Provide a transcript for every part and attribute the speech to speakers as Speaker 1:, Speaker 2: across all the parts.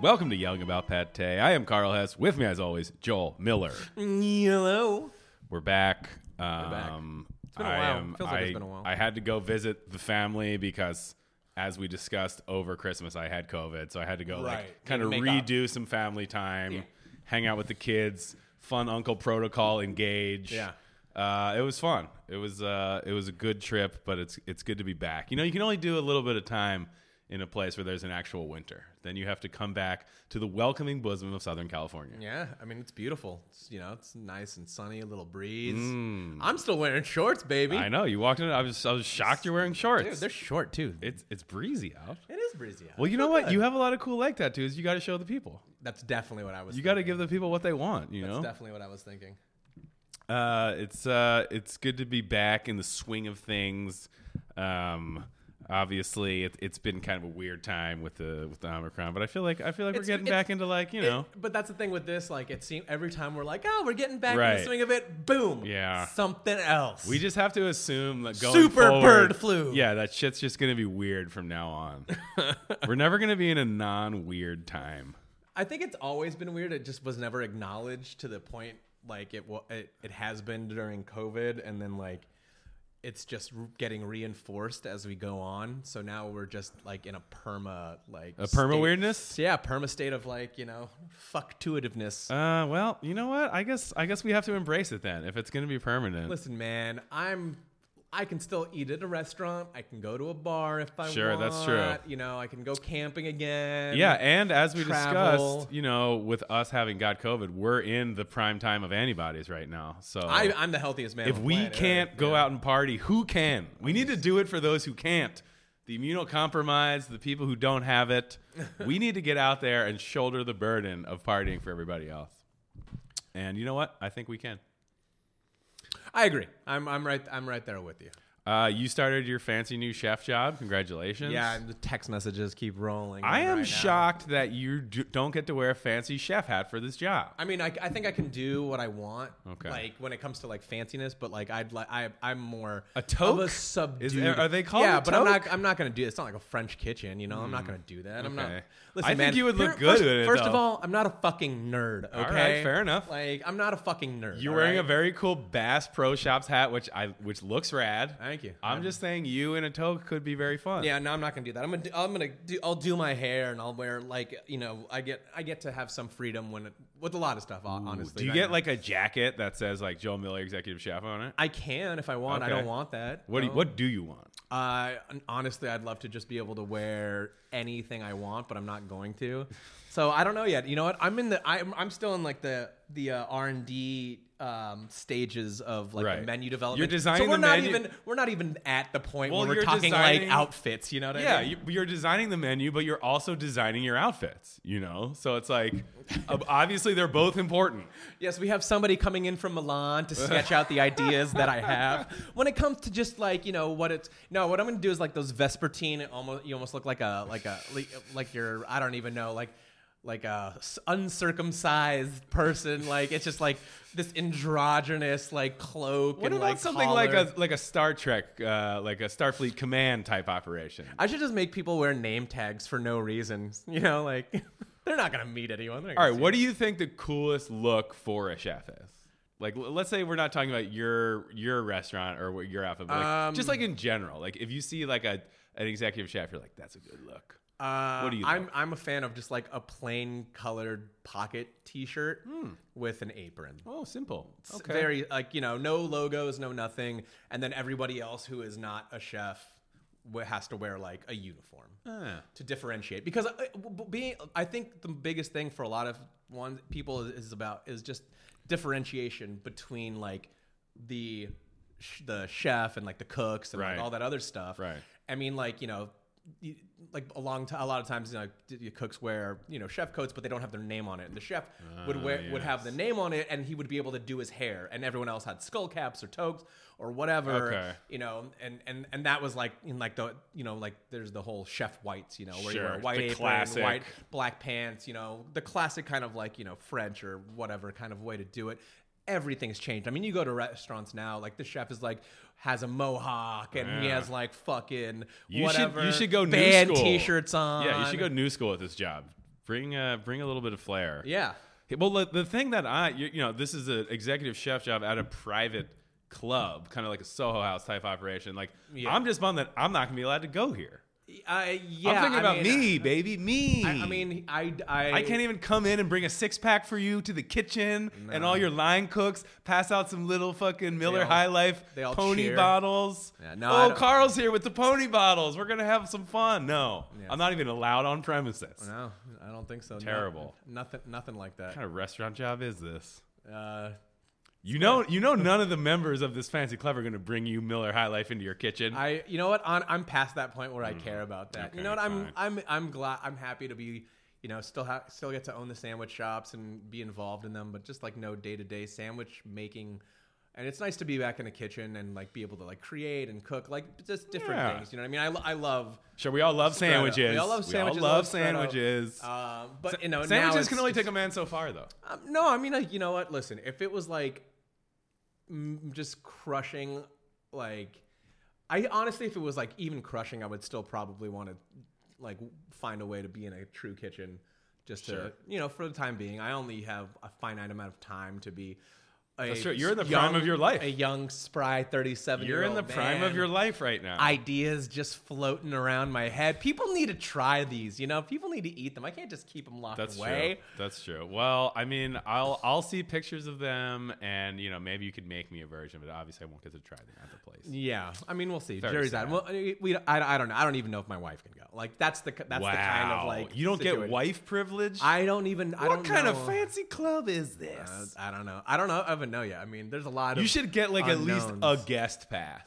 Speaker 1: Welcome to Yelling About Pate. I am Carl Hess. With me, as always, Joel Miller.
Speaker 2: Hello.
Speaker 1: We're back.
Speaker 2: back.
Speaker 1: Um,
Speaker 2: It's been a
Speaker 1: I
Speaker 2: while.
Speaker 1: am-
Speaker 2: Feels like it's
Speaker 1: I-
Speaker 2: been a while.
Speaker 1: I had to go visit the family because, as we discussed over Christmas, I had COVID, so I had to go like
Speaker 2: Right.
Speaker 1: kind of
Speaker 2: Make up.
Speaker 1: redo some family time, hang out with the kids, fun uncle protocol, engage.
Speaker 2: Yeah.
Speaker 1: Uh, it was fun. It was uh, it was a good trip, but it's it's good to be back. You know, you can only do a little bit of time in a place where there's an actual winter. Then you have to come back to the welcoming bosom of Southern California.
Speaker 2: Yeah, I mean it's beautiful. It's, you know, it's nice and sunny, a little breeze. I'm still wearing shorts, baby.
Speaker 1: Mm. I know you walked in. I was I was shocked you're wearing shorts.
Speaker 2: Dude, they're short too. It,
Speaker 1: It's it's breezy out.
Speaker 2: it is breezy out.
Speaker 1: Well, you know what? You have a lot of cool leg tattoos. You got to show the people.
Speaker 2: That's definitely what I was.
Speaker 1: You got to
Speaker 2: thinking.
Speaker 1: give the people what they want. You
Speaker 2: That's
Speaker 1: know,
Speaker 2: definitely what I was thinking.
Speaker 1: uh, it's uh, it's good to be back in the swing of things. Um, obviously, it, it's been kind of a weird time with the with the Omicron, but I feel like I feel like
Speaker 2: It's-
Speaker 1: we're getting
Speaker 2: it's-
Speaker 1: back into like you know.
Speaker 2: It- but that's the thing with this. Like, it seems every time we're like, "Oh, we're getting back in
Speaker 1: Right.
Speaker 2: the swing of it." Boom.
Speaker 1: Yeah.
Speaker 2: Something else.
Speaker 1: we just have to assume that going
Speaker 2: Super
Speaker 1: forward-
Speaker 2: bird flu.
Speaker 1: Yeah, that shit's just gonna be weird from now on. We're never gonna be in a non-weird time.
Speaker 2: I think it's always been weird. It just was never acknowledged to the point like it wa- it, it has been during COVID, and then like it's just r- getting reinforced as we go on. So now we're just like in a perma like
Speaker 1: A perma weirdness.
Speaker 2: So yeah, perma state of like you know fuck tuitiveness.
Speaker 1: Uh, well, you know what? I guess I guess we have to embrace it then if it's gonna be permanent.
Speaker 2: Listen, man, I'm. I can still eat at a restaurant. I can go to a bar if I
Speaker 1: Sure,
Speaker 2: want.
Speaker 1: that's true.
Speaker 2: You know, I can go camping again.
Speaker 1: yeah, and as we
Speaker 2: travel.
Speaker 1: discussed, you know, with us having got COVID, we're in the prime time of antibodies right now. So
Speaker 2: I, I'm the healthiest man.
Speaker 1: if
Speaker 2: on the
Speaker 1: we
Speaker 2: planet,
Speaker 1: can't
Speaker 2: right?
Speaker 1: go out and party, who can? We need to do it for those who can't. The immunocompromised, the people who don't have it. we need to get out there and shoulder the burden of partying for everybody else. And you know what? I think we can.
Speaker 2: I agree. I'm, I'm right. I'm right there with you.
Speaker 1: Uh, you started your fancy new chef job. Congratulations.
Speaker 2: Yeah, and the text messages keep rolling.
Speaker 1: I
Speaker 2: in
Speaker 1: am
Speaker 2: right now.
Speaker 1: shocked that you do, don't get to wear a fancy chef hat for this job.
Speaker 2: I mean, I, I think I can do what I want.
Speaker 1: Okay.
Speaker 2: Like when it comes to like fanciness, but like I'd like I I'm more
Speaker 1: A toque?
Speaker 2: of a
Speaker 1: Is-
Speaker 2: subdued.
Speaker 1: are they called
Speaker 2: Yeah,
Speaker 1: a
Speaker 2: but I'm
Speaker 1: toque?
Speaker 2: not. I'm not gonna do. It's not like a French kitchen, you know. I'm not gonna do that. I'm not.
Speaker 1: Okay.
Speaker 2: Listen,
Speaker 1: I think
Speaker 2: man,
Speaker 1: you would look
Speaker 2: here-
Speaker 1: good
Speaker 2: first,
Speaker 1: at it,
Speaker 2: First of
Speaker 1: though.
Speaker 2: all, I'm not a fucking nerd. Okay.
Speaker 1: right, fair enough.
Speaker 2: Like I'm not a fucking nerd.
Speaker 1: You're
Speaker 2: all
Speaker 1: wearing a
Speaker 2: right?
Speaker 1: very cool Bass Pro Shops hat, which I which looks rad.
Speaker 2: Thank you.
Speaker 1: I'm just saying, you in a toque could be very fun.
Speaker 2: Yeah, no, I'm not gonna do that. I'm gonna, do, I'm gonna, do, I'll do my hair and I'll wear like, you know, I get, I get to have some freedom when, it, with a lot of stuff, hon- honestly.
Speaker 1: Do you
Speaker 2: right
Speaker 1: get
Speaker 2: now.
Speaker 1: like a jacket that says like Joe Miller, executive chef on it?
Speaker 2: I can if I want.
Speaker 1: Okay.
Speaker 2: I don't want that.
Speaker 1: What do you,
Speaker 2: No.
Speaker 1: what do you want?
Speaker 2: Uh, honestly, I'd love to just be able to wear anything I want, but I'm not going to. So I don't know yet. You know what? I'm in the. I'm, I'm still in like the the uh, R and D um, stages of like
Speaker 1: Right.
Speaker 2: the menu development.
Speaker 1: You're designing
Speaker 2: So we're
Speaker 1: the
Speaker 2: not
Speaker 1: menu-
Speaker 2: even we're not even at the point
Speaker 1: Well,
Speaker 2: where
Speaker 1: you're
Speaker 2: we're talking
Speaker 1: designing-
Speaker 2: like outfits. You know what
Speaker 1: Yeah,
Speaker 2: I mean?
Speaker 1: you, you're designing the menu, but you're also designing your outfits. You know, so it's like ob- obviously they're both important.
Speaker 2: Yes, we have somebody coming in from Milan to sketch out the ideas that I have. When it comes to just like you know what it's no, what I'm gonna do is like those vespertine. Almost you almost look like a like a like- like you're I don't even know like like a s- uncircumcised person. Like it's just like this androgynous like cloak.
Speaker 1: What
Speaker 2: and,
Speaker 1: about
Speaker 2: like,
Speaker 1: something
Speaker 2: collar.
Speaker 1: like a like a Star Trek, uh, like a Starfleet command type operation?
Speaker 2: I should just make people wear name tags for no reason. You know, like they're not gonna meet anyone. They're not
Speaker 1: All
Speaker 2: gonna
Speaker 1: right,
Speaker 2: see
Speaker 1: what do you think the coolest look for a chef is? Like, l- let's say we're not talking about your your restaurant or what your outfit, but like,
Speaker 2: Um,
Speaker 1: just like in general. Like, if you see like a an executive chef, you're like, that's a good look.
Speaker 2: Uh,
Speaker 1: What do you
Speaker 2: I'm I'm a fan of just like a plain colored pocket T-shirt with an apron.
Speaker 1: Hmm. Oh, simple.
Speaker 2: It's Very like you know, no logos, no nothing, and then everybody else who is not a chef wa- has to wear like a uniform
Speaker 1: Ah.
Speaker 2: to differentiate. Because uh, w- w- being, I think the biggest thing for a lot of one people is, is about is just differentiation between like the sh- the chef and like the cooks and
Speaker 1: Right.
Speaker 2: like all that other stuff.
Speaker 1: Right.
Speaker 2: I mean, like you know, you- like a long time, a lot of times, you know, d- your cooks wear you know chef coats, but they don't have their name on it. And the chef
Speaker 1: Ah,
Speaker 2: would wear would have the name on it, and he would be able to do his hair. And everyone else had skull caps or toques or whatever.
Speaker 1: Okay.
Speaker 2: You know, and and and that was like in like the you know like there's the whole chef whites, you know, where you
Speaker 1: Sure,
Speaker 2: wear a white
Speaker 1: the
Speaker 2: apron,
Speaker 1: classic.
Speaker 2: white black pants, you know, the classic kind of like you know French or whatever kind of way to do it. Everything's changed. I mean, you go to restaurants now, like the chef is like has a mohawk and he
Speaker 1: Yeah.
Speaker 2: has like fucking
Speaker 1: You should-
Speaker 2: whatever.
Speaker 1: you should go new
Speaker 2: band
Speaker 1: school.
Speaker 2: t-shirts on.
Speaker 1: Yeah, you should go new school at this job. Bring uh, bring a little bit of flair.
Speaker 2: Yeah.
Speaker 1: Hey, Well, the, the thing that I, you, you know, this is an executive chef job at a private club, kind of like a Soho House type operation. Like,
Speaker 2: Yeah.
Speaker 1: I'm just bummed that I'm not going to be allowed to go here.
Speaker 2: I yeah.
Speaker 1: I'm thinking
Speaker 2: I
Speaker 1: about
Speaker 2: mean, uh,
Speaker 1: me, baby, me.
Speaker 2: I, I mean, I, I
Speaker 1: I can't even come in and bring a six pack for you to the kitchen, and all your line cooks pass out some little fucking Miller
Speaker 2: all-
Speaker 1: High Life
Speaker 2: they all
Speaker 1: pony
Speaker 2: cheer.
Speaker 1: bottles.
Speaker 2: Yeah, no, I
Speaker 1: oh,
Speaker 2: don't-
Speaker 1: Carl's here with the pony bottles. We're gonna have some fun. No,
Speaker 2: Yeah.
Speaker 1: I'm not even allowed on premises. What
Speaker 2: No, I don't think so. No-
Speaker 1: e- Terrible.
Speaker 2: nothing. Nothing like that.
Speaker 1: kind of restaurant job is this?
Speaker 2: Uh,
Speaker 1: You know, you know, none of the members of this fancy club are going to bring you Miller High Life into your kitchen.
Speaker 2: I, you know what? On, I'm past that point where I care about that.
Speaker 1: Mm.
Speaker 2: you
Speaker 1: Okay,
Speaker 2: know what? I'm,
Speaker 1: fine.
Speaker 2: I'm, I'm glad. I'm happy to be, you know, still ha- still get to own the sandwich shops and be involved in them, but just like no day to day sandwich making. And it's nice to be back in the kitchen and like be able to like create and cook, like just different
Speaker 1: Yeah.
Speaker 2: things. You know what I mean? I, lo- I love
Speaker 1: sure, we all love
Speaker 2: Strato.
Speaker 1: sandwiches.
Speaker 2: We all love sandwiches.
Speaker 1: We all love
Speaker 2: Strato.
Speaker 1: sandwiches.
Speaker 2: Uh, but you know, now
Speaker 1: sandwiches
Speaker 2: it's-
Speaker 1: can only take a man so far, though.
Speaker 2: Um, no, I mean, like, you know what? Listen, if it was like mm, just crushing, like, I honestly, if it was like even crushing, I would still probably want to like find a way to be in a true kitchen just
Speaker 1: Sure.
Speaker 2: to, you know, for the time being. I only have a finite amount of time to be. A
Speaker 1: That's true. You're in the prime of your life.
Speaker 2: A young, spry 37
Speaker 1: You're in the prime of your life right now.
Speaker 2: Ideas just floating around my head. People need to try these, you know. People need to eat them. I can't just keep them locked
Speaker 1: That's
Speaker 2: away.
Speaker 1: true. That's true. Well, I mean, I'll I'll see pictures of them, and you know, maybe you could make me a version, but obviously, I won't get to try them at the place.
Speaker 2: Yeah, I mean, we'll see.
Speaker 1: Very
Speaker 2: Jury's
Speaker 1: sad.
Speaker 2: out. Well, I- we, I, I don't know. I don't even know if my wife can go. Like that's the that's
Speaker 1: wow,
Speaker 2: the kind of like
Speaker 1: you don't get
Speaker 2: situation.
Speaker 1: wife privilege.
Speaker 2: I don't even. I
Speaker 1: what
Speaker 2: don't
Speaker 1: kind of
Speaker 2: know.
Speaker 1: fancy club is this?
Speaker 2: Uh, I don't know. I don't know. I don't even know yet. I mean, there's a lot of.
Speaker 1: you should get like at
Speaker 2: unknowns.
Speaker 1: least a guest pass.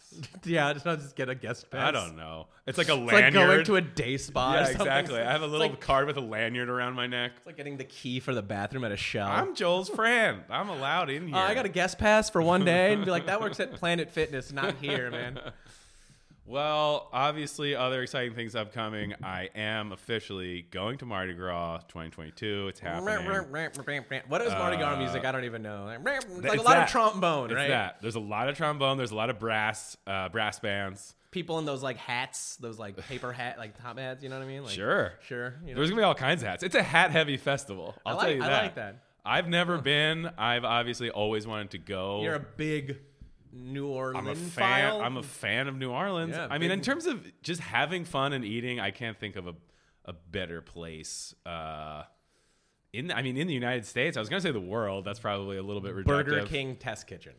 Speaker 2: Yeah, just not just get a guest pass.
Speaker 1: I don't know. It's like a
Speaker 2: It's like
Speaker 1: lanyard.
Speaker 2: going to a day spa. or
Speaker 1: yeah,
Speaker 2: something.
Speaker 1: exactly. I have a
Speaker 2: It's
Speaker 1: little
Speaker 2: like-
Speaker 1: card with a lanyard around my neck.
Speaker 2: it's like getting the key for the bathroom at a shell.
Speaker 1: I'm Joel's friend. I'm allowed in here.
Speaker 2: Uh, I got a guest pass for one day and be like, that works at Planet Fitness, not here, man.
Speaker 1: Well, obviously, other exciting things upcoming. I am officially going to Mardi Gras 2022. It's happening. Uh,
Speaker 2: what is Mardi Gras music? I don't even know. It's like a
Speaker 1: it's
Speaker 2: lot
Speaker 1: that.
Speaker 2: of trombone,
Speaker 1: It's
Speaker 2: right?
Speaker 1: that. There's a lot of trombone. There's a lot of brass, uh, brass bands.
Speaker 2: people in those like hats, those like paper hat, like top hats. You know what I mean? Like,
Speaker 1: Sure.
Speaker 2: sure. You know?
Speaker 1: There's gonna be all kinds of hats. It's a hat heavy festival. I'll
Speaker 2: like-
Speaker 1: tell you
Speaker 2: I
Speaker 1: that.
Speaker 2: like that.
Speaker 1: I've never been. I've obviously always wanted to go.
Speaker 2: You're a big New Orleans
Speaker 1: I'm a fan.
Speaker 2: file.
Speaker 1: I'm a fan of New Orleans.
Speaker 2: Yeah,
Speaker 1: I mean,
Speaker 2: big-
Speaker 1: in terms of just having fun and eating, I can't think of a a better place. Uh, in I mean, in the United States, I was gonna say the world. That's probably a little bit reductive.
Speaker 2: Burger King test kitchen.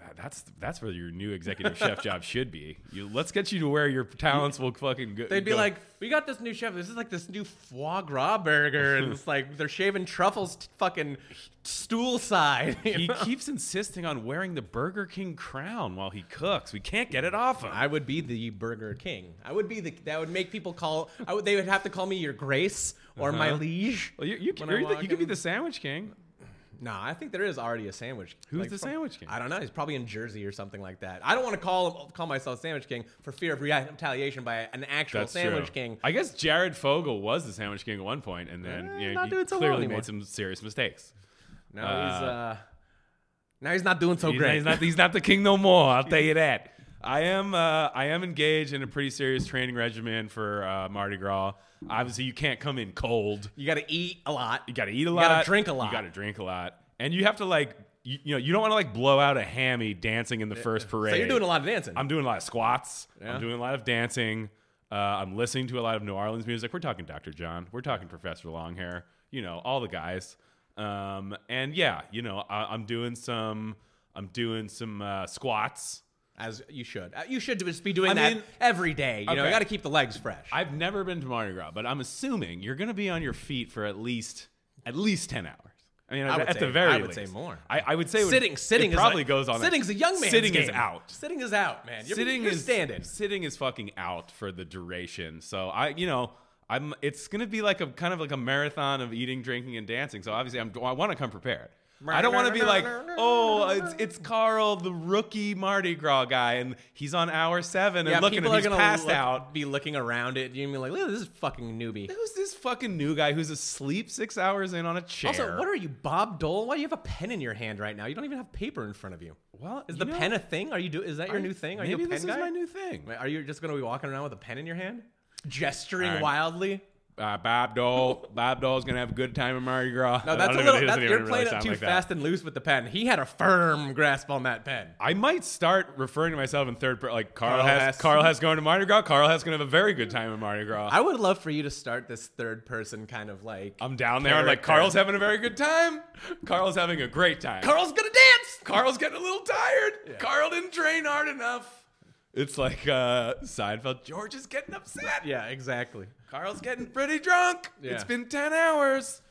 Speaker 1: That- That's that's where your new executive chef job should be. You let's get you to where your talents will fucking go.
Speaker 2: They'd be
Speaker 1: go-
Speaker 2: like, we got this new chef. This is like this new foie gras burger, and it's like they're shaving truffles t- fucking stool side. you
Speaker 1: He
Speaker 2: know?
Speaker 1: keeps insisting on wearing the Burger King crown while he cooks. We can't get it off him.
Speaker 2: I would be the Burger King. I would be the that would make people call. I would, they would have to call me Your Grace or my
Speaker 1: Uh-huh.
Speaker 2: liege.
Speaker 1: well, you you, can,
Speaker 2: When I
Speaker 1: you're the-
Speaker 2: walk
Speaker 1: you could be
Speaker 2: in-
Speaker 1: the Sandwich King.
Speaker 2: Nah, I think there is already a sandwich.
Speaker 1: Who's
Speaker 2: like,
Speaker 1: the
Speaker 2: from-
Speaker 1: Sandwich King?
Speaker 2: I don't know. He's probably in Jersey or something like that. I don't want to call call myself Sandwich King for fear of rea- retaliation by an actual Sandwich
Speaker 1: true.
Speaker 2: King.
Speaker 1: I guess Jared Fogle was the Sandwich King at one point, and then
Speaker 2: Eh,
Speaker 1: you know,
Speaker 2: not
Speaker 1: he
Speaker 2: doing so well
Speaker 1: clearly
Speaker 2: anymore.
Speaker 1: made some serious mistakes.
Speaker 2: Now he's uh, now he's not doing so
Speaker 1: He's,
Speaker 2: Oh, great.
Speaker 1: he's not he's not the king no more. I'll tell you that. I am uh, I am engaged in a pretty serious training regimen for uh, Mardi Gras. Obviously, you can't come in cold.
Speaker 2: you got to eat a lot.
Speaker 1: You got to eat a lot.
Speaker 2: gotta drink a lot.
Speaker 1: You got to drink a lot, and you have to like you, you know you don't want to like blow out a hammy dancing in the first parade.
Speaker 2: Eh, So you're doing a lot of dancing.
Speaker 1: I'm doing a lot of squats.
Speaker 2: Yeah.
Speaker 1: I'm doing a lot of dancing. Uh, I'm listening to a lot of New Orleans music. We're talking Dr. John. We're talking Professor Longhair. You know, all the guys. Um, and yeah, you know, I, I'm doing some. I'm doing some uh, squats.
Speaker 2: as you should. Uh, You should just be doing
Speaker 1: I
Speaker 2: that
Speaker 1: mean-
Speaker 2: every day. You know,
Speaker 1: Okay.
Speaker 2: you got to keep the legs fresh.
Speaker 1: I've never been to Mardi Gras, but I'm assuming you're going to be on your feet for at least at least ten hours. I mean,
Speaker 2: I would
Speaker 1: at
Speaker 2: say-
Speaker 1: the very
Speaker 2: I would
Speaker 1: least.
Speaker 2: say more.
Speaker 1: I, I would say it would-
Speaker 2: sitting,
Speaker 1: it
Speaker 2: sitting is
Speaker 1: probably
Speaker 2: like-
Speaker 1: goes on.
Speaker 2: Sitting's a young man.
Speaker 1: Sitting is out.
Speaker 2: Sitting is out, man. You're,
Speaker 1: sitting
Speaker 2: you're
Speaker 1: is
Speaker 2: standing.
Speaker 1: Sitting is fucking out for the duration. So I, you know, I'm. It's gonna be like a kind of like a marathon of eating, drinking, and dancing. So obviously, I'm. I want to come prepared. I don't want to be like, oh, it's it's Carl, the rookie Mardi Gras guy, and he's on hour seven and looking at
Speaker 2: people
Speaker 1: him,
Speaker 2: are
Speaker 1: he's
Speaker 2: gonna
Speaker 1: passed
Speaker 2: look-
Speaker 1: out.
Speaker 2: be looking around it. You mean like, look, this is fucking newbie.
Speaker 1: Who's this fucking new guy who's asleep six hours in on a chair?
Speaker 2: Also, what are you, Bob Dole? Why do you have a pen in your hand right now? You don't even have paper in front of you.
Speaker 1: well?
Speaker 2: Is
Speaker 1: you
Speaker 2: the
Speaker 1: know,
Speaker 2: pen a thing? Are you do? Is that your new thing? Are you
Speaker 1: maybe
Speaker 2: a pen
Speaker 1: this
Speaker 2: guy?
Speaker 1: is my new thing.
Speaker 2: Wait, Are you just going to be walking around with a pen in your hand, gesturing
Speaker 1: I'm-
Speaker 2: wildly?
Speaker 1: uh, Bob Dole. Bob Dole's gonna have a good time in Mardi Gras.
Speaker 2: No, Oh, that's a little. That's, you're playing it too fast and loose with the pen. He had a firm grasp on that pen.
Speaker 1: I might start referring to myself in third person. Like Carl,
Speaker 2: Carl
Speaker 1: has,
Speaker 2: Hess.
Speaker 1: Carl has going to Mardi Gras. Carl has gonna have a very good time in Mardi Gras.
Speaker 2: I would love for you to start this third person kind of like.
Speaker 1: I'm down there and like
Speaker 2: Character.
Speaker 1: Carl's having a very good time. Carl's having a great time.
Speaker 2: Carl's gonna dance.
Speaker 1: Carl's getting a little tired. Carl didn't train hard enough. It's like uh, Seinfeld. George is getting upset.
Speaker 2: Yeah, exactly.
Speaker 1: Carl's getting pretty drunk.
Speaker 2: Yeah.
Speaker 1: It's been ten hours.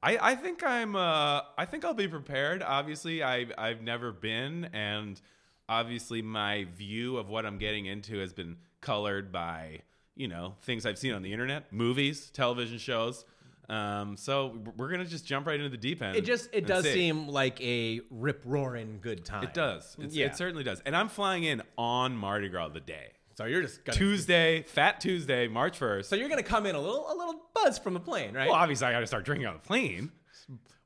Speaker 1: I, I think I'm uh, I think I'll be prepared. Obviously, I've I've never been, and obviously my view of what I'm getting into has been colored by you know things I've seen on the internet, movies, television shows. Um, so we're gonna just jump right into the deep end.
Speaker 2: It just it
Speaker 1: and
Speaker 2: does
Speaker 1: see.
Speaker 2: seem like a rip roaring good time.
Speaker 1: it does it's,
Speaker 2: Yeah.
Speaker 1: it certainly does. And I'm flying in on Mardi Gras the day
Speaker 2: So you're just gonna,
Speaker 1: Tuesday, Fat Tuesday, March first.
Speaker 2: so you're gonna come in a little a little buzz from the plane, right?
Speaker 1: well, obviously I got to start drinking on the plane.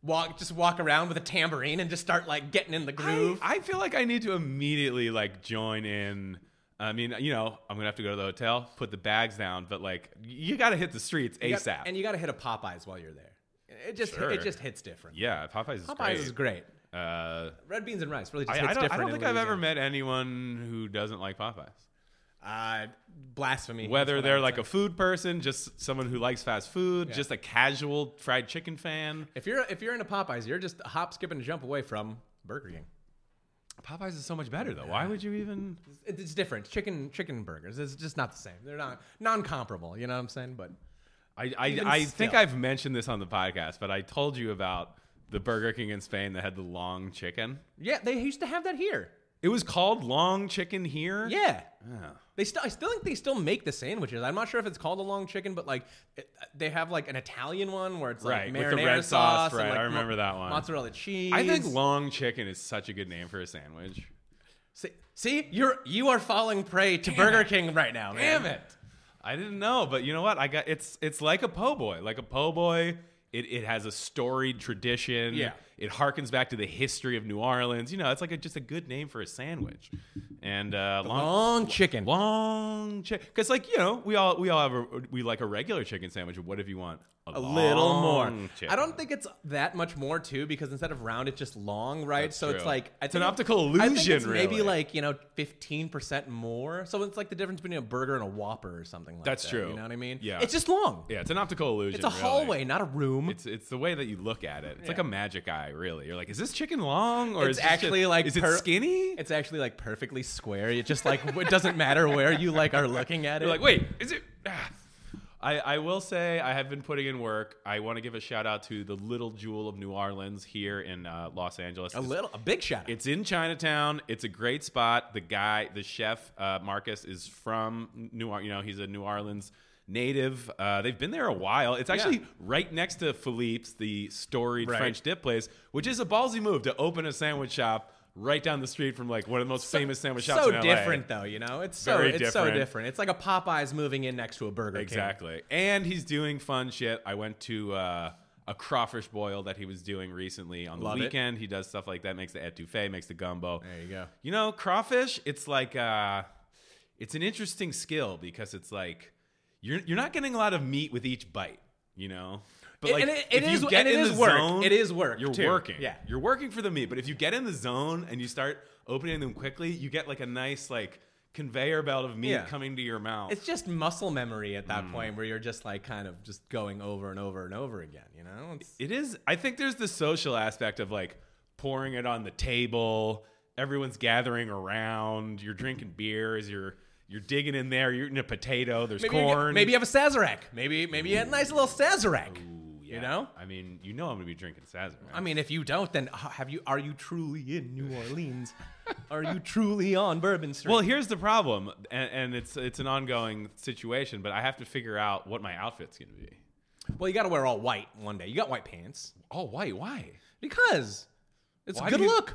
Speaker 2: walk just walk around with a tambourine and just start like getting in the
Speaker 1: I,
Speaker 2: groove.
Speaker 1: I feel like I need to immediately like join in. I mean, you know, I'm gonna have to go to the hotel, put the bags down, but like, you gotta hit the streets
Speaker 2: You
Speaker 1: ASAP.
Speaker 2: got- and you got to hit a Popeyes while you're there. It just
Speaker 1: Sure.
Speaker 2: it just hits different.
Speaker 1: yeah, Popeyes is
Speaker 2: Popeyes
Speaker 1: great.
Speaker 2: is great.
Speaker 1: Uh, I,
Speaker 2: Red beans and rice really just
Speaker 1: I
Speaker 2: hits
Speaker 1: don't, I
Speaker 2: different.
Speaker 1: don't
Speaker 2: in
Speaker 1: think I've ever
Speaker 2: Louisiana.
Speaker 1: met anyone who doesn't like Popeyes.
Speaker 2: Uh, blasphemy.
Speaker 1: Whether
Speaker 2: That's what I
Speaker 1: they're
Speaker 2: would
Speaker 1: like
Speaker 2: say.
Speaker 1: a food person, just someone who likes fast food,
Speaker 2: Yeah.
Speaker 1: just a casual fried chicken fan.
Speaker 2: if you're if you're in a Popeyes, you're just a hop, skip, and a jump away from Burger King.
Speaker 1: Popeyes is so much better though. Why would you even?
Speaker 2: It's, it's different. Chicken chicken burgers. It's just not the same. They're not non comparable. You know what I'm saying? But
Speaker 1: I I,
Speaker 2: Even
Speaker 1: I think
Speaker 2: still.
Speaker 1: I've mentioned this on the podcast, but I told you about the Burger King in Spain that had the long chicken.
Speaker 2: yeah, they used to have that here.
Speaker 1: It was called long chicken here.
Speaker 2: Yeah.
Speaker 1: Oh.
Speaker 2: They still, I still think they still make the sandwiches. I'm not sure if it's called a long chicken, but like it, they have like an Italian one where it's like
Speaker 1: Right, with
Speaker 2: marinara
Speaker 1: the red sauce,
Speaker 2: sauce.
Speaker 1: right,
Speaker 2: And like
Speaker 1: I remember
Speaker 2: mo-
Speaker 1: that one.
Speaker 2: Mozzarella cheese.
Speaker 1: I think long chicken is such a good name for a sandwich.
Speaker 2: See, see, you're you are falling prey to Burger King right now, man.
Speaker 1: Damn it! I didn't know, but you know what? I got it's it's like a po' boy, like a po' boy. It, it has a storied tradition.
Speaker 2: Yeah.
Speaker 1: It harkens back to the history of New Orleans. You know, it's like a, just a good name for a sandwich. And uh, long,
Speaker 2: Long chicken.
Speaker 1: long chicken, because like you know, we all we all have a, we like a regular chicken sandwich. What if you want a,
Speaker 2: a little more.
Speaker 1: long chicken?
Speaker 2: I don't think it's that much more too, because instead of round, it's just long, right?
Speaker 1: That's
Speaker 2: so it's
Speaker 1: true.
Speaker 2: like I
Speaker 1: It's an
Speaker 2: think-
Speaker 1: optical
Speaker 2: I think it's
Speaker 1: illusion,
Speaker 2: Maybe
Speaker 1: really.
Speaker 2: like you know, fifteen percent more. So it's like the difference between a burger and a Whopper or something like
Speaker 1: That's
Speaker 2: that.
Speaker 1: true.
Speaker 2: You know what I mean?
Speaker 1: Yeah.
Speaker 2: It's just long.
Speaker 1: Yeah, it's an optical illusion.
Speaker 2: It's a
Speaker 1: really.
Speaker 2: hallway, not a room.
Speaker 1: It's it's the way that you look at it. It's like
Speaker 2: Yeah.
Speaker 1: a magic eye, really. You're like, is this chicken long or is
Speaker 2: It's
Speaker 1: this just-
Speaker 2: actually, like,
Speaker 1: is it
Speaker 2: per-
Speaker 1: skinny?
Speaker 2: It's actually like perfectly square. It just like it doesn't matter where you like are looking at it.
Speaker 1: You're like, wait, is it? ah." I I will say I have been putting in work. I want to give a shout out to the little jewel of New Orleans here in uh, Los Angeles.
Speaker 2: a little, a big shout. out.
Speaker 1: It's in Chinatown. It's a great spot. The guy, the chef, uh, Marcus, is from New Orleans. You know, he's a New Orleans native. Uh, they've been there a while. It's actually right next to Philippe's, the storied
Speaker 2: Right.
Speaker 1: French dip place, which is a ballsy move to open a sandwich shop right down the street from like one of the most famous sandwich shops
Speaker 2: so
Speaker 1: in LA.
Speaker 2: different though, you know. It's so
Speaker 1: Very
Speaker 2: it's so
Speaker 1: different.
Speaker 2: different. It's like a Popeyes moving in next to a Burger King.
Speaker 1: Exactly. And he's doing fun shit. I went to uh, a crawfish boil that he was doing recently on the
Speaker 2: Love it.
Speaker 1: weekend. He does stuff like that, makes the etouffee, makes the gumbo.
Speaker 2: There you go.
Speaker 1: You know, crawfish, it's like uh it's an interesting skill because it's like you're you're not getting a lot of meat with each bite, you know? But
Speaker 2: It- and it- it is- and it is work. It is work,
Speaker 1: You're
Speaker 2: too.
Speaker 1: working.
Speaker 2: Yeah.
Speaker 1: You're working for the meat. But if you get in the zone and you start opening them quickly, you get like a nice like conveyor belt of meat
Speaker 2: Yeah.
Speaker 1: coming to your mouth.
Speaker 2: It's just muscle memory at that
Speaker 1: Mm.
Speaker 2: point where you're just like kind of just going over and over and over again, you know? It's,
Speaker 1: It is. I think there's the social aspect of like pouring it on the table. Everyone's gathering around. You're drinking beers. You're you're digging in there. You're eating a potato. There's
Speaker 2: maybe, You,
Speaker 1: corn.
Speaker 2: maybe you have a Sazerac. Maybe maybe you had a nice little Sazerac.
Speaker 1: Ooh,
Speaker 2: you know?
Speaker 1: I mean, you know, I'm gonna be drinking Sazerac.
Speaker 2: I mean, if you don't, then h- have you? Are you truly in New Orleans? are you truly on Bourbon Street?
Speaker 1: well, here's the problem, and, and it's it's an ongoing situation. But I have to figure out what my outfit's gonna be.
Speaker 2: well, you got to wear all white one day. You got white pants
Speaker 1: Oh, why? Why?
Speaker 2: because it's
Speaker 1: Why
Speaker 2: a
Speaker 1: do
Speaker 2: good
Speaker 1: you-
Speaker 2: look.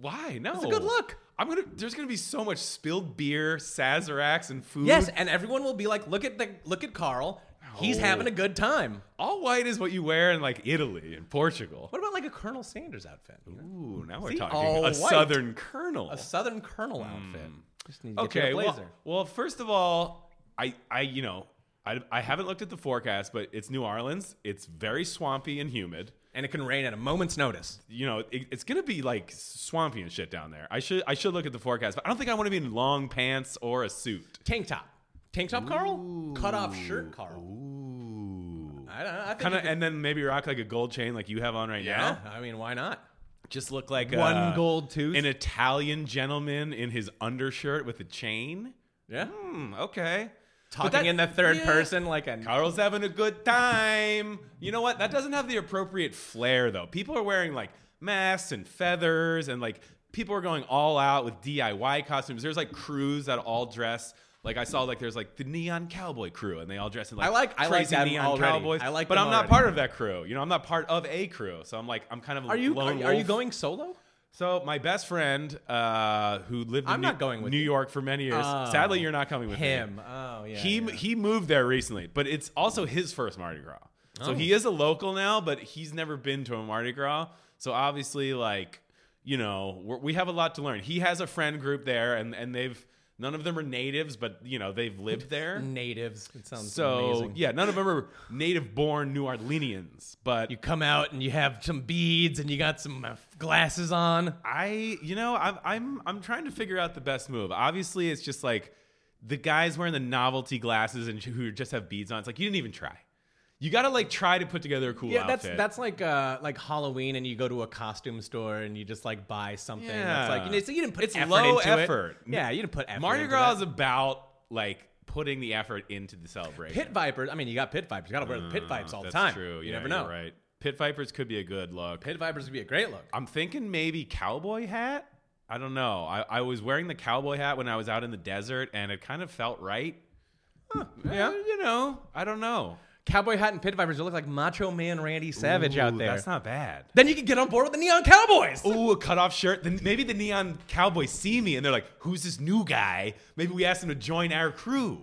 Speaker 1: Why? No,
Speaker 2: It's a good look.
Speaker 1: I'm gonna. There's gonna be so much spilled beer, Sazeracs, and food.
Speaker 2: Yes, and everyone will be like, "Look at the look at Carl. He's
Speaker 1: No.
Speaker 2: having a good time."
Speaker 1: all white is what you wear in like Italy and Portugal.
Speaker 2: What about like a Colonel Sanders outfit? you know?
Speaker 1: Ooh, now we're
Speaker 2: See?
Speaker 1: talking
Speaker 2: All
Speaker 1: a
Speaker 2: white.
Speaker 1: southern colonel.
Speaker 2: A Southern
Speaker 1: Hmm.
Speaker 2: Colonel outfit. Just need to get you
Speaker 1: okay,
Speaker 2: a
Speaker 1: well,
Speaker 2: blazer.
Speaker 1: well, first of all, I, I, you know, I, I haven't looked at the forecast, but it's New Orleans. It's very swampy and humid.
Speaker 2: and it can rain at a moment's notice.
Speaker 1: You know, it, it's gonna be like swampy and shit down there. I should I should look at the forecast, but I don't think I want to be in long pants or a suit.
Speaker 2: Tank top, tank top, Carl. Cut off shirt, Carl.
Speaker 1: Ooh.
Speaker 2: I don't know. I think
Speaker 1: Kind
Speaker 2: you
Speaker 1: of,
Speaker 2: could-
Speaker 1: and then maybe rock like a gold chain like you have on right
Speaker 2: Yeah,
Speaker 1: now.
Speaker 2: I mean, why not?
Speaker 1: Just look like
Speaker 2: One
Speaker 1: uh,
Speaker 2: gold tooth.
Speaker 1: an Italian gentleman in his undershirt with a chain.
Speaker 2: yeah,
Speaker 1: Hmm, okay.
Speaker 2: talking
Speaker 1: that-
Speaker 2: in the third
Speaker 1: yeah.
Speaker 2: person like a
Speaker 1: Carl's having a good time. You know what? That doesn't have the appropriate flair though. People are wearing like masks and feathers and like people are going all out with DIY costumes. There's like crews that all dress like I saw like there's like the neon cowboy crew and they all dress in like
Speaker 2: I like- I like
Speaker 1: crazy
Speaker 2: them
Speaker 1: neon
Speaker 2: already.
Speaker 1: cowboys.
Speaker 2: I like
Speaker 1: but
Speaker 2: them
Speaker 1: I'm not
Speaker 2: already.
Speaker 1: part of that crew. You know, I'm not part of a crew. So I'm like I'm kind of
Speaker 2: Are you
Speaker 1: lone
Speaker 2: are, are you
Speaker 1: wolf.
Speaker 2: going solo?
Speaker 1: So my best friend uh, who lived in
Speaker 2: I'm
Speaker 1: New,
Speaker 2: not going with
Speaker 1: New
Speaker 2: you.
Speaker 1: York for many years.
Speaker 2: Oh.
Speaker 1: Sadly, you're not coming with me
Speaker 2: Him. Oh yeah.
Speaker 1: he
Speaker 2: yeah.
Speaker 1: he moved there recently, but it's also his first Mardi Gras. So
Speaker 2: Oh.
Speaker 1: he is a local now, but he's never been to a Mardi Gras. So obviously, like you know, we're, we have a lot to learn. He has a friend group there, and and they've none of them are natives, but you know they've lived there.
Speaker 2: natives. It sounds
Speaker 1: So
Speaker 2: amazing.
Speaker 1: yeah, none of them are native-born New Orleanians, but
Speaker 2: You come out and you have some beads and you got some uh, glasses on.
Speaker 1: I, you know, I'm, I'm, I'm trying to figure out the best move. Obviously, it's just like the guys wearing the novelty glasses and who just have beads on. It's like you didn't even try. You got to like try to put together a cool
Speaker 2: Yeah, that's
Speaker 1: outfit.
Speaker 2: that's like uh, like Halloween, and you go to a costume store and you just like buy something. That's
Speaker 1: Yeah.
Speaker 2: like you know, so you didn't put
Speaker 1: It's
Speaker 2: effort
Speaker 1: low
Speaker 2: into it.
Speaker 1: effort.
Speaker 2: Yeah, you didn't put effort.
Speaker 1: Mardi
Speaker 2: into
Speaker 1: Gras
Speaker 2: that.
Speaker 1: is about like putting the effort into the celebration. Uh-huh.
Speaker 2: pit vipers. I mean, you got pit vipers. You got to wear the pit vipes all
Speaker 1: Mm, that's
Speaker 2: the time.
Speaker 1: True.
Speaker 2: You
Speaker 1: Yeah,
Speaker 2: never
Speaker 1: you're
Speaker 2: know.
Speaker 1: Right. Pit vipers could be a good look.
Speaker 2: Pit vipers would be a great look.
Speaker 1: I'm thinking maybe cowboy hat. I don't know. I, I was wearing the cowboy hat when I was out in the desert, and it kind of felt right. Yeah, you know, I don't know.
Speaker 2: Cowboy hat and pit vipers. You look like Macho Man Randy Savage out
Speaker 1: Ooh,
Speaker 2: there.
Speaker 1: That's not bad.
Speaker 2: then you can get on board with the neon cowboys.
Speaker 1: Ooh, a cutoff shirt. Then maybe the neon cowboys see me and they're like, "Who's this new guy?" Maybe we ask him to join our crew.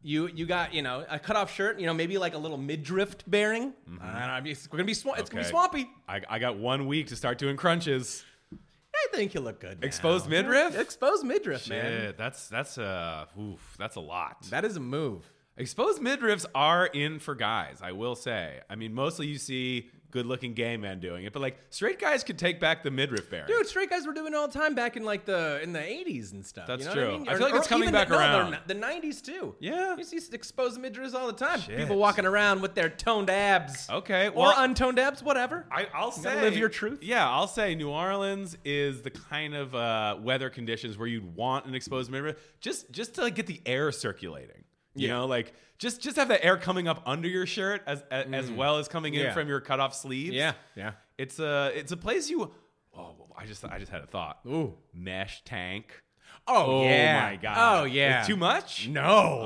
Speaker 2: You you got you know a cutoff shirt. You know maybe like a little midriff bearing. I don't know, it's gonna be swa- it's
Speaker 1: Mm-hmm.
Speaker 2: gonna be
Speaker 1: Okay.
Speaker 2: swampy.
Speaker 1: I, I got one week to start doing crunches.
Speaker 2: I think you look good. now.
Speaker 1: Exposed midriff?
Speaker 2: Exposed midriff, man.
Speaker 1: Shit, that's that's uh, oof, that's a lot.
Speaker 2: That is a move.
Speaker 1: Exposed midriffs are in for guys, I will say. I mean, mostly you see good-looking gay men doing it, but like straight guys could take back the midriff bearing.
Speaker 2: Dude, straight guys were doing it all the time back in like the in the eighties and stuff.
Speaker 1: That's
Speaker 2: you know what
Speaker 1: true.
Speaker 2: I, mean?
Speaker 1: I feel like it's coming
Speaker 2: even
Speaker 1: back
Speaker 2: the, no,
Speaker 1: around.
Speaker 2: they're not- the nineties too.
Speaker 1: Yeah.
Speaker 2: you see exposed midriffs all the time.
Speaker 1: Shit.
Speaker 2: People walking around with their toned abs.
Speaker 1: Okay,
Speaker 2: or
Speaker 1: well-
Speaker 2: untoned abs, whatever.
Speaker 1: I, I'll
Speaker 2: gotta
Speaker 1: say
Speaker 2: live your truth.
Speaker 1: Yeah, I'll say New Orleans is the kind of uh, weather conditions where you'd want an exposed mirror just just to like get the air circulating. You
Speaker 2: Yeah.
Speaker 1: know, like just just have the air coming up under your shirt as as, as well as coming in
Speaker 2: Mm. Yeah.
Speaker 1: from your cut off sleeves.
Speaker 2: yeah, yeah.
Speaker 1: it's a it's a place you. Oh, I just I just had a thought.
Speaker 2: Ooh.
Speaker 1: Mesh tank.
Speaker 2: Oh, yeah.
Speaker 1: my god.
Speaker 2: Oh yeah.
Speaker 1: Too much?
Speaker 2: No.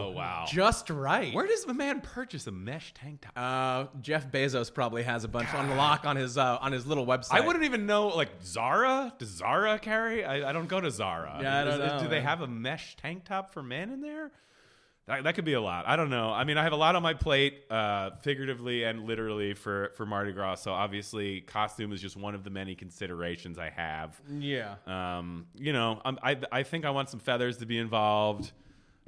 Speaker 1: Oh wow.
Speaker 2: Just right.
Speaker 1: Where does a man purchase a mesh tank top?
Speaker 2: Uh, Jeff Bezos probably has a bunch on lock on his uh, on his little website.
Speaker 1: I wouldn't even know, like Zara. Does Zara carry? I, I don't go to Zara.
Speaker 2: Yeah, I
Speaker 1: Is-
Speaker 2: don't
Speaker 1: is-
Speaker 2: know,
Speaker 1: Do they
Speaker 2: man.
Speaker 1: have a mesh tank top for men in there? That, that could be a lot. I don't know. I mean, I have a lot on my plate, uh, figuratively and literally for for Mardi Gras. So obviously, costume is just one of the many considerations I have.
Speaker 2: Yeah.
Speaker 1: Um, you know, I'm, I I think I want some feathers to be involved.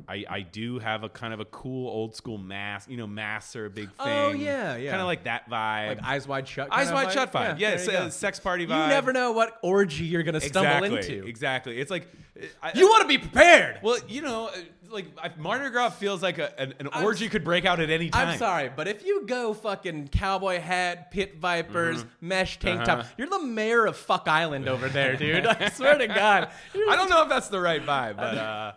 Speaker 1: I, I do have a kind of a cool old school mask. You know, masks are a big thing.
Speaker 2: Oh, yeah, yeah.
Speaker 1: Kind of like that vibe.
Speaker 2: Like eyes wide shut.
Speaker 1: Eyes
Speaker 2: kinda
Speaker 1: Wide Shut vibe. Yeah,
Speaker 2: there you
Speaker 1: se-
Speaker 2: go.
Speaker 1: sex party
Speaker 2: You
Speaker 1: vibe.
Speaker 2: never know what orgy you're gonna stumble
Speaker 1: exactly,
Speaker 2: into.
Speaker 1: Exactly. It's like I,
Speaker 2: You want to be prepared.
Speaker 1: Well, you know, uh, like I, Mardi Gras feels like a, an, an
Speaker 2: I'm
Speaker 1: orgy
Speaker 2: s-
Speaker 1: could break out at any time.
Speaker 2: I'm sorry, but if you go fucking cowboy hat, pit vipers, mesh tank top,
Speaker 1: Uh-huh.
Speaker 2: you're the mayor of Fuck Island over there, dude. I swear to God.
Speaker 1: I don't know if that's the right vibe, but uh,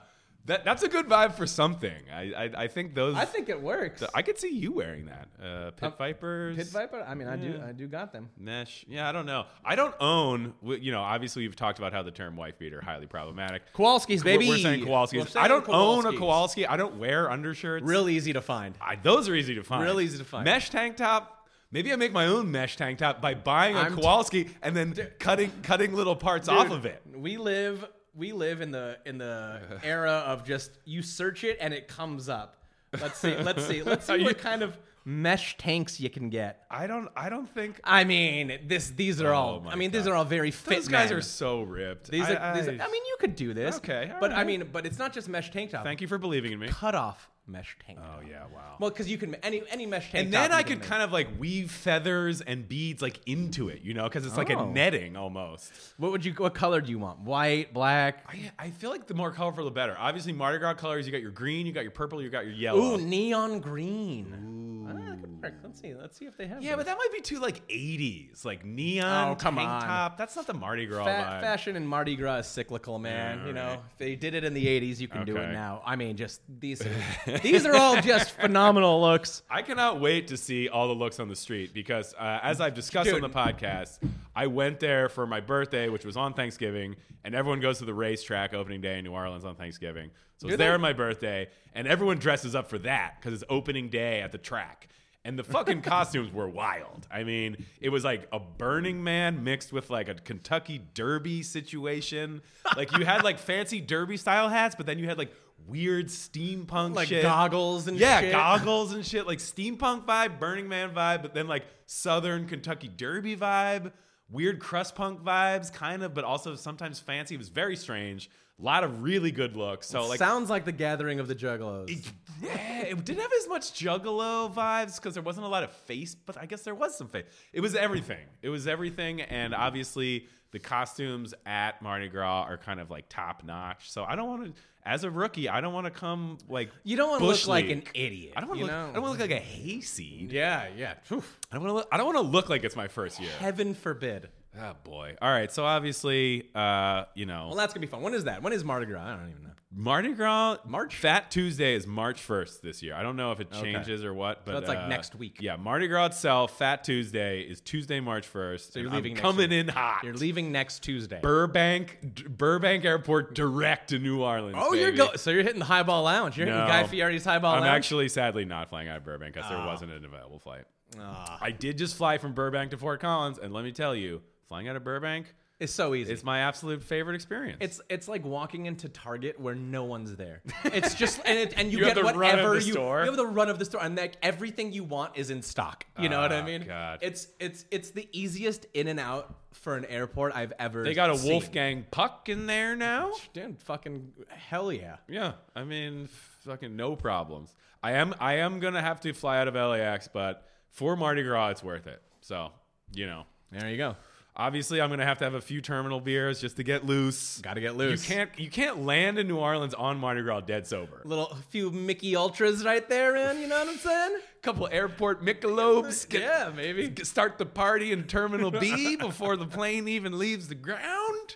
Speaker 1: that that's a good vibe for something. I I, I think those.
Speaker 2: I think it works.
Speaker 1: I could see you wearing that. Uh, pit
Speaker 2: Um,
Speaker 1: vipers.
Speaker 2: pit viper. I mean, I do.
Speaker 1: Yeah.
Speaker 2: I do got them.
Speaker 1: Mesh, yeah, I don't know. I don't own, w- you know. Obviously, you've talked about how the term "wife beater" highly problematic.
Speaker 2: Kowalski's
Speaker 1: We're-
Speaker 2: baby.
Speaker 1: We're saying Kowalski's.
Speaker 2: We're saying
Speaker 1: I don't own a
Speaker 2: Kowalskis.
Speaker 1: Kowalski. I don't wear undershirts.
Speaker 2: Real easy to find.
Speaker 1: I, those are easy to find.
Speaker 2: Real easy to find.
Speaker 1: Mesh tank top. Maybe I make my own mesh tank top by buying a
Speaker 2: I'm t-
Speaker 1: Kowalski and then cutting cutting little parts off
Speaker 2: Dude,
Speaker 1: of it.
Speaker 2: We live we live in the in the era of just you search it and it comes up. Let's see. Let's see. Let's see
Speaker 1: Are
Speaker 2: what
Speaker 1: you-
Speaker 2: kind of mesh tanks you can get.
Speaker 1: I don't. I don't think
Speaker 2: I mean, this these are
Speaker 1: Oh
Speaker 2: all.
Speaker 1: my
Speaker 2: I mean, these
Speaker 1: God.
Speaker 2: are all very fit.
Speaker 1: those guys
Speaker 2: men.
Speaker 1: are so ripped.
Speaker 2: These
Speaker 1: I,
Speaker 2: are, these are-
Speaker 1: I-
Speaker 2: I mean, you could do this.
Speaker 1: Okay, all
Speaker 2: but I
Speaker 1: right.
Speaker 2: mean, but it's not just mesh tank top.
Speaker 1: thank you for believing in me.
Speaker 2: Cut off mesh tank.
Speaker 1: Oh yeah, wow.
Speaker 2: Well, because you can any any mesh tank.
Speaker 1: and then
Speaker 2: top you
Speaker 1: I
Speaker 2: can
Speaker 1: could
Speaker 2: make.
Speaker 1: kind of like weave feathers and beads like into it, you know, because it's like a
Speaker 2: Oh.
Speaker 1: netting almost.
Speaker 2: What would you? What color do you want? White, black.
Speaker 1: I, I feel like the more colorful, the better. Obviously, Mardi Gras colors. You got your green, you got your purple, you got your yellow.
Speaker 2: Ooh, neon green. Ah, that could work. Let's see. Let's see if they have.
Speaker 1: yeah, but
Speaker 2: those.
Speaker 1: that might be too like '80s, like neon
Speaker 2: Oh, come
Speaker 1: tank
Speaker 2: on.
Speaker 1: top. That's not the Mardi Gras
Speaker 2: Fa-
Speaker 1: vibe.
Speaker 2: fashion and Mardi Gras is cyclical, man.
Speaker 1: Yeah,
Speaker 2: you know,
Speaker 1: right.
Speaker 2: if they did it in the '80s, you can do it
Speaker 1: Okay.
Speaker 2: now. I mean, just these. Are, these are all just phenomenal looks.
Speaker 1: I cannot wait to see all the looks on the street because, uh, as I've discussed on
Speaker 2: Dude.
Speaker 1: the podcast, I went there for my birthday, which was on Thanksgiving, and everyone goes to the racetrack opening day in New Orleans on Thanksgiving. So
Speaker 2: Do
Speaker 1: it's there
Speaker 2: they?
Speaker 1: on my birthday, and everyone dresses up for that because it's opening day at the track. And the fucking costumes were wild. I mean, it was like a Burning Man mixed with like a Kentucky Derby situation. Like you had like fancy Derby style hats, but then you had like weird steampunk
Speaker 2: Like
Speaker 1: shit.
Speaker 2: goggles and
Speaker 1: yeah,
Speaker 2: shit.
Speaker 1: goggles and shit, like steampunk vibe, Burning Man vibe, but then like Southern Kentucky Derby vibe, weird crust punk vibes, kind of, but also sometimes fancy. It was very strange. A lot of really good looks. So like, E-
Speaker 2: Sounds like the gathering of the juggalos.
Speaker 1: it, yeah, it didn't have as much Juggalo vibes because there wasn't a lot of face, but I guess there was some face. It was everything. It was everything, and obviously the costumes at Mardi Gras are kind of like top notch. So I don't want to, as a rookie, I don't want to come like
Speaker 2: you don't want to
Speaker 1: Bush
Speaker 2: look like
Speaker 1: League.
Speaker 2: an idiot.
Speaker 1: I don't want
Speaker 2: you
Speaker 1: to look.
Speaker 2: know?
Speaker 1: I don't want to look like a hayseed.
Speaker 2: Yeah, yeah. Phew.
Speaker 1: I don't want to. Look, I don't want to look like it's my first year.
Speaker 2: Heaven forbid.
Speaker 1: Oh boy. All right. So obviously, uh, you know,
Speaker 2: Well, that's gonna be fun. When is that? When is Mardi Gras? I don't even know.
Speaker 1: Mardi Gras
Speaker 2: March?
Speaker 1: Fat Tuesday is March first this year. I don't know if it changes or what, but
Speaker 2: it's like
Speaker 1: uh,
Speaker 2: next week.
Speaker 1: Yeah, Mardi Gras itself, Fat Tuesday is Tuesday, March first. So
Speaker 2: you're leaving next
Speaker 1: coming
Speaker 2: week.
Speaker 1: in hot.
Speaker 2: You're leaving next Tuesday.
Speaker 1: Burbank, D- Burbank Airport, direct to New Orleans.
Speaker 2: oh, you're
Speaker 1: baby.
Speaker 2: go. So you're hitting the highball lounge. You're
Speaker 1: No.
Speaker 2: hitting Guy Fieri's highball
Speaker 1: I'm
Speaker 2: lounge.
Speaker 1: actually sadly not flying out of Burbank because there wasn't an available flight.
Speaker 2: Ah,
Speaker 1: I did just fly from Burbank to Fort Collins, and let me tell you, flying out of Burbank,
Speaker 2: it's so easy.
Speaker 1: it's my absolute favorite experience.
Speaker 2: It's it's like walking into Target where no one's there. It's just and it, and you,
Speaker 1: You have
Speaker 2: get
Speaker 1: the run of
Speaker 2: whatever
Speaker 1: the
Speaker 2: you
Speaker 1: store.
Speaker 2: you have the run of the store and like everything you want is in stock. You know what I
Speaker 1: Oh,
Speaker 2: mean?
Speaker 1: God.
Speaker 2: It's it's it's the easiest in and out for an airport I've ever.
Speaker 1: they got a
Speaker 2: seen.
Speaker 1: Wolfgang Puck in there now.
Speaker 2: Dude, fucking hell yeah!
Speaker 1: Yeah, I mean, fucking no problems. I am I am gonna have to fly out of LAX, but for Mardi Gras, it's worth it. So you know,
Speaker 2: There you go.
Speaker 1: obviously, I'm gonna have to have a few terminal beers just to get loose.
Speaker 2: Got to get
Speaker 1: You
Speaker 2: loose.
Speaker 1: can't you can't land in New Orleans on Mardi Gras dead sober.
Speaker 2: little a few Mickey Ultras right there, man. You know what I'm saying?
Speaker 1: couple airport Michelobes. Get,
Speaker 2: yeah, maybe.
Speaker 1: get- Start the party in Terminal B before the plane even leaves the ground.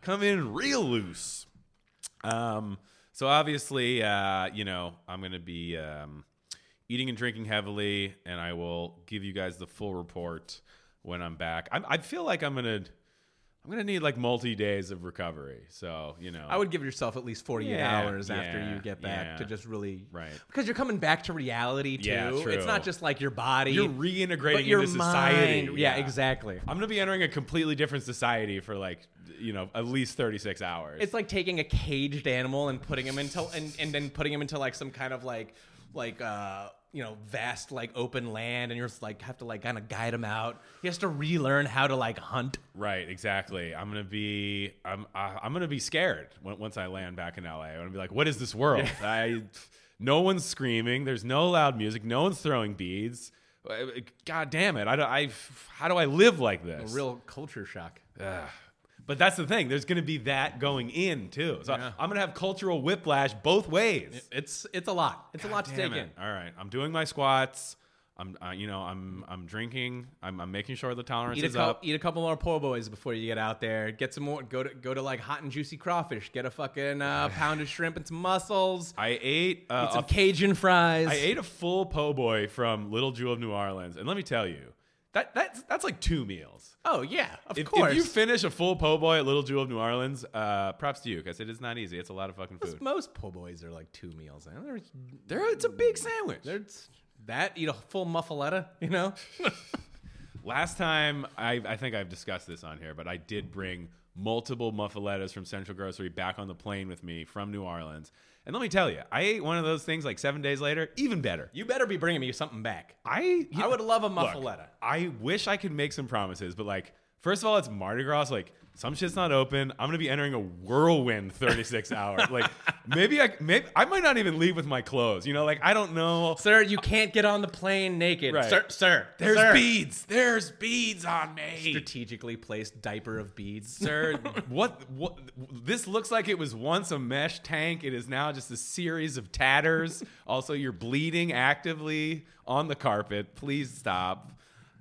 Speaker 1: Come in real loose. Um, so obviously, uh, you know, I'm gonna be um, eating and drinking heavily, and I will give you guys the full report when I'm back. I'm, I feel like I'm gonna. I'm gonna need like multi days of recovery, so you know.
Speaker 2: I would give yourself at least 48
Speaker 1: Yeah,
Speaker 2: hours after
Speaker 1: yeah,
Speaker 2: you get back
Speaker 1: yeah.
Speaker 2: to just really
Speaker 1: Right.
Speaker 2: because you're coming back to reality too.
Speaker 1: Yeah, true.
Speaker 2: It's not just like your body.
Speaker 1: you're reintegrating
Speaker 2: but your
Speaker 1: into society.
Speaker 2: mind. Yeah, exactly.
Speaker 1: I'm gonna be entering a completely different society for like you know at least 36 hours.
Speaker 2: It's like taking a caged animal and putting him into and, and then putting him into like some kind of like like uh you know vast like open land and you're just like have to like kind of guide him out. He has to relearn how to like hunt.
Speaker 1: right, exactly. I'm gonna be I'm I, I'm gonna be scared when, once I land back in LA. I'm gonna be like, what is this world? I no one's screaming. There's no loud music. No one's throwing beads. I- God damn it! I don't. I how do I live like this?
Speaker 2: Real culture shock.
Speaker 1: Ugh. But that's the thing. There's gonna be that going in too. So
Speaker 2: Yeah.
Speaker 1: I'm gonna have cultural whiplash both ways.
Speaker 2: It's it's a lot. It's a lot to
Speaker 1: Damn
Speaker 2: take
Speaker 1: it.
Speaker 2: in.
Speaker 1: All right, I'm doing my squats. I'm, uh, you know, I'm, I'm drinking. I'm, I'm making sure the tolerance
Speaker 2: Eat a,
Speaker 1: is
Speaker 2: cou-
Speaker 1: up.
Speaker 2: eat a couple more po' boys before you get out there. Get some more. Go to go to like hot and juicy crawfish. Get a fucking uh, pound of shrimp and some mussels.
Speaker 1: I ate, uh,
Speaker 2: Eat some
Speaker 1: a-
Speaker 2: Cajun fries.
Speaker 1: I ate a full po' boy from Little Jewel of New Orleans, and let me tell you, that that's that's like two meals.
Speaker 2: oh yeah, of
Speaker 1: If,
Speaker 2: course.
Speaker 1: if you finish a full po' boy at Little Jewel of New Orleans, uh, props to you because it is not easy. It's a lot of fucking food.
Speaker 2: Most po' boys are like two meals. And there's,
Speaker 1: There, it's a big sandwich.
Speaker 2: there's that eat a full muffaletta. You know,
Speaker 1: Last time, I, I think I've discussed this on here, but I did bring multiple muffalettas from Central Grocery back on the plane with me from New Orleans. And let me tell you, I ate one of those things like seven days later, even better.
Speaker 2: You better be bringing me something back.
Speaker 1: I you
Speaker 2: I would love a
Speaker 1: look,
Speaker 2: muffaletta.
Speaker 1: I wish I could make some promises, but like, first of all, it's Mardi Gras. Like, some shit's not open. I'm gonna be entering a whirlwind 36 hours. Like, maybe I maybe I might not even leave with my clothes. You know, like I don't know.
Speaker 2: Sir, you can't get on the plane naked.
Speaker 1: Right.
Speaker 2: Sir, sir.
Speaker 1: There's
Speaker 2: sir.
Speaker 1: beads. There's beads on me.
Speaker 2: Strategically placed diaper of beads.
Speaker 1: Sir, what what this looks like it was once a mesh tank. It is now just a series of tatters. also, you're bleeding actively on the carpet. Please stop.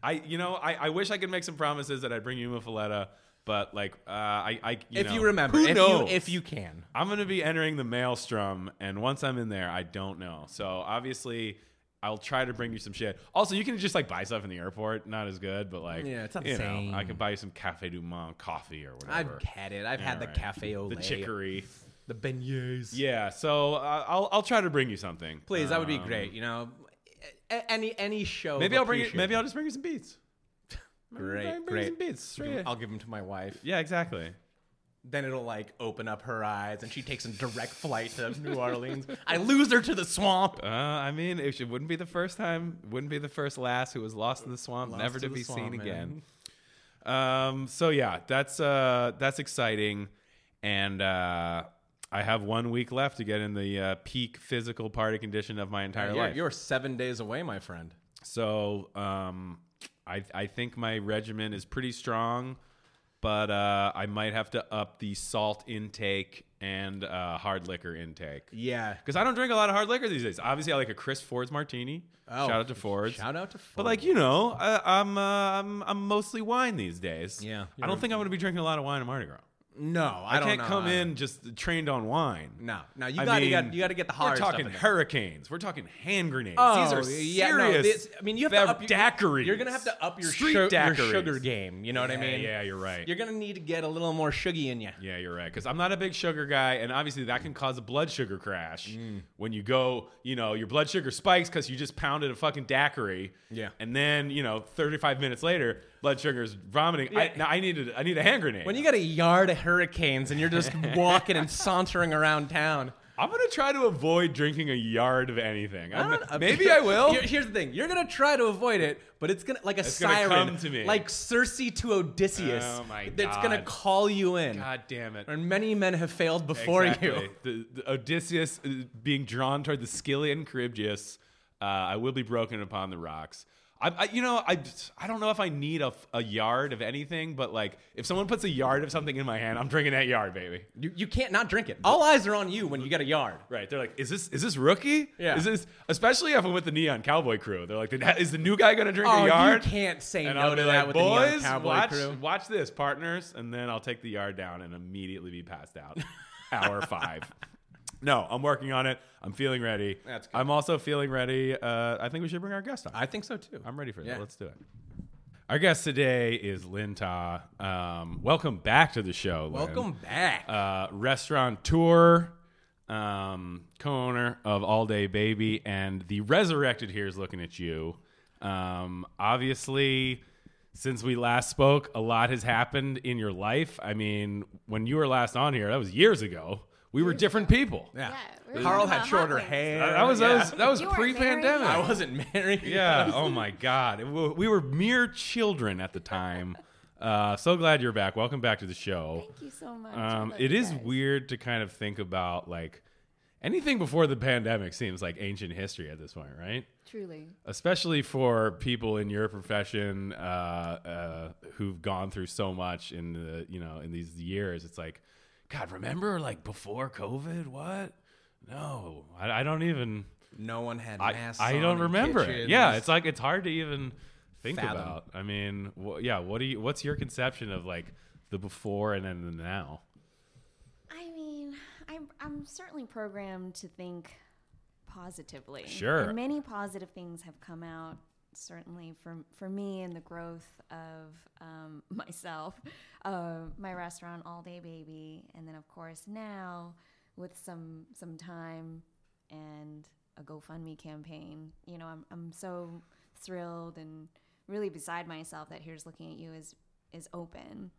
Speaker 1: I you know, I, I wish I could make some promises that I'd bring you Mufaletta, but like uh I, I you
Speaker 2: if
Speaker 1: know,
Speaker 2: you remember,
Speaker 1: who
Speaker 2: if
Speaker 1: knows?
Speaker 2: you if you can.
Speaker 1: I'm gonna be entering the maelstrom, and once I'm in there, I don't know. So obviously, I'll try to bring you some shit. Also, you can just like buy stuff in the airport. Not as good, but like
Speaker 2: Yeah, it's not the
Speaker 1: you know,
Speaker 2: same.
Speaker 1: I can buy you some Cafe Du Monde coffee or
Speaker 2: I've
Speaker 1: whatever.
Speaker 2: had it. I've had the
Speaker 1: All right.
Speaker 2: cafe au
Speaker 1: the
Speaker 2: lait,
Speaker 1: chicory.
Speaker 2: the beignets.
Speaker 1: Yeah, so uh, I'll I'll try to bring you something.
Speaker 2: Please, that would be
Speaker 1: Um,
Speaker 2: great. You know, A- any any show.
Speaker 1: Maybe
Speaker 2: of
Speaker 1: I'll bring you, maybe
Speaker 2: appreciation.
Speaker 1: I'll just bring you some beats. Maybe I'll
Speaker 2: Great,
Speaker 1: bring you
Speaker 2: great.
Speaker 1: some beats. Straight
Speaker 2: I'll
Speaker 1: in.
Speaker 2: give them to my wife.
Speaker 1: yeah, exactly.
Speaker 2: Then it'll like open up her eyes, and she takes a direct flight to New Orleans. I lose her to the swamp.
Speaker 1: Uh, I mean, it should- wouldn't be the first time, wouldn't be the first lass who was lost in the swamp,
Speaker 2: Lost
Speaker 1: never
Speaker 2: to
Speaker 1: to
Speaker 2: the
Speaker 1: be
Speaker 2: swamp,
Speaker 1: seen
Speaker 2: man.
Speaker 1: again. Um, so yeah, that's uh, that's exciting, and uh, I have one week left to get in the uh, peak physical party condition of my entire
Speaker 2: You're,
Speaker 1: life.
Speaker 2: you're seven days away, my friend.
Speaker 1: So um, I I think my regimen is pretty strong, but uh, I might have to up the salt intake and uh, hard liquor intake.
Speaker 2: Yeah.
Speaker 1: Because I don't drink a lot of hard liquor these days. Obviously, I like a Chris Ford's martini.
Speaker 2: Oh,
Speaker 1: shout out to Ford's.
Speaker 2: Shout out to. Ford.
Speaker 1: but like you know, I, I'm, uh, I'm I'm mostly wine these days.
Speaker 2: Yeah.
Speaker 1: I don't think I'm going to be drinking a lot of wine in Mardi Gras.
Speaker 2: no, I,
Speaker 1: I,
Speaker 2: don't
Speaker 1: can't
Speaker 2: know.
Speaker 1: come
Speaker 2: I-
Speaker 1: in just trained on wine.
Speaker 2: No, no, you
Speaker 1: I
Speaker 2: got to you got
Speaker 1: mean,
Speaker 2: you got to get the
Speaker 1: We're
Speaker 2: hard
Speaker 1: talking
Speaker 2: stuff. in there.
Speaker 1: hurricanes. We're talking hand grenades. These are
Speaker 2: Oh,
Speaker 1: serious.
Speaker 2: yeah, no, this- I mean, you have to
Speaker 1: They're
Speaker 2: up your
Speaker 1: daiquiris.
Speaker 2: You're gonna have to up your,
Speaker 1: Street
Speaker 2: shu- your
Speaker 1: daiquiris.
Speaker 2: sugar game. You know what I
Speaker 1: Yeah,
Speaker 2: mean?
Speaker 1: Yeah, you're right.
Speaker 2: You're gonna need to get a little more sugar in you.
Speaker 1: yeah, you're right. Because I'm not a big sugar guy, and obviously that can cause a blood sugar crash
Speaker 2: Mm.
Speaker 1: when you go. You know, your blood sugar spikes because you just pounded a fucking daiquiri.
Speaker 2: Yeah.
Speaker 1: And then you know, 35 minutes later, blood sugar is vomiting. I,
Speaker 2: Yeah.
Speaker 1: now I needed. I need a hand grenade.
Speaker 2: When you got a yard of hurricanes and you're just walking and sauntering around town,
Speaker 1: I'm gonna try to avoid drinking a yard of anything. I'm-
Speaker 2: I don't-
Speaker 1: maybe I will.
Speaker 2: Here- here's the thing: you're gonna try to avoid it, but it's gonna like a
Speaker 1: gonna
Speaker 2: siren,
Speaker 1: come to me.
Speaker 2: like Circe to Odysseus.
Speaker 1: Oh my
Speaker 2: That's gonna
Speaker 1: God.
Speaker 2: call you in.
Speaker 1: God damn it.
Speaker 2: And many men have failed before you.
Speaker 1: Exactly. The, the Odysseus uh, being drawn toward the Scythian Charybdis. Uh, I will be broken upon the rocks. I, I you know, I, just- I don't know if I need a, f- a yard of anything, but like if someone puts a yard of something in my hand, I'm drinking that yard, baby.
Speaker 2: you. You can't not drink it. All eyes are on you when you get a yard.
Speaker 1: Right? They're like, is this is this rookie?
Speaker 2: Yeah.
Speaker 1: Is this especially if I'm with the Neon Cowboy crew? They're like, is the new guy gonna drink
Speaker 2: Oh,
Speaker 1: a yard?
Speaker 2: you can't say
Speaker 1: and
Speaker 2: no
Speaker 1: I'll
Speaker 2: to
Speaker 1: be
Speaker 2: that
Speaker 1: like,
Speaker 2: with the Neon
Speaker 1: boys,
Speaker 2: Cowboy
Speaker 1: watch,
Speaker 2: crew.
Speaker 1: watch this, partners, and then I'll take the yard down and immediately be passed out. Hour five. No, I'm working on it. I'm feeling ready.
Speaker 2: That's good.
Speaker 1: I'm also feeling ready. Uh, I think we should bring our guest on.
Speaker 2: I think so too.
Speaker 1: I'm ready for
Speaker 2: Yeah.
Speaker 1: that. Let's do it. Our guest today is Lynn Ta. Um, welcome back to the show. Lynn.
Speaker 2: Welcome back.
Speaker 1: Uh, restaurateur, um, co-owner of All Day Baby, and the resurrected here is looking at you. Um, obviously, since we last spoke, a lot has happened in your life. I mean, when you were last on here, that was years ago. We were different people.
Speaker 2: yeah.
Speaker 3: we were
Speaker 2: Carl
Speaker 3: talking
Speaker 2: had
Speaker 3: about
Speaker 2: shorter
Speaker 3: hot wings.
Speaker 2: hair.
Speaker 1: That, that was
Speaker 2: yeah.
Speaker 1: that was that was
Speaker 3: You weren't
Speaker 1: pre-pandemic.
Speaker 3: married.
Speaker 2: I wasn't married.
Speaker 1: Yeah. Oh my God. It wa- We were mere children at the time. Uh, so glad you're back. Welcome back to the show.
Speaker 3: Thank you so much. I
Speaker 1: Um,
Speaker 3: love
Speaker 1: it
Speaker 3: you
Speaker 1: is
Speaker 3: guys.
Speaker 1: weird to kind of think about like anything before the pandemic seems like ancient history at this point, right?
Speaker 3: Truly.
Speaker 1: Especially for people in your profession uh, uh, who've gone through so much in the you know in these years. It's like, God, remember like before COVID? What? No, I, I don't even.
Speaker 2: No one had
Speaker 1: I,
Speaker 2: masks.
Speaker 1: I
Speaker 2: on
Speaker 1: don't
Speaker 2: in
Speaker 1: remember it.
Speaker 2: kitchens.
Speaker 1: Yeah, it's like it's hard to even think
Speaker 2: Fathom.
Speaker 1: about. I mean, wh- yeah, what do you? What's your conception of like the before and then the now?
Speaker 3: I mean, I'm I'm certainly programmed to think positively.
Speaker 1: Sure.
Speaker 3: And many positive things have come out certainly for for me and the growth of um, myself, uh, my restaurant All Day Baby, and then of course now with some some time and a GoFundMe campaign. You know, I'm I'm so thrilled and really beside myself that here's looking at you is is open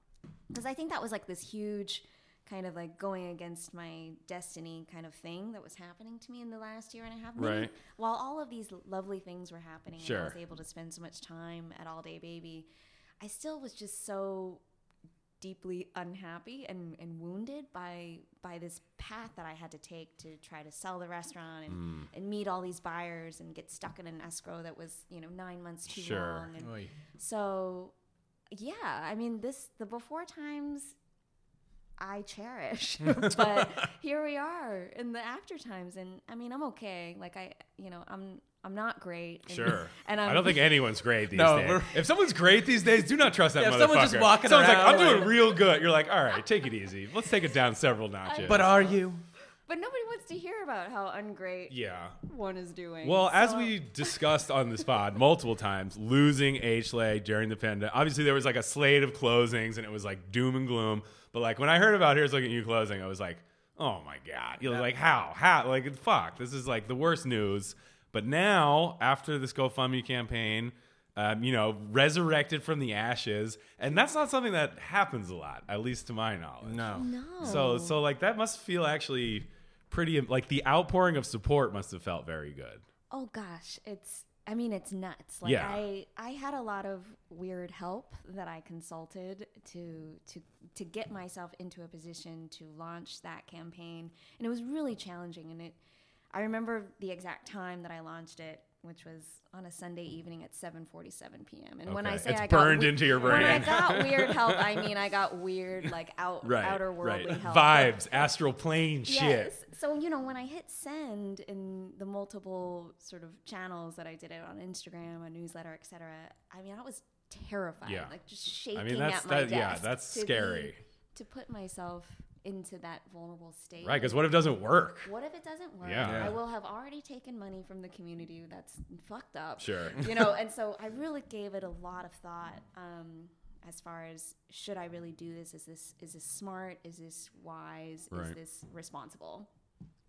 Speaker 3: because I think that was like this huge kind of like going against my destiny kind of thing that was happening to me in the last year and a half. Maybe
Speaker 1: Right.
Speaker 3: While all of these lovely things were happening, and I was
Speaker 1: Sure.
Speaker 3: able to spend so much time at All Day Baby. I still was just so deeply unhappy and, and wounded by by this path that I had to take to try to sell the restaurant and,
Speaker 1: Hmm.
Speaker 3: and meet all these buyers and get stuck in an escrow that was you know nine months too
Speaker 1: Sure.
Speaker 3: long and
Speaker 2: Oy.
Speaker 3: so, yeah, I mean, this the before times I cherish, but here we are in the after times, and I mean, I'm okay. Like I, you know, I'm I'm not great. and-
Speaker 1: Sure.
Speaker 3: and I'm,
Speaker 1: I don't think anyone's great these
Speaker 2: No,
Speaker 1: days.
Speaker 2: we're-
Speaker 1: If someone's great these days, do not trust that
Speaker 2: Yeah,
Speaker 1: motherfucker.
Speaker 2: if someone's just walking
Speaker 1: Someone's
Speaker 2: around
Speaker 1: like, I'm doing
Speaker 2: like-
Speaker 1: real good. You're like, all right, take it easy. Let's take it down several notches.
Speaker 2: But are you?
Speaker 3: but nobody wants to hear about how ungreat
Speaker 1: yeah.
Speaker 3: one is doing.
Speaker 1: Well, as
Speaker 3: so-
Speaker 1: we discussed on this pod multiple times, losing H Leg during the pandemic, obviously there was like a slate of closings and it was like doom and gloom. But like when I heard about Here's Looking at You closing, I was like, oh my God. You're like, how? How? Like, fuck, this is like the worst news. But now, after this GoFundMe campaign, um, you know, resurrected from the ashes. And that's not something that happens a lot, at least to my knowledge.
Speaker 3: no,
Speaker 1: So, so like that must feel actually pretty, like the outpouring of support must have felt very good.
Speaker 3: oh gosh, it's. I mean, it's nuts. Like
Speaker 1: Yeah.
Speaker 3: I, I had a lot of weird help that I consulted to to to get myself into a position to launch that campaign, and it was really challenging. And it, I remember the exact time that I launched it, which was on a Sunday evening at 7:47 p.m. And when I
Speaker 1: Okay.
Speaker 3: say
Speaker 1: It's
Speaker 3: I
Speaker 1: burned
Speaker 3: got we-
Speaker 1: into your
Speaker 3: when I
Speaker 1: brain.
Speaker 3: got weird help, I mean I got weird like out outer worldly help.
Speaker 1: Vibes, astral plane shit.
Speaker 3: Yes. So you know, when I hit send in the multiple sort of channels that I did it on Instagram, a newsletter, etc. I mean, I was terrified,
Speaker 1: Yeah.
Speaker 3: like just shaking
Speaker 1: I mean, that's
Speaker 3: at my
Speaker 1: that, yeah,
Speaker 3: desk
Speaker 1: that's
Speaker 3: to be-
Speaker 1: scary.
Speaker 3: to put myself into that vulnerable state.
Speaker 1: Right, because what if it doesn't work?
Speaker 3: What if it doesn't work?
Speaker 1: Yeah.
Speaker 2: Yeah.
Speaker 3: I will have already taken money from the community that's fucked up.
Speaker 1: Sure.
Speaker 3: You know, and so I really gave it a lot of thought um, as far as should I really do this? Is this is this smart? Is this wise? Is
Speaker 1: Right.
Speaker 3: this responsible?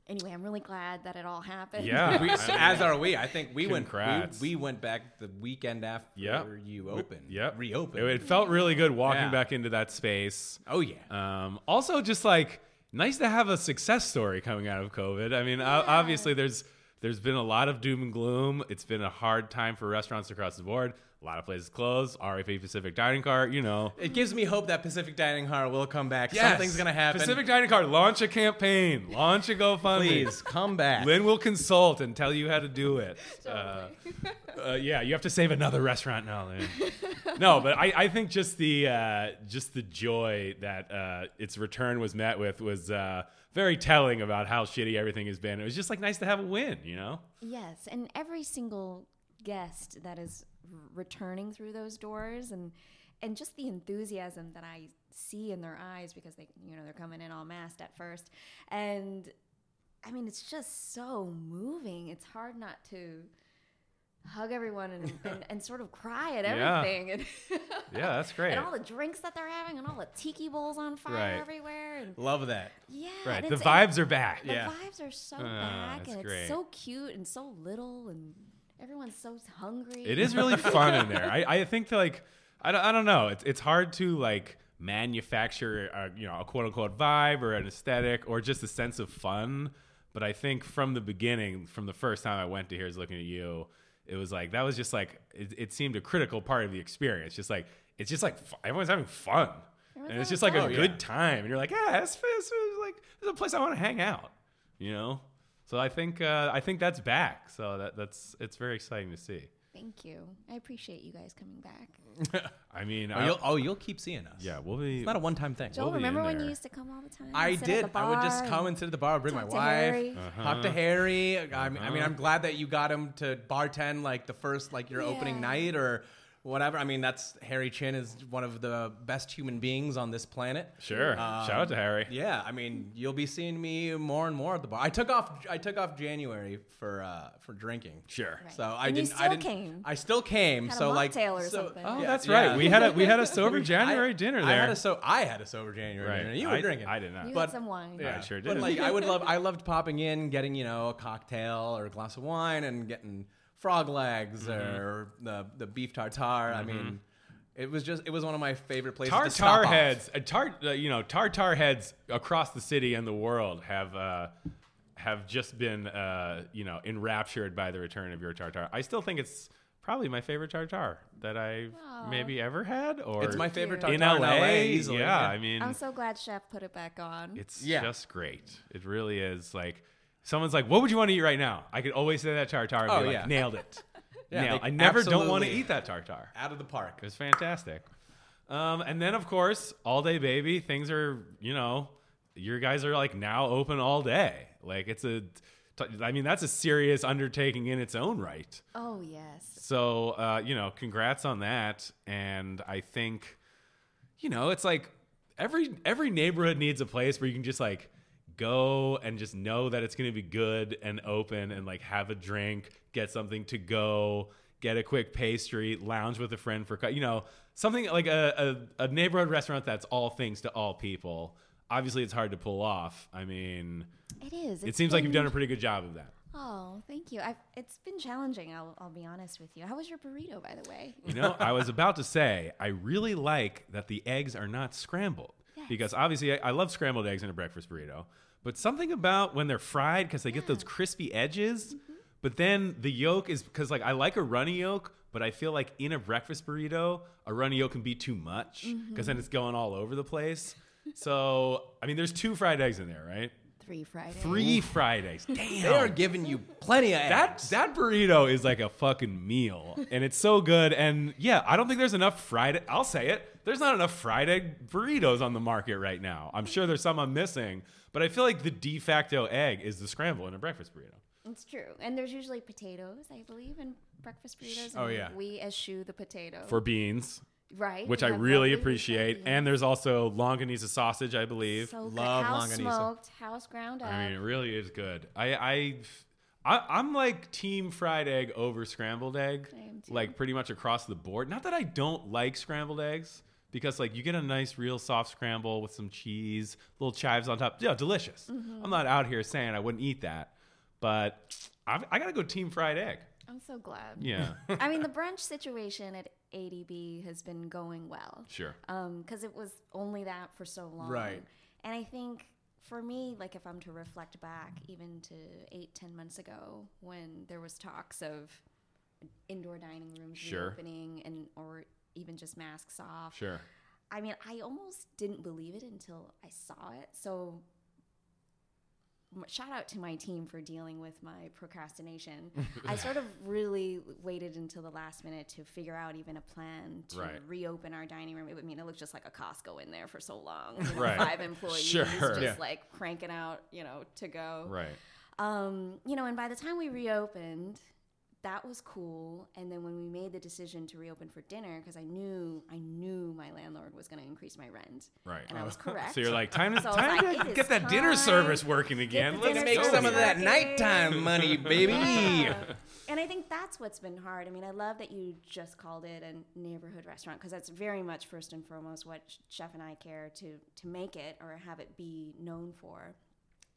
Speaker 3: Anyway, I'm really glad that it all happened.
Speaker 1: Yeah.
Speaker 2: We,
Speaker 1: I mean,
Speaker 2: as are we. I think we
Speaker 1: Congrats.
Speaker 2: went. We, we went back the weekend after
Speaker 1: Yep.
Speaker 2: you opened.
Speaker 1: Yep.
Speaker 2: Reopened.
Speaker 1: It, it felt really good walking
Speaker 2: Yeah.
Speaker 1: back into that space.
Speaker 2: oh yeah.
Speaker 1: Um, also, just like nice to have a success story coming out of COVID. I mean, o- obviously, there's there's been a lot of doom and gloom. It's been a hard time for restaurants across the board. A lot of places closed. RFA Pacific Dining Cart, you know.
Speaker 2: It gives me hope that Pacific Dining Hall will come back. Something's gonna happen.
Speaker 1: Pacific Dining Cart, launch a campaign, launch a GoFundMe.
Speaker 2: please come back.
Speaker 1: Lynn will consult and tell you how to do it. Uh, uh, yeah, you have to save another restaurant now, Lynn. no, but I, I think just the uh, just the joy that uh, its return was met with was uh, very telling about how shitty everything has been. It was just like nice to have a win, you know?
Speaker 3: Yes, and every single guest that is r- returning through those doors and and just the enthusiasm that I see in their eyes because they you know they're coming in all masked at first and I mean it's just so moving. It's hard not to hug everyone and, and, and sort of cry at
Speaker 1: Yeah.
Speaker 3: everything and,
Speaker 1: Yeah, that's great.
Speaker 3: and all the drinks that they're having and all the tiki bowls on fire
Speaker 1: Right.
Speaker 3: everywhere and
Speaker 2: Love that.
Speaker 3: yeah
Speaker 1: right,
Speaker 3: and
Speaker 1: the
Speaker 3: it's- and-
Speaker 1: vibes are back.
Speaker 3: the
Speaker 2: Yeah.
Speaker 3: vibes are so
Speaker 1: Ah,
Speaker 3: back,
Speaker 1: that's
Speaker 3: and
Speaker 1: great.
Speaker 3: it's so cute and so little, and everyone's so hungry.
Speaker 1: It is really fun in there. I, I think that, like I don't, I don't know. It's it's hard to like manufacture a, you know a quote unquote vibe or an aesthetic or just a sense of fun. But I think from the beginning, from the first time I went to Here's Looking at You, it was like that was just like it, it seemed a critical part of the experience. Just like it's just like fu- everyone's having fun, and it's
Speaker 3: Everyone's
Speaker 1: just like a
Speaker 2: having fun.
Speaker 1: good
Speaker 2: Oh, yeah.
Speaker 1: time. And you're like, yeah, this is like this is a place I want to hang out, you know. So I think uh, I think that's back. So that, that's it's very exciting to see.
Speaker 3: Thank you. I appreciate you guys coming back.
Speaker 1: I mean,
Speaker 2: Oh,
Speaker 1: I-
Speaker 2: you'll, oh, you'll keep seeing us.
Speaker 1: yeah, we'll be.
Speaker 2: It's not a one-time thing.
Speaker 3: Joel,
Speaker 1: We'll be
Speaker 3: remember
Speaker 1: in
Speaker 3: when you
Speaker 1: there.
Speaker 3: used to come all the time?
Speaker 2: I
Speaker 3: sit at the
Speaker 2: did. I would just
Speaker 3: bar
Speaker 2: come and sit at the bar, bring my
Speaker 3: talk to
Speaker 2: wife,
Speaker 3: Harry.
Speaker 2: talk
Speaker 1: Uh-huh.
Speaker 2: to Harry. I mean, I mean, I'm glad that you got him to bartend like the first, like your opening
Speaker 3: Yeah.
Speaker 2: night or whatever. I mean, that's Harry Chin is one of the best human beings on this planet.
Speaker 1: sure. Shout out to Harry.
Speaker 2: Um, Yeah, I mean, you'll be seeing me more and more at the bar. I took off. I took off January for uh, for drinking.
Speaker 1: Sure.
Speaker 2: So I
Speaker 3: And you
Speaker 2: didn't. I
Speaker 3: still
Speaker 2: didn't.
Speaker 3: came.
Speaker 2: I still came.
Speaker 3: Had a
Speaker 2: so like.
Speaker 3: mocktail or
Speaker 2: so-
Speaker 3: something.
Speaker 1: Oh,
Speaker 2: yeah,
Speaker 1: that's
Speaker 2: yeah.
Speaker 1: right. We had a we had a sober
Speaker 2: I-
Speaker 1: January dinner there.
Speaker 2: I had a so I had a sober January
Speaker 1: Right.
Speaker 2: dinner. You were
Speaker 1: I-
Speaker 2: drinking.
Speaker 1: I did not.
Speaker 3: You
Speaker 2: But-
Speaker 3: had some wine.
Speaker 1: Yeah. I sure
Speaker 2: But
Speaker 1: did.
Speaker 2: like, I would love. I loved popping in, getting you know a cocktail or a glass of
Speaker 1: Mm-hmm.
Speaker 2: wine, and getting frog legs or the the beef tartare. I mean, It was just it was one of my favorite places. to stop
Speaker 1: Tartar
Speaker 2: off.
Speaker 1: heads, uh, tar, uh, you know, tartar heads across the city and the world have uh, have just been, uh, you know, enraptured by the return of your tartar. I still think it's probably my favorite tartar that I've
Speaker 3: Aw.
Speaker 1: maybe ever had, or
Speaker 2: It's my favorite tartar
Speaker 3: Thank
Speaker 1: in
Speaker 2: in
Speaker 1: LA.
Speaker 2: LA. easily.
Speaker 1: yeah, I mean,
Speaker 3: I'm so glad Chef put it back on.
Speaker 1: it's
Speaker 2: Yeah.
Speaker 1: just great. It really is. Like someone's like, "What would you want to eat right now?" I could always say that tartar and
Speaker 2: Oh,
Speaker 1: be like,
Speaker 2: yeah.
Speaker 1: "Nailed it."
Speaker 2: Yeah,
Speaker 1: Nailed-
Speaker 2: they
Speaker 1: I never don't want to
Speaker 2: absolutely-
Speaker 1: eat that tartar.
Speaker 2: out of the park.
Speaker 1: It was fantastic. Um, and then, of course, all day baby, things are, you know, your guys are like now open all day. Like it's a, t- I mean, that's a serious undertaking in its own right.
Speaker 3: oh yes.
Speaker 1: So, uh, you know, congrats on that. And I think, you know, it's like every every neighborhood needs a place where you can just like go and just know that it's going to be good and open and like have a drink, get something to go, get a quick pastry, lounge with a friend for, co- you know, something like a, a, a neighborhood restaurant that's all things to all people. Obviously, it's hard to pull off. I mean,
Speaker 3: It is.
Speaker 1: it
Speaker 3: It's
Speaker 1: seems like you've
Speaker 3: been-
Speaker 1: done a pretty good job of that.
Speaker 3: Oh, thank you. I've, it's been challenging. I'll, I'll be honest with you. How was your burrito, by the way?
Speaker 1: You know, I was about to say, I really like that the eggs are not scrambled because obviously I, I love scrambled eggs in a breakfast burrito, but something about when they're fried because they get those crispy edges, but then the yolk is because like I like a runny yolk, but I feel like in a breakfast burrito, a runny yolk can be too much because then it's going all over the place. So, I mean, there's two fried eggs in there, right?
Speaker 3: Three Fridays.
Speaker 1: Three fried eggs. Damn.
Speaker 2: They are giving you plenty of
Speaker 1: That
Speaker 2: eggs.
Speaker 1: that burrito is like a fucking meal, and it's so good. And yeah, I don't think there's enough fried. I'll say it. There's not enough fried egg burritos on the market right now. I'm sure there's some I'm missing, but I feel like the de facto egg is the scramble in a breakfast burrito.
Speaker 3: It's true. And there's usually potatoes, I believe, in breakfast burritos.
Speaker 1: Oh,
Speaker 3: and
Speaker 1: yeah.
Speaker 3: We eschew the potato.
Speaker 1: For beans,
Speaker 3: right.
Speaker 1: which
Speaker 3: we
Speaker 1: I
Speaker 3: have
Speaker 1: really
Speaker 3: lovely beef
Speaker 1: appreciate,
Speaker 3: beans.
Speaker 1: and there's also longanisa sausage, I believe.
Speaker 3: so
Speaker 2: Love
Speaker 3: good. house
Speaker 2: longanisa.
Speaker 3: smoked, house ground up.
Speaker 1: I mean, it really is good. I, I, I I'm like team fried egg over scrambled egg,
Speaker 3: I am too.
Speaker 1: like pretty much across the board. Not that I don't like scrambled eggs, because like you get a nice, real soft scramble with some cheese, little chives on top. Yeah, delicious.
Speaker 3: Mm-hmm.
Speaker 1: I'm not out here saying I wouldn't eat that, but I've, I gotta go team fried egg.
Speaker 3: I'm so glad.
Speaker 1: Yeah,
Speaker 3: I mean, the brunch situation at ADB has been going well.
Speaker 1: sure.
Speaker 3: because it was only that for so long.
Speaker 2: Right.
Speaker 3: And I think for me, like if I'm to reflect back, even to eight, ten months ago, when there was talks of indoor dining rooms
Speaker 1: Sure.
Speaker 3: reopening and or even just masks off.
Speaker 1: Sure.
Speaker 3: I mean, I almost didn't believe it until I saw it. So, m- shout out to my team for dealing with my procrastination. I sort of really waited until the last minute to figure out even a plan to
Speaker 1: Right.
Speaker 3: reopen our dining room. It would mean it looked just like a Costco in there for so long. You know,
Speaker 1: Right.
Speaker 3: Five employees
Speaker 1: Sure.
Speaker 3: just
Speaker 1: Yeah.
Speaker 3: like cranking out, you know, to go
Speaker 1: Right.
Speaker 3: um, you know, and by the time we reopened, that was cool. And then when we made the decision to reopen for dinner, because I knew I knew my landlord was going to increase my rent,
Speaker 1: Right.
Speaker 3: and I was correct.
Speaker 1: So you're like time to
Speaker 3: So I was
Speaker 1: time
Speaker 3: like,
Speaker 1: to
Speaker 3: it
Speaker 1: get
Speaker 3: is
Speaker 1: that dinner
Speaker 3: time.
Speaker 1: service working again.
Speaker 3: the
Speaker 1: Let's
Speaker 3: dinner
Speaker 1: make
Speaker 2: Make
Speaker 3: service
Speaker 1: some
Speaker 2: some of that
Speaker 3: working.
Speaker 2: nighttime money, baby.
Speaker 3: Yeah. and I think that's what's been hard. I mean, I love that you just called it a neighborhood restaurant because that's very much first and foremost what Sh- Chef and I care to to make it or have it be known for.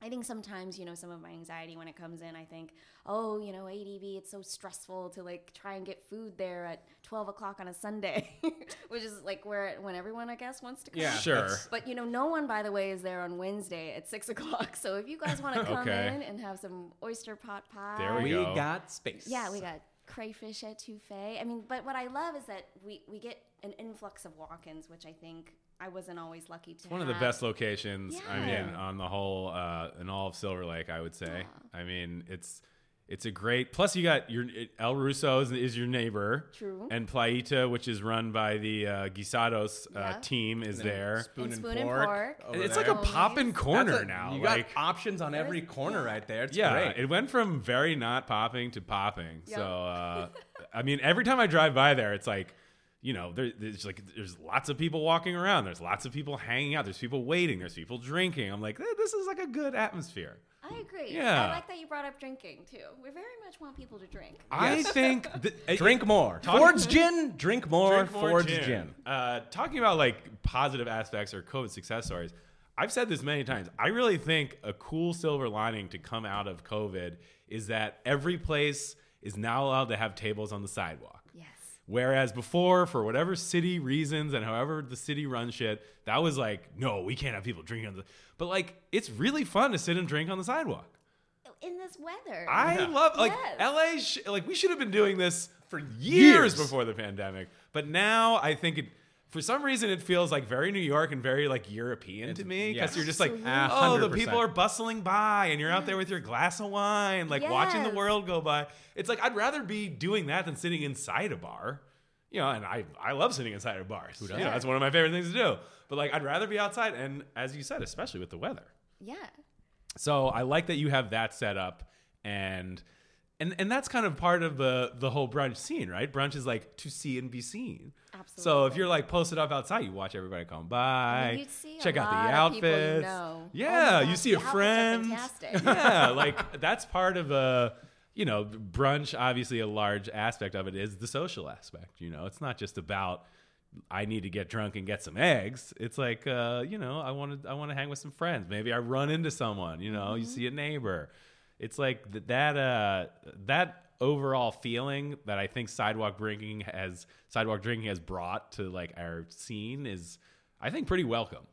Speaker 3: I think sometimes, you know, some of my anxiety when it comes in, I think, oh, you know, ADB, it's so stressful to like try and get food there at 12 o'clock on a Sunday, which is like where, when everyone, I guess, wants to come.
Speaker 2: Yeah.
Speaker 1: Sure.
Speaker 2: That's-
Speaker 3: But you know, no one, by the way, is there on Wednesday at six o'clock. So if you guys want to come
Speaker 1: Okay.
Speaker 3: in and have some oyster pot pie,
Speaker 1: There we
Speaker 2: We
Speaker 1: go.
Speaker 2: got space.
Speaker 3: yeah, we got crayfish at Touffet. I mean, but what I love is that we we get an influx of walk-ins, which I think I wasn't always lucky to.
Speaker 1: One of the
Speaker 3: have.
Speaker 1: best locations. I
Speaker 3: Yeah.
Speaker 1: mean, on the whole, uh, in all of Silver Lake, I would say. I mean, it's it's a great. Plus, you got your it- El Russo is, is your neighbor.
Speaker 3: True.
Speaker 1: And Playita, which is run by the uh, Guisados uh,
Speaker 3: Yeah.
Speaker 1: team, is there.
Speaker 2: Spoon
Speaker 3: And
Speaker 2: and,
Speaker 3: Spoon and
Speaker 2: pork.
Speaker 3: Pork.
Speaker 2: over
Speaker 1: It's
Speaker 2: there.
Speaker 1: like a
Speaker 3: Always.
Speaker 1: poppin'
Speaker 2: That's
Speaker 1: corner
Speaker 2: a-
Speaker 1: now.
Speaker 2: You
Speaker 1: like
Speaker 2: got options on every corner right there. It's
Speaker 1: yeah,
Speaker 2: great.
Speaker 1: it went from very not popping to popping.
Speaker 3: Yeah.
Speaker 1: So uh, I mean, every time I drive by there, it's like you know, there, there's like there's lots of people walking around. There's lots of people hanging out. There's people waiting. There's people drinking. I'm like, eh, this is like a good atmosphere.
Speaker 3: I agree.
Speaker 1: Yeah.
Speaker 3: I like that you brought up drinking too. We very much want people to drink.
Speaker 1: I
Speaker 2: Yes.
Speaker 1: think th-
Speaker 2: drink more.
Speaker 1: Talk-
Speaker 2: Ford's gin. Drink more.
Speaker 1: drink more
Speaker 2: Ford's
Speaker 1: gin.
Speaker 2: gin.
Speaker 1: Uh, talking about like positive aspects or COVID success stories, I've said this many times. I really think a cool silver lining to come out of COVID is that every place is now allowed to have tables on the sidewalk.
Speaker 3: Yes.
Speaker 1: Whereas before, for whatever city reasons and however the city runs shit, that was like, no, we can't have people drinking on the. But like, it's really fun to sit and drink on the sidewalk.
Speaker 3: Oh, in this weather.
Speaker 1: I love like
Speaker 3: Yes.
Speaker 1: LA. Sh- like we should have been doing this for years,
Speaker 2: Years.
Speaker 1: before the pandemic, but now I think it. For some reason, it feels like very New York and very like European to me because
Speaker 2: yes.
Speaker 1: you're just like,
Speaker 3: Absolutely.
Speaker 1: oh, the
Speaker 2: 100%.
Speaker 1: people are bustling by, and you're out there with your glass of wine, like watching the
Speaker 3: Yes.
Speaker 1: world go by. It's like I'd rather be doing that than sitting inside a bar, you know. And I I love sitting inside a bar. You know,
Speaker 3: doesn't?
Speaker 1: that's one of my favorite things to do. But like, I'd rather be outside, and as you said, especially with the weather.
Speaker 3: yeah.
Speaker 1: So I like that you have that set up and and and that's kind of part of the the whole brunch scene, right? Brunch is like to see and be seen. So if
Speaker 3: Absolutely.
Speaker 1: you're like posted up outside, you watch everybody come by,
Speaker 3: And you'd see a
Speaker 1: check out the
Speaker 3: lot of people you
Speaker 1: outfits.
Speaker 3: know.
Speaker 1: Yeah,
Speaker 3: Oh my
Speaker 1: you
Speaker 3: gosh,
Speaker 1: see
Speaker 3: the
Speaker 1: a
Speaker 3: outfits are
Speaker 1: friend.
Speaker 3: fantastic.
Speaker 1: yeah, like that's part of a you know brunch. Obviously, a large aspect of it is the social aspect. You know, it's not just about I need to get drunk and get some eggs. It's like uh, you know I want to I want to hang with some friends. Maybe I run into someone. You know, you see a neighbor. It's like th- that uh, that overall feeling that I think sidewalk drinking has sidewalk drinking has brought to like our scene is I think pretty welcome.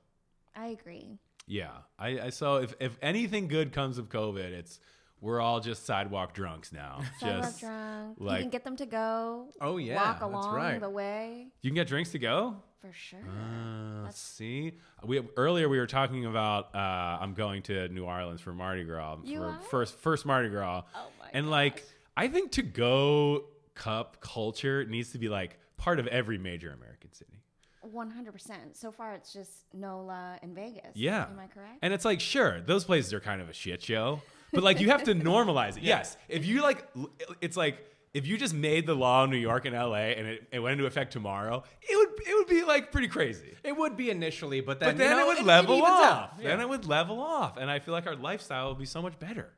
Speaker 3: I agree.
Speaker 1: Yeah, I, I so if if anything good comes of COVID, it's we're all just sidewalk drunks now.
Speaker 3: Sidewalk
Speaker 1: just
Speaker 3: drunk.
Speaker 1: like-
Speaker 3: you can get them to go.
Speaker 2: Oh, yeah,
Speaker 3: Walk
Speaker 2: that's
Speaker 3: along
Speaker 2: right.
Speaker 3: the way
Speaker 1: you can get drinks to go.
Speaker 3: for sure.
Speaker 1: Uh, see, we earlier we were talking about uh, I'm going to New Orleans for Mardi Gras
Speaker 3: You
Speaker 1: for
Speaker 3: are?
Speaker 1: first first Mardi Gras.
Speaker 3: Oh my
Speaker 1: and like I think to go cup culture needs to be like part of every major American city.
Speaker 3: One hundred percent. So far, it's just NOLA and Vegas.
Speaker 1: Yeah.
Speaker 3: Am I correct?
Speaker 1: And it's like, sure, those places are kind of a shit show, but like you have to normalize it. Yes. If you like, l- it's like, if you just made the law in New York and LA and it, it went into effect tomorrow, it would it would be like pretty crazy.
Speaker 2: It would be initially, but then
Speaker 1: But then
Speaker 2: you know,
Speaker 1: it would level off. Then it would level off, and I feel like our lifestyle would be so much better.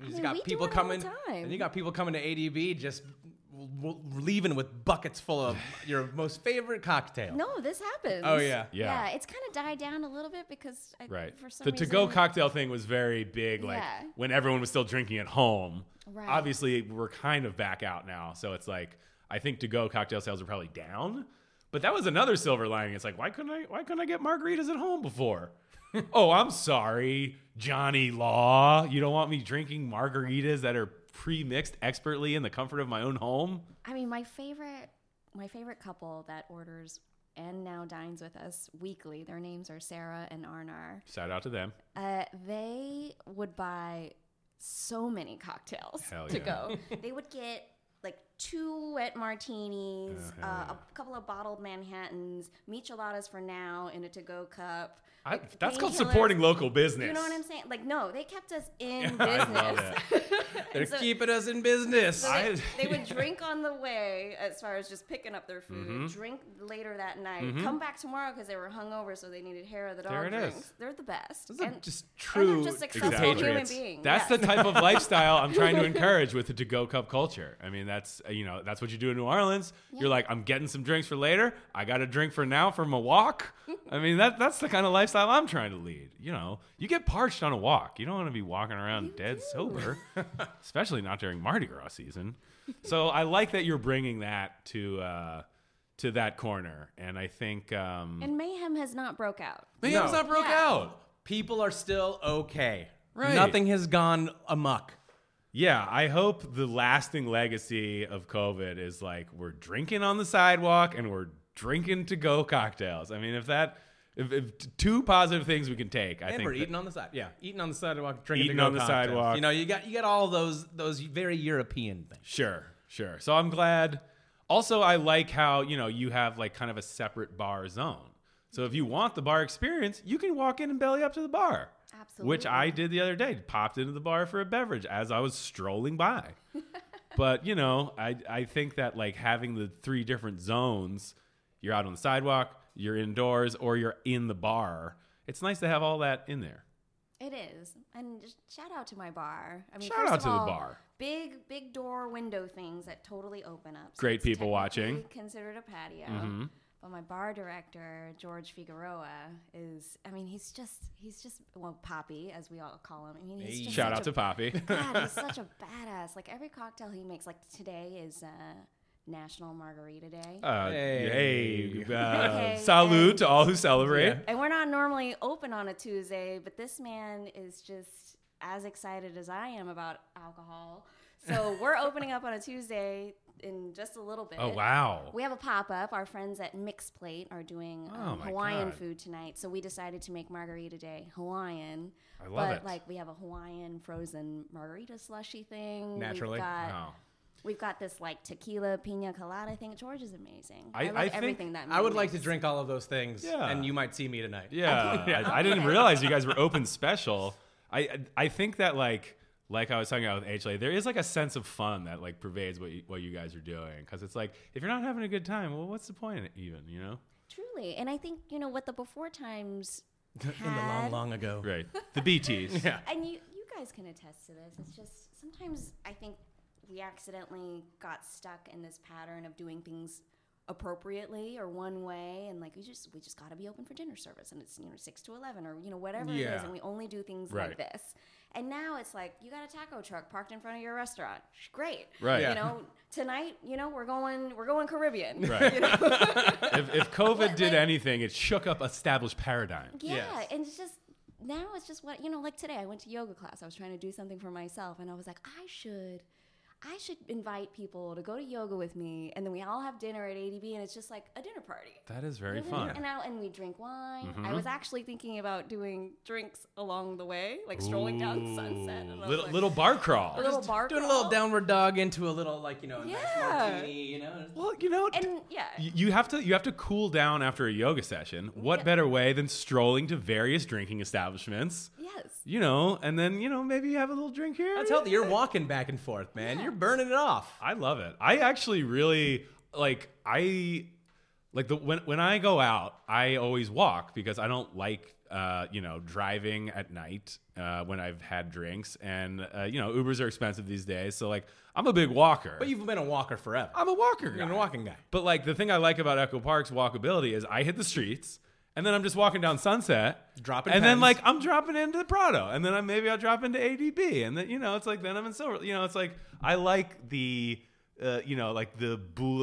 Speaker 2: You
Speaker 3: mean, we do it all the
Speaker 2: coming,
Speaker 3: time.
Speaker 2: and you got people coming to ADB just w- w- leaving with buckets full of your most favorite cocktail.
Speaker 3: no, this happens.
Speaker 2: Oh, yeah.
Speaker 1: Yeah.
Speaker 3: Yeah. It's kind of died down a little bit because I,
Speaker 1: Right.
Speaker 3: for some
Speaker 1: the
Speaker 3: reason.
Speaker 1: to-go cocktail thing was very big, like
Speaker 3: Yeah.
Speaker 1: when everyone was still drinking at home.
Speaker 3: Right.
Speaker 1: Obviously, we're kind of back out now, so it's like I think to-go cocktail sales are probably down. But that was another silver lining. It's like why couldn't I why couldn't I get margaritas at home before? oh, I'm sorry, Johnny Law. You don't want me drinking margaritas that are pre-mixed expertly in the comfort of my own home?
Speaker 3: I mean, my favorite, my favorite couple that orders and now dines with us weekly. Their names are Sarah and Arnar.
Speaker 1: Shout out to them.
Speaker 3: Uh, they would buy so many cocktails
Speaker 1: Hell
Speaker 3: to
Speaker 1: yeah.
Speaker 3: go. they would get like two wet martinis,
Speaker 1: Oh,
Speaker 3: uh, a couple of bottled Manhattans, micheladas for now in a to-go cup.
Speaker 1: I,
Speaker 3: like,
Speaker 1: that's called
Speaker 3: painkillers.
Speaker 1: supporting local business.
Speaker 3: You know what I'm saying? Like, no, they kept us in
Speaker 1: I
Speaker 3: business.
Speaker 1: love
Speaker 2: They're
Speaker 3: So-
Speaker 2: keeping us in business.
Speaker 3: So
Speaker 1: I-
Speaker 3: they, they would drink on the way as far as just picking up their food,
Speaker 1: Mm-hmm.
Speaker 3: drink later that night, come back tomorrow because they were hungover, so they needed hair of the dog
Speaker 1: There it is.
Speaker 3: drinks. They're the best.
Speaker 2: Those are
Speaker 3: And-
Speaker 2: just
Speaker 3: and they're
Speaker 2: true
Speaker 3: just
Speaker 2: true
Speaker 3: successful human
Speaker 2: patriots.
Speaker 3: beings.
Speaker 1: That's
Speaker 3: yes.
Speaker 1: the type of lifestyle I'm trying to encourage with the to-go cup culture. I mean, that's uh, you know, that's what you do in New Orleans. You're like, I'm getting some drinks for later. I got a drink for now from a walk. I mean, that that's the kind of lifestyle I'm trying to lead. You know, you get parched on a walk. You don't want to be walking around dead sober, especially not during Mardi Gras season. So I like that you're bringing that to uh, to that corner, and I think um,
Speaker 3: And mayhem has not broke out.
Speaker 1: maybe it's
Speaker 2: No.
Speaker 1: not broke
Speaker 3: Yeah.
Speaker 1: out.
Speaker 2: People are still okay.
Speaker 1: Right.
Speaker 2: Nothing has gone amok.
Speaker 1: Yeah, I hope the lasting legacy of COVID is like we're drinking on the sidewalk and we're drinking to go cocktails. I mean, if that, if, if t- two positive things we can take, I
Speaker 2: and
Speaker 1: think
Speaker 2: we're
Speaker 1: that-
Speaker 2: eating on the side. Yeah, eating on the sidewalk, drinking
Speaker 1: Eating
Speaker 2: to-go
Speaker 1: on the
Speaker 2: cocktails.
Speaker 1: sidewalk.
Speaker 2: You know, you got you got all those those very European things.
Speaker 1: Sure, sure. So I'm glad. Also, I like how you know you have like kind of a separate bar zone. So if you want the bar experience, you can walk in and belly up to the bar. Which
Speaker 3: Absolutely.
Speaker 1: I did the other day. Popped into the bar for a beverage as I was strolling by. but you know, I I think that like having the three different zones, you're out on the sidewalk, you're indoors, or you're in the bar. It's nice to have all that in there.
Speaker 3: It is. And just shout out to my bar. I mean,
Speaker 1: Shout
Speaker 3: first
Speaker 1: out
Speaker 3: of
Speaker 1: to the
Speaker 3: all,
Speaker 1: bar.
Speaker 3: Big, big door window things that totally open up. So
Speaker 1: Great
Speaker 3: it's
Speaker 1: people watching. Mm-hmm.
Speaker 3: technically Considered a patio. But my bar director, George Figueroa, is, I mean, he's just, he's just, well, Poppy, as we all call him. I mean, he's
Speaker 2: Hey.
Speaker 3: just
Speaker 1: Shout
Speaker 3: such
Speaker 1: out
Speaker 3: a
Speaker 1: to Poppy.
Speaker 3: God, he's such a badass. Like every cocktail he makes, like today is uh, National Margarita Day.
Speaker 1: Uh,
Speaker 2: Hey.
Speaker 1: hey, uh,
Speaker 3: Hey.
Speaker 1: salute to all who celebrate.
Speaker 2: Yeah.
Speaker 3: and we're not normally open on a Tuesday, but this man is just as excited as I am about alcohol. So we're opening up on a Tuesday in just a little bit.
Speaker 1: Oh wow!
Speaker 3: We have a pop up. Our friends at Mix Plate are doing
Speaker 1: Oh,
Speaker 3: um,
Speaker 1: my
Speaker 3: Hawaiian
Speaker 1: God.
Speaker 3: food tonight, so we decided to make Margarita Day Hawaiian.
Speaker 1: I love
Speaker 3: but
Speaker 1: it.
Speaker 3: like we have a Hawaiian frozen margarita slushy thing.
Speaker 2: Naturally.
Speaker 3: we've got,
Speaker 1: Wow.
Speaker 3: we've got this like tequila pina colada thing. George is amazing.
Speaker 1: I-
Speaker 3: I, love
Speaker 1: I think-
Speaker 3: everything that.
Speaker 2: I would
Speaker 3: man
Speaker 2: like to
Speaker 3: makes.
Speaker 2: drink all of those things,
Speaker 1: Yeah.
Speaker 2: and you might see me tonight.
Speaker 1: Yeah,
Speaker 2: Yeah.
Speaker 1: I, I didn't
Speaker 3: Okay.
Speaker 1: realize you guys were open special. I I think that like like I was talking about with HLA, there is like a sense of fun that like pervades what you, what you guys are doing because it's like if you're not having a good time, well, what's the point even? You know,
Speaker 3: Truly, and I think you know what the before times had,
Speaker 2: in the long, long ago.
Speaker 1: right? The BTS.
Speaker 2: Yeah.
Speaker 3: and you you guys can attest to this. It's just sometimes I think we accidentally got stuck in this pattern of doing things appropriately or one way, and like we just we just got to be open for dinner service, and it's you know six to eleven or you know whatever it
Speaker 2: Yeah.
Speaker 3: is, and we only do things
Speaker 1: Right.
Speaker 3: like this. And now it's like you got a taco truck parked in front of your restaurant. Great,
Speaker 1: Right.
Speaker 2: Yeah.
Speaker 3: You know tonight, you know we're going we're going Caribbean.
Speaker 1: Right. if, if COVID
Speaker 3: What,
Speaker 1: did
Speaker 3: like-
Speaker 1: anything, it shook up established paradigms.
Speaker 3: Yeah,
Speaker 2: Yes.
Speaker 3: and it's just now it's just what you know. Like today, I went to yoga class. I was trying to do something for myself, and I was like, I should, I should invite people to go to yoga with me, and then we all have dinner at ADB, and it's just like a dinner party.
Speaker 1: That is very
Speaker 3: And we-
Speaker 1: fun. Mm-hmm.
Speaker 3: And now, and we drink wine. I was actually thinking about doing drinks along the way, like strolling down Sunset.
Speaker 1: Ooh,
Speaker 3: And I was
Speaker 1: little,
Speaker 3: like,
Speaker 1: little bar crawl.
Speaker 3: a little bar
Speaker 2: Doing a little
Speaker 3: crawl.
Speaker 2: downward dog into a little like you know, a nice
Speaker 3: Yeah.
Speaker 2: martini, you know.
Speaker 1: Well, you know,
Speaker 3: And yeah,
Speaker 1: y- you have to you have to cool down after a yoga session. What
Speaker 3: Yeah.
Speaker 1: better way than strolling to various drinking establishments?
Speaker 3: yes.
Speaker 1: you know, and then you know maybe you have a little drink here.
Speaker 2: That's healthy. You're walking back and forth, man. You're burning it off.
Speaker 1: I love it. I actually really like I like the when when I go out, I always walk because I don't like uh, you know driving at night uh, when I've had drinks, and uh, you know Ubers are expensive these days, so like I'm a big walker.
Speaker 2: But you've been a walker forever.
Speaker 1: I'm a walker.
Speaker 2: You're
Speaker 1: guy.
Speaker 2: a walking guy.
Speaker 1: But like the thing I like about Echo Park's walkability is I hit the streets and then I'm just walking down Sunset,
Speaker 2: Dropping
Speaker 1: and then
Speaker 2: pens.
Speaker 1: like I'm dropping into Prado, and then I maybe I'll drop into ADB, and then you know it's like then I'm in Silver. You know it's like I like the. Uh, you know, like the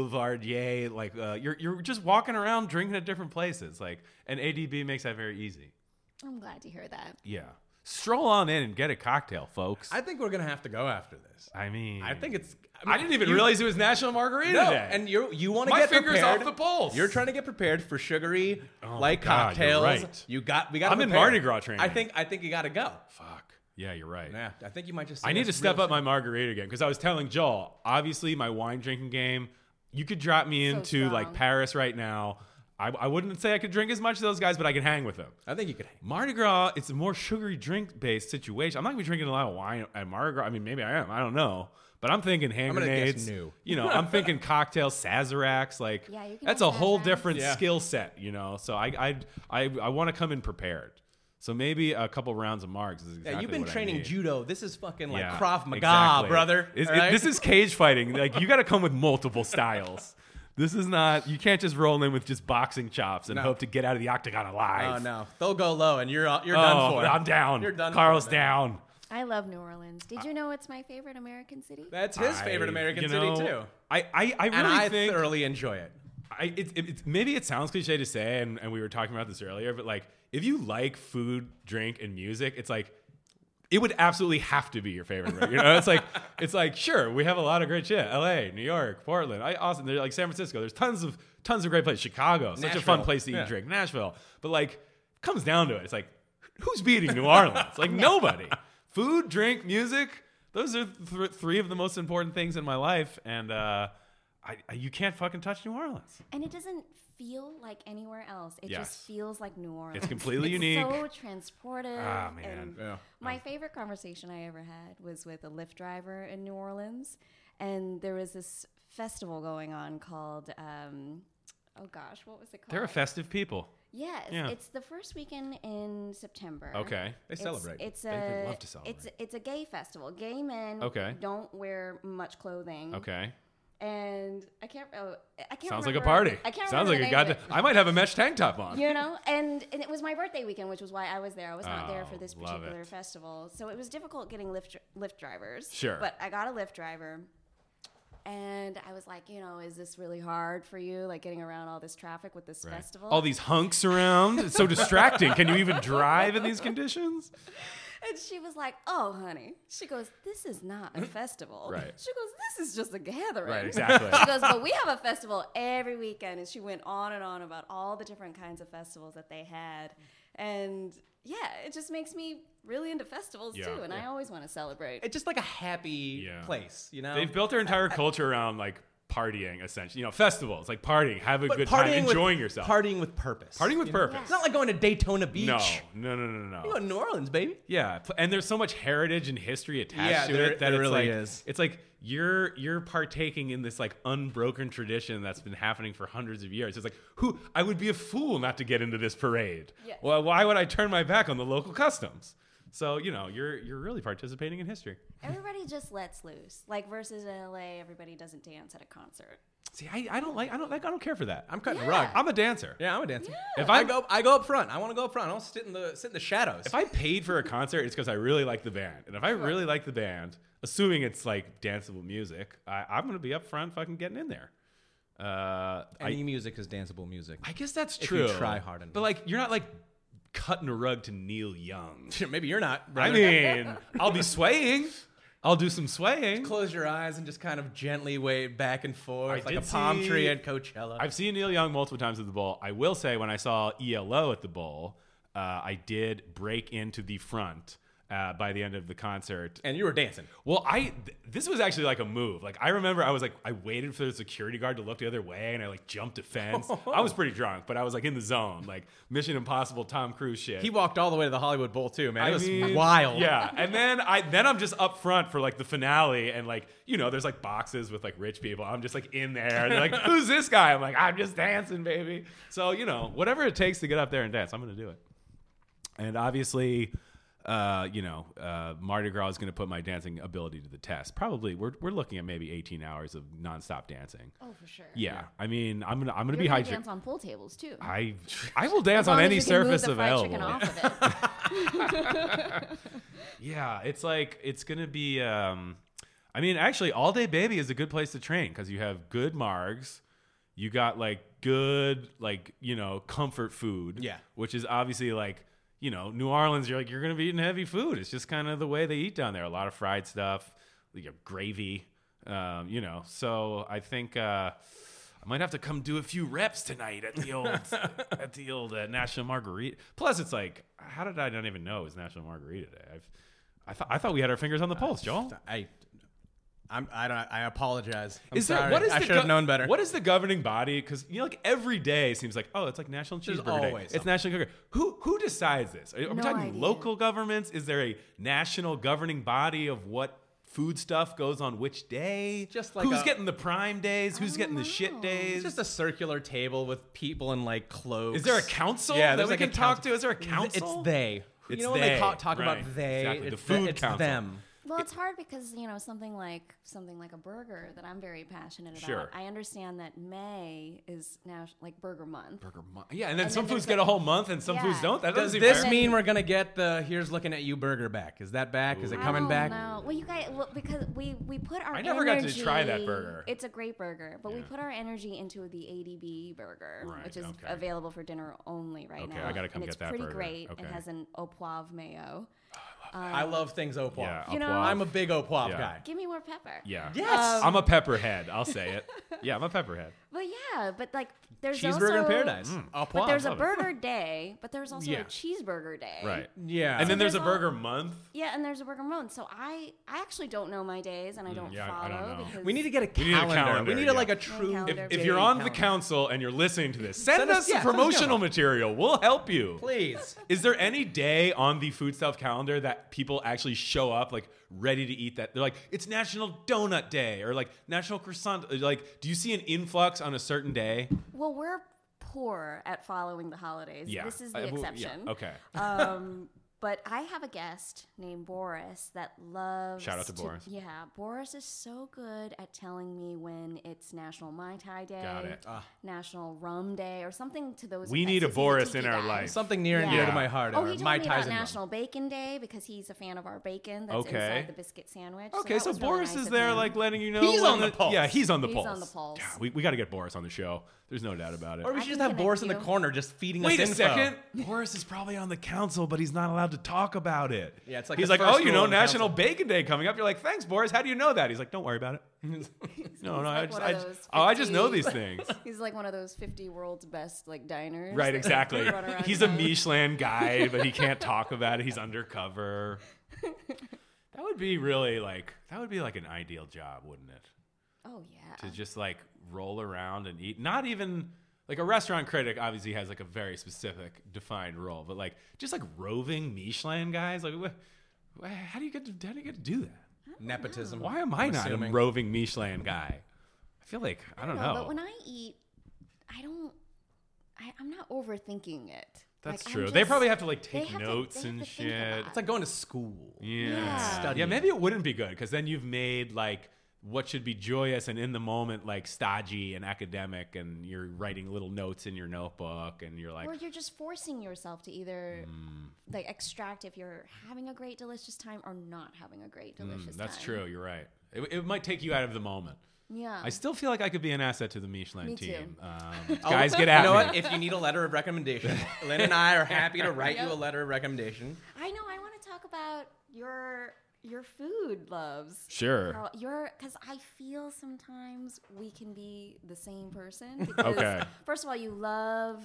Speaker 1: boulevardier, like uh, you're you're just walking around drinking at different places, like and ADB makes that very easy.
Speaker 3: I'm glad to hear that.
Speaker 1: Yeah, stroll on in and get a cocktail, folks.
Speaker 2: I think we're gonna have to go after this.
Speaker 1: I mean,
Speaker 2: I think it's.
Speaker 1: I didn't even
Speaker 2: you-
Speaker 1: realize it was National Margarita
Speaker 2: No,
Speaker 1: Day.
Speaker 2: and you you want to
Speaker 1: My
Speaker 2: get
Speaker 1: finger's
Speaker 2: prepared.
Speaker 1: off the pulse. Oh
Speaker 2: You're trying to get prepared for sugary
Speaker 1: my
Speaker 2: like
Speaker 1: God, you're
Speaker 2: cocktails.
Speaker 1: right.
Speaker 2: You got we got.
Speaker 1: I'm in Mardi Gras training.
Speaker 2: I think I think you got to go.
Speaker 1: fuck. Yeah, you're right.
Speaker 2: Yeah, I think you might just.
Speaker 1: I need to step up my margarita game because I was telling Joel, obviously my wine drinking game. You could drop me
Speaker 3: So
Speaker 1: into like
Speaker 3: strong.
Speaker 1: Paris right now. I, I wouldn't say I could drink as much as those guys, but I can hang with them.
Speaker 2: I think you could. hang.
Speaker 1: Mardi Gras, it's a more sugary drink based situation. I'm not gonna be drinking a lot of wine at Mardi Gras. I mean, maybe I am. I don't know. But I'm thinking hand
Speaker 2: gonna guess
Speaker 1: grenades.
Speaker 2: new.
Speaker 1: You know, I'm thinking cocktails, sazeracs. Like
Speaker 3: Yeah, you can
Speaker 1: that's a
Speaker 3: have
Speaker 1: whole
Speaker 3: Sazeracs.
Speaker 1: different
Speaker 2: Yeah.
Speaker 1: skill set. You know, so I I I, I want to come in prepared. So maybe a couple rounds of margs is exactly
Speaker 2: yeah, you've been
Speaker 1: what I
Speaker 2: training
Speaker 1: need.
Speaker 2: judo. This is fucking like
Speaker 1: Yeah,
Speaker 2: Krav Maga,
Speaker 1: exactly.
Speaker 2: brother.
Speaker 1: Is-
Speaker 2: All
Speaker 1: it-
Speaker 2: right?
Speaker 1: This is cage fighting. Like you got to come with multiple styles. This is not. You can't just roll in with just boxing chops and
Speaker 2: No.
Speaker 1: hope to get out of the octagon
Speaker 2: Oh
Speaker 1: alive.
Speaker 2: no, they'll go low, and you're you're done
Speaker 1: Oh,
Speaker 2: for.
Speaker 1: I'm down.
Speaker 2: You're done.
Speaker 1: Carl's
Speaker 2: for, man.
Speaker 1: down.
Speaker 3: I love New Orleans. Did you know it's my favorite American city?
Speaker 2: That's his favorite
Speaker 1: I-
Speaker 2: American
Speaker 1: you know,
Speaker 2: city too.
Speaker 1: I, I, I really
Speaker 2: And I
Speaker 1: think
Speaker 2: thoroughly enjoy it.
Speaker 1: I, it, it, it's- maybe it sounds cliche to say, and, and we were talking about this earlier, but like if you like food, drink, and music, it's like it would absolutely have to be your favorite. Right? You know, it's like it's like sure we have a lot of great shit: L.A., New York, Portland, I, Austin. There's like San Francisco. There's tons of tons of great places. Chicago, such a fun
Speaker 2: Nashville.
Speaker 1: place to eat
Speaker 2: Yeah.
Speaker 1: and drink. Nashville, but like it comes down to it, it's like who's beating New Orleans? Like nobody. Food, drink, music. Those are th- three of the most important things in my life, and uh, I, I, you can't fucking touch New Orleans.
Speaker 3: And it doesn't feel like anywhere else. It
Speaker 1: Yes.
Speaker 3: just feels like New Orleans.
Speaker 1: completely
Speaker 3: It's
Speaker 1: unique.
Speaker 3: So transportive.
Speaker 1: Ah, man.
Speaker 3: and
Speaker 2: Yeah.
Speaker 3: My favorite conversation I ever had was with a Lyft driver in New Orleans, and there was this festival going on called. Um, Oh gosh, what was it called?
Speaker 1: They're a festive people.
Speaker 3: Yes,
Speaker 1: yeah.
Speaker 3: it's the first weekend in September.
Speaker 1: Okay.
Speaker 2: They celebrate.
Speaker 3: It's, it's
Speaker 1: They- they
Speaker 3: a
Speaker 1: love to celebrate.
Speaker 3: it's it's a gay festival. Gay men
Speaker 1: Okay.
Speaker 3: don't wear much clothing.
Speaker 1: Okay.
Speaker 3: and I can't. Oh, I can't.
Speaker 1: Sounds like a
Speaker 3: remember-
Speaker 1: party.
Speaker 3: I can't.
Speaker 1: Sounds
Speaker 3: remember
Speaker 1: like
Speaker 3: the
Speaker 1: a
Speaker 3: name of
Speaker 1: goddamn.
Speaker 3: it.
Speaker 1: I might have a mesh tank top on.
Speaker 3: you know and, and it was my birthday weekend which was why i was there i was not there
Speaker 1: Oh,
Speaker 3: for this
Speaker 1: love it.
Speaker 3: particular festival so it was difficult getting lyft, lyft drivers
Speaker 1: Sure.
Speaker 3: but i got a lyft driver And I was like, you know, is this really hard for you, like getting around all this traffic with this festival?
Speaker 1: All these hunks around. It's so distracting. Can you even drive in these conditions?
Speaker 3: And she was like, "Oh, honey," she goes, "This is not a festival."
Speaker 1: Right.
Speaker 3: She goes, "This is just a gathering."
Speaker 1: Right, exactly.
Speaker 3: she goes, "But we have a festival every weekend," and she went on and on about all the different kinds of festivals that they had, and yeah, it just makes me really into festivals
Speaker 1: Yeah.
Speaker 3: too, and I always want to celebrate.
Speaker 2: It's just like a happy
Speaker 1: Yeah.
Speaker 2: place, you know.
Speaker 1: They've built their entire culture around like partying, essentially. You know, festivals, like partying, have a
Speaker 2: But
Speaker 1: good time,
Speaker 2: with-
Speaker 1: enjoying yourself.
Speaker 2: Partying with purpose.
Speaker 1: partying with
Speaker 2: you know?
Speaker 1: purpose.
Speaker 2: It's not like going to Daytona Beach.
Speaker 1: No, no, no, no,
Speaker 2: You
Speaker 1: no.
Speaker 2: go to New Orleans, baby.
Speaker 1: Yeah, pl- and there's so much heritage and history attached
Speaker 2: Yeah,
Speaker 1: to
Speaker 2: there-
Speaker 1: it that
Speaker 2: there
Speaker 1: it's
Speaker 2: really
Speaker 1: like
Speaker 2: is.
Speaker 1: it's like you're you're partaking in this like unbroken tradition that's been happening for hundreds of years. It's like who I would be a fool not to get into this parade.
Speaker 3: Yes.
Speaker 1: Well, why would I turn my back on the local customs? So you know you're you're really participating in history.
Speaker 3: everybody just lets loose, like versus in LA, everybody doesn't dance at a concert.
Speaker 1: See, I, I don't like I don't like I don't care for that. I'm
Speaker 2: I'm cutting
Speaker 3: Yeah.
Speaker 2: rug.
Speaker 1: I'm a dancer.
Speaker 2: yeah, I'm a dancer.
Speaker 3: Yeah.
Speaker 2: If I go, I go up front. I want to go up front. I don't sit in the sit in the shadows.
Speaker 1: If I paid for a concert, it's because I really like the band. And if I really like the band, assuming it's like danceable music, I, I'm gonna be up front fucking getting in there. Uh,
Speaker 2: Any
Speaker 1: I,
Speaker 2: music is danceable music.
Speaker 1: I guess that's
Speaker 2: If you
Speaker 1: true.
Speaker 2: try hard enough.
Speaker 1: But like, you're not like cutting a rug to Neil Young.
Speaker 2: Maybe you're not.
Speaker 1: I
Speaker 2: brother.
Speaker 1: mean, I'll be swaying. I'll do some swaying.
Speaker 2: close your eyes and just kind of gently wave back and forth
Speaker 1: I
Speaker 2: like a
Speaker 1: did
Speaker 2: palm
Speaker 1: see-
Speaker 2: tree at Coachella.
Speaker 1: I've seen Neil Young multiple times at the bowl. I will say when I saw ELO at the bowl, uh, I did break into the front uh, by the end of the concert
Speaker 2: and you were dancing.
Speaker 1: Well, I th- this was actually like a move. Like I remember, I was like I waited for the security guard to look the other way, and I like jumped a fence. I was pretty drunk, but I was like in the zone, like Mission Impossible, Tom Cruise shit.
Speaker 2: He walked all the way to the Hollywood Bowl too, man. It
Speaker 1: I
Speaker 2: was
Speaker 1: mean,
Speaker 2: wild.
Speaker 1: Yeah, and then I then I'm just up front for like the finale, and like you know, there's like boxes with like rich people. I'm just like in there, and they're like, "Who's this guy?" I'm like, "I'm just dancing, baby." So you know, whatever it takes to get up there and dance, I'm gonna do it. And obviously, uh, you know, uh, Mardi Gras is gonna put my dancing ability to the test. Probably, we're we're looking at maybe 18 hours of nonstop dancing.
Speaker 3: Oh, for sure.
Speaker 1: Yeah, I mean, I'm gonna I'm gonna
Speaker 3: You're
Speaker 1: be
Speaker 3: gonna
Speaker 1: hydrated.
Speaker 3: dance on pool tables too.
Speaker 1: I I will dance
Speaker 3: As long
Speaker 1: on
Speaker 3: as
Speaker 1: any
Speaker 3: you can move
Speaker 1: surface
Speaker 3: the fried
Speaker 1: available.
Speaker 3: chicken off of it.
Speaker 1: Yeah, it's like it's gonna be. Um, I mean, actually, all day baby is a good place to train because you have good margs, you got like good like you know comfort food.
Speaker 2: Yeah.
Speaker 1: which is obviously like you know New Orleans. You're like you're gonna be eating heavy food. It's just kind of the way they eat down there. A lot of fried stuff, you know, gravy. Um, you know, so I think. Uh, I might have to come do a few reps tonight at the old at the old uh, National Margarita. Plus, it's like, how did I not even know it was National Margarita Day? I've, I thought I thought we had our fingers on
Speaker 2: Uh,
Speaker 1: the pulse, Joel.
Speaker 2: I, I'm, I don't. I apologize. I'm
Speaker 1: Is there
Speaker 2: sorry.
Speaker 1: what is
Speaker 2: I
Speaker 1: the
Speaker 2: should have
Speaker 1: gov-
Speaker 2: known better.
Speaker 1: What is the governing body? Because you know, like every day seems like, oh, it's like National
Speaker 2: There's
Speaker 1: Cheeseburger Day.
Speaker 2: always
Speaker 1: It's National Cooker. Who who decides this? Are, are we
Speaker 3: No
Speaker 1: talking
Speaker 3: idea.
Speaker 1: local governments? Is there a national governing body of what? Food stuff goes on which day?
Speaker 2: Just like
Speaker 1: who's
Speaker 2: a-
Speaker 1: getting the prime days? Who's getting the shit
Speaker 3: know.
Speaker 1: days?
Speaker 2: It's just a circular table with people in like clothes.
Speaker 1: Is there a council
Speaker 2: Yeah,
Speaker 1: that
Speaker 2: there's
Speaker 1: we
Speaker 2: like a
Speaker 1: can talk
Speaker 2: council.
Speaker 1: to? Is there a
Speaker 2: Th-
Speaker 1: council?
Speaker 2: It's they.
Speaker 1: It's
Speaker 2: you know when they
Speaker 1: they,
Speaker 2: ca- talk
Speaker 1: right,
Speaker 2: about they,
Speaker 1: exactly,
Speaker 2: it's
Speaker 1: the food
Speaker 2: it's
Speaker 1: council.
Speaker 2: them.
Speaker 3: Well, it's hard because you know something like something like a burger that I'm very passionate about.
Speaker 1: Sure.
Speaker 3: I understand that May is now like Burger Month.
Speaker 1: Burger month. Yeah, and then some
Speaker 3: then
Speaker 1: foods
Speaker 3: there's
Speaker 1: get a
Speaker 3: like-
Speaker 1: whole month and some
Speaker 3: Yeah.
Speaker 1: foods don't. That
Speaker 2: Does
Speaker 1: doesn't seem
Speaker 2: this
Speaker 1: fair.
Speaker 2: mean we're gonna get the "Here's looking at you" burger back? Is that back? Is it
Speaker 1: Ooh.
Speaker 2: coming
Speaker 3: I
Speaker 2: back?
Speaker 3: don't know. Oh, Well, you guys, well, because we we put our
Speaker 1: I never got to
Speaker 3: energy-
Speaker 1: try that burger.
Speaker 3: It's a great burger, but we
Speaker 1: Yeah.
Speaker 3: put our energy into the ADB burger,
Speaker 1: Right,
Speaker 3: which is
Speaker 1: okay.
Speaker 3: available for dinner only right
Speaker 1: Okay,
Speaker 3: now.
Speaker 1: I gotta come
Speaker 3: and it's
Speaker 1: get that
Speaker 3: pretty
Speaker 1: burger.
Speaker 3: great.
Speaker 1: Okay.
Speaker 3: It has an au poivre mayo.
Speaker 2: I love things au poivre.
Speaker 1: Yeah,
Speaker 3: You
Speaker 1: au
Speaker 3: know-
Speaker 1: poivre.
Speaker 2: I'm a big au poivre
Speaker 1: Yeah.
Speaker 2: guy.
Speaker 3: Give me more pepper.
Speaker 1: yeah.
Speaker 2: Yes.
Speaker 1: I'm a pepperhead. I'll say it. Yeah, I'm a pepperhead.
Speaker 3: But yeah, but like there's
Speaker 2: Cheeseburger
Speaker 3: also,
Speaker 2: in paradise.
Speaker 1: Mm.
Speaker 2: Au
Speaker 3: But
Speaker 2: poivre.
Speaker 3: there's a
Speaker 1: love it.
Speaker 3: burger day, but there's also
Speaker 2: Yeah.
Speaker 3: a cheeseburger day.
Speaker 1: Right.
Speaker 2: Yeah.
Speaker 1: And then
Speaker 3: So
Speaker 1: there's a
Speaker 3: there's all-
Speaker 1: burger month.
Speaker 3: Yeah, and there's a Burger Month. So I, I actually don't know my days, and I don't
Speaker 1: Mm, yeah, I- I
Speaker 3: follow.
Speaker 1: don't know.
Speaker 3: Because
Speaker 2: we need to get a
Speaker 1: We need a
Speaker 2: calendar. We need,
Speaker 1: calendar, yeah.
Speaker 2: like a
Speaker 1: And
Speaker 2: true.
Speaker 3: calendar.
Speaker 1: If,
Speaker 3: Calendar.
Speaker 1: if
Speaker 3: Day
Speaker 1: you're on the
Speaker 2: calendar.
Speaker 1: council and you're listening to this, send,
Speaker 2: Send
Speaker 1: us,
Speaker 2: us- yeah, send us
Speaker 1: promotional
Speaker 2: calendar.
Speaker 1: material. We'll help you.
Speaker 2: please.
Speaker 1: Is there any day on the food stuff calendar that people actually show up like ready to eat that? They're like, it's National Donut Day or like National Croissant. Like, do you see an influx on a certain day?
Speaker 3: Well, we're poor at following the holidays.
Speaker 1: Yeah.
Speaker 3: This is
Speaker 1: Uh,
Speaker 3: the
Speaker 1: well, yeah,
Speaker 3: exception.
Speaker 1: Okay.
Speaker 3: Um, But I have a guest named Boris that loves.
Speaker 1: Shout out to Boris.
Speaker 3: Yeah, Boris is so good at telling me when it's National Mai Tai Day,
Speaker 1: Got it.
Speaker 2: Ah.
Speaker 3: National Rum Day, or something to those.
Speaker 1: We
Speaker 3: effects.
Speaker 1: need a
Speaker 3: He's
Speaker 1: Boris
Speaker 3: geeky
Speaker 1: in our
Speaker 3: guy.
Speaker 1: life.
Speaker 2: Something near and dear to
Speaker 1: Yeah.
Speaker 2: my heart.
Speaker 3: Oh,
Speaker 2: are
Speaker 3: he told
Speaker 2: my
Speaker 3: me
Speaker 2: ties
Speaker 3: about
Speaker 2: and rum.
Speaker 3: National Bacon Day because he's a fan of our bacon that's
Speaker 1: Okay.
Speaker 3: inside the biscuit sandwich.
Speaker 1: Okay,
Speaker 3: that
Speaker 1: so
Speaker 3: was really
Speaker 1: Boris
Speaker 3: nice
Speaker 1: is
Speaker 3: of
Speaker 1: there,
Speaker 3: him.
Speaker 1: like letting you know.
Speaker 2: He's
Speaker 1: when
Speaker 2: on the pulse.
Speaker 1: Yeah, he's on the
Speaker 3: He's
Speaker 1: pulse.
Speaker 3: on the pulse.
Speaker 1: Yeah, we, we got to get Boris on the show. There's no doubt about it.
Speaker 2: Or we
Speaker 3: I
Speaker 2: should
Speaker 3: can
Speaker 2: just have Boris in the
Speaker 3: connect you.
Speaker 2: corner just feeding
Speaker 1: Wait a
Speaker 2: us info.
Speaker 1: second. Boris is probably on the council, but he's not allowed to talk about it.
Speaker 2: Yeah, it's like
Speaker 1: he's
Speaker 2: the
Speaker 1: like,
Speaker 2: first
Speaker 1: oh, you
Speaker 2: rule
Speaker 1: know,
Speaker 2: on the
Speaker 1: National
Speaker 2: council."
Speaker 1: Bacon Day coming up. You're like, thanks, Boris. How do you know that? He's like, don't worry about it. no, no, I
Speaker 3: like
Speaker 1: just,
Speaker 3: one of
Speaker 1: I just-
Speaker 3: those
Speaker 1: oh, I just know
Speaker 3: 50
Speaker 1: these things.
Speaker 3: He's like one of those 50 world's best like diners.
Speaker 1: right,
Speaker 3: that
Speaker 1: exactly.
Speaker 3: run around
Speaker 1: He's a
Speaker 3: town.
Speaker 1: Michelin guy, but he can't talk about it. He's undercover. That would be really like that would be like an ideal job, wouldn't it?
Speaker 3: Oh yeah.
Speaker 1: to just like roll around and eat. Not even like a restaurant critic obviously has like a very specific defined role, but like just like roving Michelin guys, like what, how do you get to, how do you get to do that?
Speaker 2: Nepotism.
Speaker 1: Why am I
Speaker 2: I'm
Speaker 1: not
Speaker 2: assuming.
Speaker 1: a roving Michelin guy? I feel like I don't know.
Speaker 3: But when I eat, I don't. I, I'm not overthinking it.
Speaker 1: That's
Speaker 3: Like, I'm
Speaker 1: true. they
Speaker 3: just-
Speaker 1: probably have to like
Speaker 3: they
Speaker 1: take
Speaker 3: have to- they
Speaker 1: notes
Speaker 3: have
Speaker 1: and
Speaker 3: to think
Speaker 1: shit.
Speaker 3: about
Speaker 2: It's like going to school.
Speaker 1: Yeah.
Speaker 3: Yeah.
Speaker 1: Yeah. maybe it wouldn't be good because then you've made like what should be joyous and in the moment like stodgy and academic and you're writing little notes in your notebook and you're like Mm.
Speaker 3: or you're just forcing yourself to either like extract if you're having a great delicious time or not having a great delicious time.
Speaker 1: Mm, That's true. You're right. It, it might take you out of the moment.
Speaker 3: Yeah.
Speaker 1: I still feel like I could be an asset to the Michelin
Speaker 3: Um. Me
Speaker 1: team.
Speaker 3: too.
Speaker 1: Um, guys, get
Speaker 2: Oh, You
Speaker 1: out.
Speaker 2: know what? If you need a letter of recommendation, Lynn and I are happy to write you
Speaker 3: Yep.
Speaker 2: a letter of recommendation.
Speaker 3: I know. I want to talk about your your food loves.
Speaker 1: Sure.
Speaker 3: Carl. Your because I feel sometimes we can be the same person. Because
Speaker 1: Okay.
Speaker 3: First of all, you love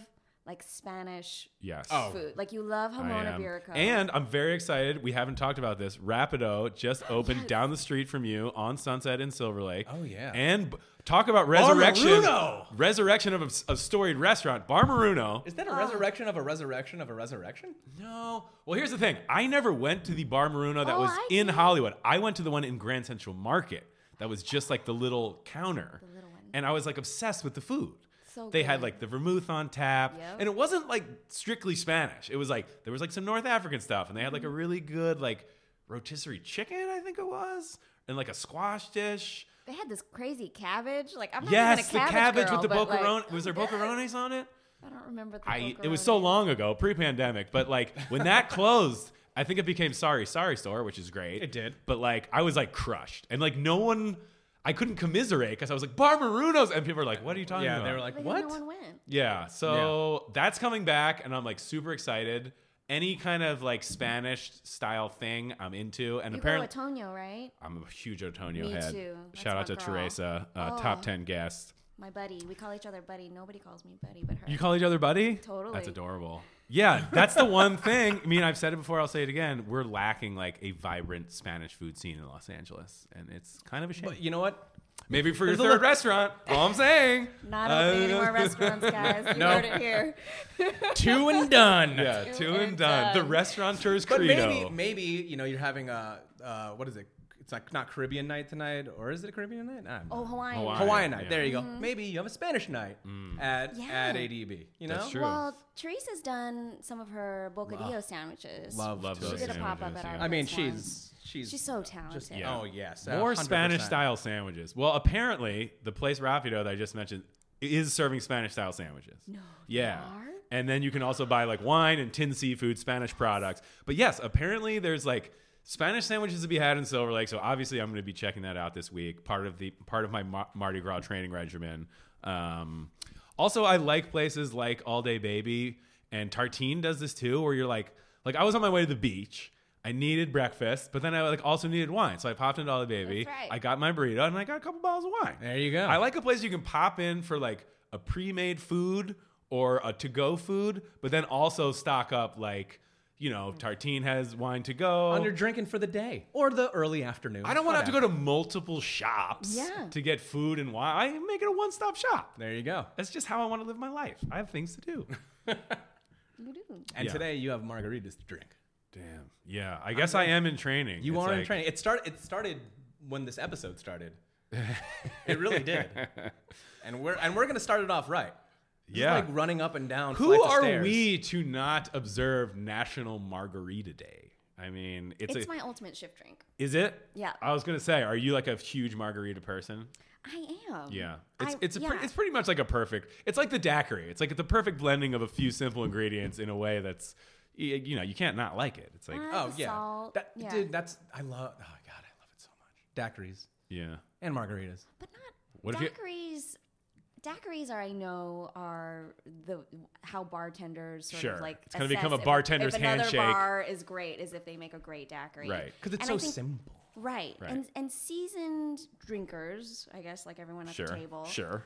Speaker 3: like Spanish
Speaker 1: Yes.
Speaker 2: Oh.
Speaker 3: food. Like you love
Speaker 1: I
Speaker 3: Hamona
Speaker 1: am.
Speaker 3: Birico.
Speaker 1: And I'm very excited. We haven't talked about this. Rapido just opened
Speaker 3: Oh, Yes.
Speaker 1: down the street from you on Sunset in Silver Lake.
Speaker 2: Oh, yeah.
Speaker 1: And b- talk about resurrection.
Speaker 2: Barmaruno!
Speaker 1: Resurrection of a, a storied restaurant, Barmaruno.
Speaker 2: Is that a
Speaker 3: Oh.
Speaker 2: resurrection of a resurrection of a resurrection?
Speaker 1: No. Well, here's the thing. I never went to the Bar Maruno that
Speaker 3: Oh,
Speaker 1: was
Speaker 3: I
Speaker 1: in
Speaker 3: did.
Speaker 1: Hollywood. I went to the one in Grand Central Market that was just like the little counter.
Speaker 3: The little one.
Speaker 1: And I was like obsessed with the food.
Speaker 3: So
Speaker 1: they had
Speaker 3: good.
Speaker 1: like the vermouth on tap.
Speaker 3: Yep.
Speaker 1: And it wasn't like strictly Spanish. It was like there was like some North African stuff and they had like a
Speaker 3: Mm-hmm.
Speaker 1: really good like rotisserie chicken, I think it was, and like a squash dish.
Speaker 3: they had this crazy cabbage. Like I'm not
Speaker 1: yes, the
Speaker 3: even a
Speaker 1: cabbage
Speaker 3: cabbage girl,
Speaker 1: with the
Speaker 3: but, like,
Speaker 1: bocarone. was there
Speaker 3: yes.
Speaker 1: bocarones on it?
Speaker 3: I don't remember the
Speaker 1: I it
Speaker 3: bocarone.
Speaker 1: was so long ago, pre-pandemic, but like when that closed, I think it became Sorry Sorry Store, which is great.
Speaker 2: It did.
Speaker 1: but like I was like crushed, and like no one, I couldn't commiserate because I was like Bar Marunos, and people were like, "What are you talking
Speaker 2: yeah,
Speaker 1: about?"
Speaker 2: they were like,
Speaker 3: Like,
Speaker 2: what?
Speaker 3: No one went.
Speaker 1: "Yeah." So that's coming back, and I'm like super excited. Any kind of like Spanish style thing, I'm into, and
Speaker 3: You
Speaker 1: apparently.
Speaker 3: go to Tonio, right?
Speaker 1: I'm a huge Otonio
Speaker 3: Me
Speaker 1: head.
Speaker 3: too. That's
Speaker 1: Shout
Speaker 3: my
Speaker 1: out to
Speaker 3: girl.
Speaker 1: Teresa, uh,
Speaker 3: Oh.
Speaker 1: top 10 guest.
Speaker 3: My buddy. We call each other buddy. Nobody calls me buddy but her.
Speaker 1: You call each other buddy?
Speaker 3: Totally.
Speaker 1: That's adorable. Yeah, that's the one thing. I mean, I've said it before, I'll say it again. We're lacking like a vibrant Spanish food scene in Los Angeles, and it's kind of a shame.
Speaker 2: But you know what?
Speaker 1: Maybe for your
Speaker 2: There's a
Speaker 1: third
Speaker 2: little-
Speaker 1: restaurant. All I'm saying.
Speaker 3: Not
Speaker 1: Uh,
Speaker 3: opening any more restaurants, guys. You heard it here.
Speaker 2: Two and done.
Speaker 1: Yeah, two and done. The restaurateur's
Speaker 2: But
Speaker 1: credo.
Speaker 2: maybe, maybe you know, you're having a uh, what is it? It's like not Caribbean night tonight, or is it a Caribbean night? I don't know.
Speaker 3: Oh, Hawaiian.
Speaker 1: Hawaiian.
Speaker 2: Hawaiian night.
Speaker 1: yeah.
Speaker 2: There you go. Maybe you have a Spanish night at
Speaker 3: Yeah.
Speaker 2: at ADB. You know,
Speaker 1: Mm. That's true.
Speaker 3: Well, Teresa's done some of her bocadillo sandwiches.
Speaker 2: Love,
Speaker 1: Love
Speaker 2: to
Speaker 1: those
Speaker 3: She did a pop-up
Speaker 1: sandwiches,
Speaker 3: at our-
Speaker 1: yeah.
Speaker 2: I mean,
Speaker 3: That's one.
Speaker 2: she's she's
Speaker 3: She's so
Speaker 2: just-
Speaker 3: talented.
Speaker 1: Yeah.
Speaker 2: Oh yes,
Speaker 1: More
Speaker 2: 100%.
Speaker 1: Spanish style sandwiches. Well, apparently the place Rapido that I just mentioned is serving Spanish style sandwiches. No. Yeah.
Speaker 3: they are?
Speaker 1: And then you can also buy like wine and tin seafood, Spanish products. But yes, apparently there's like Spanish sandwiches to be had in Silver Lake. So obviously I'm going to be checking that out this week. Part of the part of my Mar- Mardi Gras training regimen. Um, also, I like places like All Day Baby and Tartine does this too, where you're like, like I was on my way to the beach. I needed breakfast, but then I like also needed wine, so I popped into All Day Baby.
Speaker 3: That's right.
Speaker 1: I got my burrito and I got a couple bottles of wine.
Speaker 2: There you go.
Speaker 1: I like a place you can pop in for like a pre-made food or a to-go food, but then also stock up like, you know, Tartine has wine to go.
Speaker 2: on your drinking for the day or the early afternoon.
Speaker 1: I don't want to have to go to multiple shops
Speaker 3: Yeah.
Speaker 1: to get food and wine. I make it a one-stop shop.
Speaker 2: There you go.
Speaker 1: That's just how I want to live my life. I have things to do.
Speaker 3: You do.
Speaker 2: And
Speaker 1: Yeah.
Speaker 2: today you have margaritas to drink.
Speaker 1: Damn. Yeah, I guess I am in training.
Speaker 2: You
Speaker 1: It's
Speaker 2: are in
Speaker 1: like-
Speaker 2: training. It started. It started when this episode started. it really did. And we're and we're gonna start it off right. This is
Speaker 1: Yeah.
Speaker 2: like running up and down.
Speaker 1: Who
Speaker 2: flights of
Speaker 1: are
Speaker 2: stairs.
Speaker 1: we to not observe National Margarita Day? I mean, it's,
Speaker 3: It's
Speaker 1: a,
Speaker 3: my ultimate shift drink.
Speaker 1: is it?
Speaker 3: Yeah.
Speaker 1: I was gonna say, are you like a huge margarita person?
Speaker 3: I am.
Speaker 1: Yeah, it's
Speaker 3: I-
Speaker 1: it's a pre-
Speaker 3: yeah.
Speaker 1: it's pretty much like a perfect. It's like the daiquiri. It's like the perfect blending of a few simple ingredients in a way that's, y- you know, you can't not like it. It's like,
Speaker 3: I like
Speaker 2: Oh
Speaker 3: the
Speaker 2: yeah.
Speaker 3: salt.
Speaker 2: That-
Speaker 3: yeah.
Speaker 2: Dude, that's I love. Oh god, I love it so much. Daiquiris
Speaker 1: yeah,
Speaker 2: and margaritas.
Speaker 3: But not
Speaker 1: What if you-
Speaker 3: daiquiris. Daiquiris are I know are the how bartenders sort
Speaker 1: Sure.
Speaker 3: of like
Speaker 1: It's gonna become
Speaker 3: assess
Speaker 1: a
Speaker 3: if-
Speaker 1: bartender's
Speaker 3: if another
Speaker 1: handshake.
Speaker 3: bar is great is if they make a great daiquiri.
Speaker 1: right.
Speaker 2: Because it's
Speaker 3: And I
Speaker 2: so
Speaker 3: think-
Speaker 2: simple.
Speaker 3: Right.
Speaker 1: Right.
Speaker 3: And and seasoned drinkers, I guess like everyone at
Speaker 1: Sure,
Speaker 3: the table
Speaker 1: sure.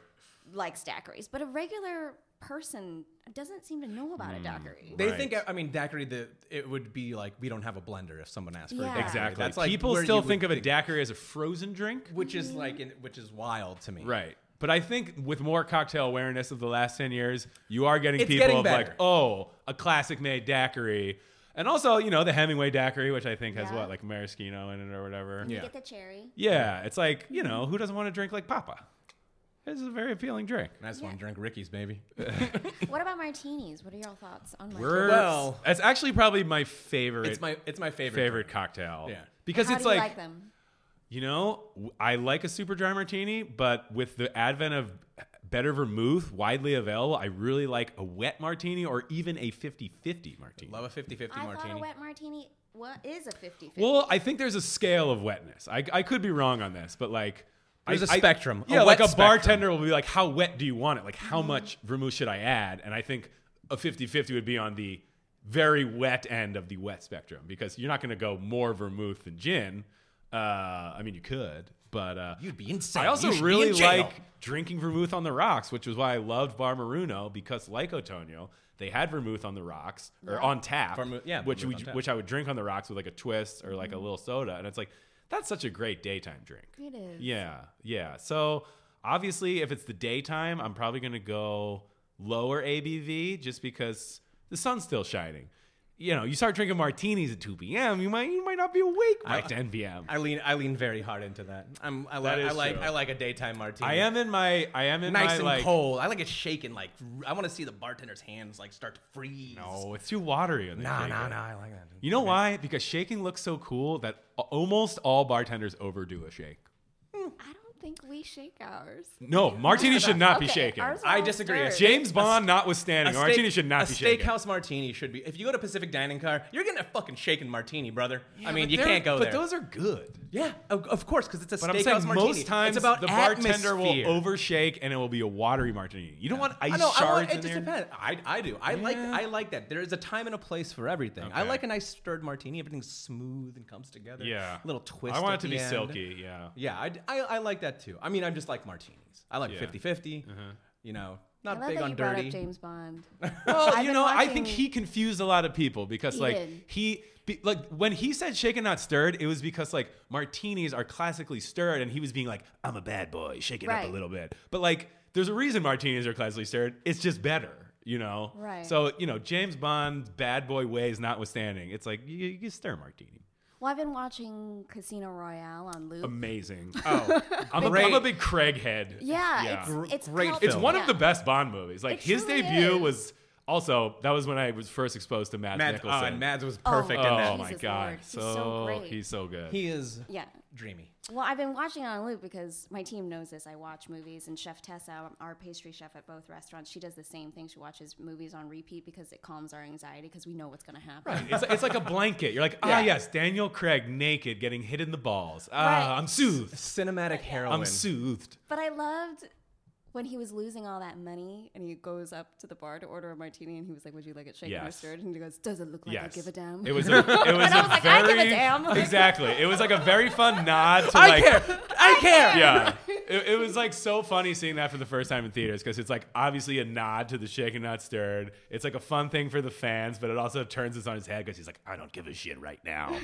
Speaker 3: likes daiquiris, but a regular person doesn't seem to know
Speaker 1: Hmm.
Speaker 3: about a daiquiri.
Speaker 2: They
Speaker 1: Right.
Speaker 2: think I mean daiquiri. The it would be like we don't have a blender if someone asked for a
Speaker 3: Yeah.
Speaker 2: daiquiri.
Speaker 1: Exactly.
Speaker 2: That's like
Speaker 1: People
Speaker 2: where
Speaker 1: still
Speaker 2: you would
Speaker 1: think of a daiquiri as a frozen drink,
Speaker 2: which is like in, which is wild to me.
Speaker 1: right? But I think with more cocktail awareness of the last ten years, you are getting
Speaker 2: It's
Speaker 1: people
Speaker 2: getting
Speaker 1: of
Speaker 2: better.
Speaker 1: like, oh, a classic made daiquiri, and also you know the Hemingway daiquiri, which I think has
Speaker 3: Yeah.
Speaker 1: what like maraschino in it or whatever.
Speaker 3: You
Speaker 2: Yeah.
Speaker 3: get the cherry.
Speaker 1: Yeah, it's like you know who doesn't want to drink like Papa? This is a very appealing drink.
Speaker 2: And I just want to drink Ricky's baby.
Speaker 3: What about martinis? What are your thoughts on martinis?
Speaker 1: We're,
Speaker 2: Well-
Speaker 1: it's actually probably my favorite
Speaker 2: It's my it's my favorite.
Speaker 1: favorite cocktail.
Speaker 2: Yeah.
Speaker 1: because
Speaker 3: How
Speaker 1: it's
Speaker 3: do you
Speaker 1: like,
Speaker 3: like them?
Speaker 1: you know w- I like a super dry martini, but with the advent of better vermouth widely available, I really like a wet martini or even a 50-50 martini.
Speaker 2: Love a 50-50
Speaker 3: I
Speaker 2: martini.
Speaker 3: thought a wet martini what is a 50-50.
Speaker 1: Well, I think there's a scale of wetness. I, I could be wrong on this, but like.
Speaker 2: There's
Speaker 1: I-
Speaker 2: a
Speaker 1: I-
Speaker 2: spectrum, a
Speaker 1: yeah,
Speaker 2: wet
Speaker 1: like a
Speaker 2: spectrum.
Speaker 1: bartender will be like, how wet do you want it? Like, how much vermouth should I add? And I think a 50 50 would be on the very wet end of the wet spectrum because you're not going to go more vermouth than gin. Uh, I mean, you could, but. Uh,
Speaker 2: You'd be insane.
Speaker 1: I also
Speaker 2: You should be
Speaker 1: really
Speaker 2: in jail.
Speaker 1: like drinking vermouth on the rocks, which is why I loved Bar Maruno because, like Otonio, they had vermouth on the rocks or on tap,
Speaker 2: Vermouth- yeah,
Speaker 1: which
Speaker 2: vermouth
Speaker 1: we,
Speaker 2: on tap.
Speaker 1: which I would drink on the rocks with like a twist or like a little soda, and it's like that's such a great daytime drink.
Speaker 3: Mm-hmm. It is.
Speaker 1: Yeah, yeah. So obviously, if it's the daytime, I'm probably gonna go lower ABV just because the sun's still shining. You know, you start drinking martinis at 2 p.m. You might you might not be awake by
Speaker 2: I-
Speaker 1: 10 p.m.
Speaker 2: I lean I lean very hard into that. I'm I, li-
Speaker 1: That is
Speaker 2: I like
Speaker 1: true.
Speaker 2: I like a daytime martini.
Speaker 1: I am in my I am in
Speaker 2: nice
Speaker 1: my
Speaker 2: and
Speaker 1: like
Speaker 2: cold. I like it shaking. Like r- I want to see the bartender's hands like start to freeze.
Speaker 1: No, oh, it's too watery on the
Speaker 2: nah,
Speaker 1: shaker.
Speaker 2: nah, nah. I like that.
Speaker 1: You know why? Because shaking looks so cool that a- almost all bartenders overdo a shake.
Speaker 3: I don't think we shake ours.
Speaker 1: No, martini should not be
Speaker 3: Okay,
Speaker 1: shaken.
Speaker 3: ours are
Speaker 2: I
Speaker 3: all
Speaker 2: disagree.
Speaker 3: stirred.
Speaker 1: James Bond
Speaker 2: A
Speaker 1: notwithstanding, a martini
Speaker 2: steak-
Speaker 1: should not
Speaker 2: a
Speaker 1: be shaken.
Speaker 2: steakhouse martini should be. If you go to Pacific Dining Car, you're getting a fucking shaken martini, brother. I mean,
Speaker 1: But
Speaker 2: you
Speaker 1: they're-
Speaker 2: can't go
Speaker 1: but
Speaker 2: there.
Speaker 1: those are good.
Speaker 2: yeah, of, of course, because it's a
Speaker 1: But I'm
Speaker 2: steakhouse
Speaker 1: saying
Speaker 2: martini.
Speaker 1: most times
Speaker 2: it's about
Speaker 1: the bartender
Speaker 2: atmosphere.
Speaker 1: will overshake and it will be a watery martini. You don't want ice
Speaker 2: I know.
Speaker 1: shards
Speaker 2: I want, it
Speaker 1: in
Speaker 2: just
Speaker 1: there.
Speaker 2: depends. I, I do. I like
Speaker 1: Yeah.
Speaker 2: I like that. There is a time and a place for everything. I
Speaker 1: Okay.
Speaker 2: like a nice stirred martini. Everything's smooth and comes together.
Speaker 1: Yeah,
Speaker 2: little twist.
Speaker 1: I want
Speaker 2: at
Speaker 1: it to
Speaker 2: the
Speaker 1: be
Speaker 2: end.
Speaker 1: silky. Yeah,
Speaker 2: Yeah, I, d- I- I like that too. I mean, I'm just like martinis. I like
Speaker 1: Yeah. Uh-huh.
Speaker 2: 50 50. You know,
Speaker 3: I
Speaker 2: not
Speaker 3: love
Speaker 2: big
Speaker 3: that
Speaker 2: on
Speaker 3: you brought
Speaker 2: dirty.
Speaker 3: up James Bond.
Speaker 1: Well,
Speaker 3: I've
Speaker 1: you
Speaker 3: been
Speaker 1: know, I
Speaker 3: watching-
Speaker 1: think he confused a lot of people because,
Speaker 3: He
Speaker 1: like,
Speaker 3: did.
Speaker 1: he be, like when he said "shaken not stirred," it was because like martinis are classically stirred, and he was being like, "I'm a bad boy, shake it up a
Speaker 3: Right.
Speaker 1: little bit." But like, there's a reason martinis are classically stirred. It's just better, you know.
Speaker 3: Right.
Speaker 1: So you know, James Bond's bad boy ways notwithstanding, it's like you, you stir a martini.
Speaker 3: Well, I've been watching Casino Royale on loop.
Speaker 1: Amazing.
Speaker 2: oh,
Speaker 1: I'm, a, I'm
Speaker 2: Great.
Speaker 1: a big Craig head.
Speaker 3: yeah,
Speaker 1: Gr-
Speaker 3: it's it's
Speaker 2: great
Speaker 3: called-
Speaker 1: It's
Speaker 2: film.
Speaker 1: one
Speaker 3: yeah.
Speaker 1: of the best Bond movies. Like
Speaker 3: It
Speaker 1: his
Speaker 3: truly
Speaker 1: debut
Speaker 3: is.
Speaker 1: was also that was when I was first exposed to Matt
Speaker 2: Mads, oh,
Speaker 1: Nicholson.
Speaker 2: and Mads was
Speaker 3: Oh,
Speaker 2: perfect in that.
Speaker 1: Oh my
Speaker 3: Jesus
Speaker 1: god,
Speaker 3: Lord, he's
Speaker 1: so,
Speaker 3: so great.
Speaker 1: he's so good.
Speaker 2: He is
Speaker 3: Yeah.
Speaker 2: dreamy.
Speaker 3: Well, I've been watching it on loop because my team knows this. I watch movies, and Chef Tessa, our pastry chef at both restaurants, she does the same thing. She watches movies on repeat because it calms our anxiety because we know what's going to happen.
Speaker 1: it's, it's like a blanket. You're like, ah,
Speaker 2: Yeah.
Speaker 1: yes, Daniel Craig naked, getting hit in the balls. Ah,
Speaker 3: Right.
Speaker 1: I'm soothed.
Speaker 2: Cinematic heroin.
Speaker 1: I'm soothed.
Speaker 3: But I loved when he was losing all that money and he goes up to the bar to order a martini and he was like, Would you like it shaken or
Speaker 1: Yes.
Speaker 3: stirred? And he goes, Does it look like I
Speaker 1: Yes,
Speaker 3: give a damn?
Speaker 1: It was a, it was a
Speaker 3: I was like,
Speaker 1: very
Speaker 3: I give a damn.
Speaker 1: exactly. It was like a very fun nod to
Speaker 2: I
Speaker 1: like
Speaker 2: care. I care.
Speaker 1: yeah. It, it was like so funny seeing that for the first time in theaters because it's like obviously a nod to the shaken not stirred. It's like a fun thing for the fans, but it also turns this on his head because he's like, I don't give a shit right now.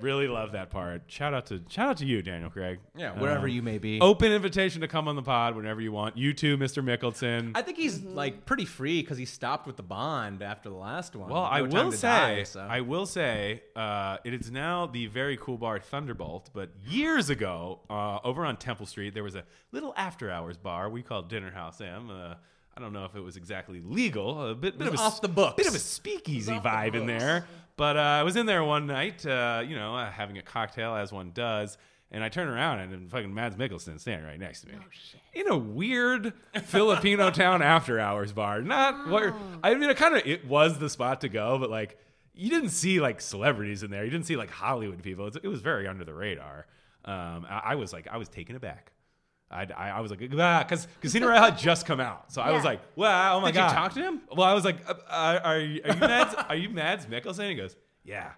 Speaker 1: really love that part. Shout out to shout out to you, Daniel Craig.
Speaker 2: Yeah, wherever
Speaker 1: Um,
Speaker 2: you may be.
Speaker 1: Open invitation to come on the pod whenever you want. You too, Mr. Mickelson.
Speaker 2: I think
Speaker 1: Mm-hmm.
Speaker 2: he's like pretty free because he stopped with the bond after the last one.
Speaker 1: well,
Speaker 2: No
Speaker 1: I
Speaker 2: Time
Speaker 1: will
Speaker 2: to
Speaker 1: say,
Speaker 2: Die, so.
Speaker 1: I will say, uh, it is now the very cool bar Thunderbolt. But years ago, uh, over on Temple Street, there was a little after-hours bar we called Dinner House M. Uh, I don't know if it was exactly legal. A bit, bit
Speaker 2: was
Speaker 1: of a
Speaker 2: off
Speaker 1: s-
Speaker 2: the books.
Speaker 1: bit of a speakeasy
Speaker 2: off the
Speaker 1: vibe in
Speaker 2: books.
Speaker 1: there. But uh, I was in there one night, uh, you know, uh, having a cocktail as one does, and I turn around and, and fucking Mads Mikkelsen standing right next to me. In a weird Filipino town after hours bar. Not what I mean, it kind of it was the spot to go, but like you didn't see like celebrities in there. You didn't see like Hollywood people. It's, it was very under the radar. Um, I, I was like, I was taken aback. I'd- I, I was like, because Casino Royale had just come out, so I was
Speaker 3: Yeah.
Speaker 1: like, wow, oh my
Speaker 2: Did you
Speaker 1: god.
Speaker 2: talk to him?
Speaker 1: Well, I was like, uh, uh, are, you- are you Mads? are you Mads Mikkelsen? He goes, yeah.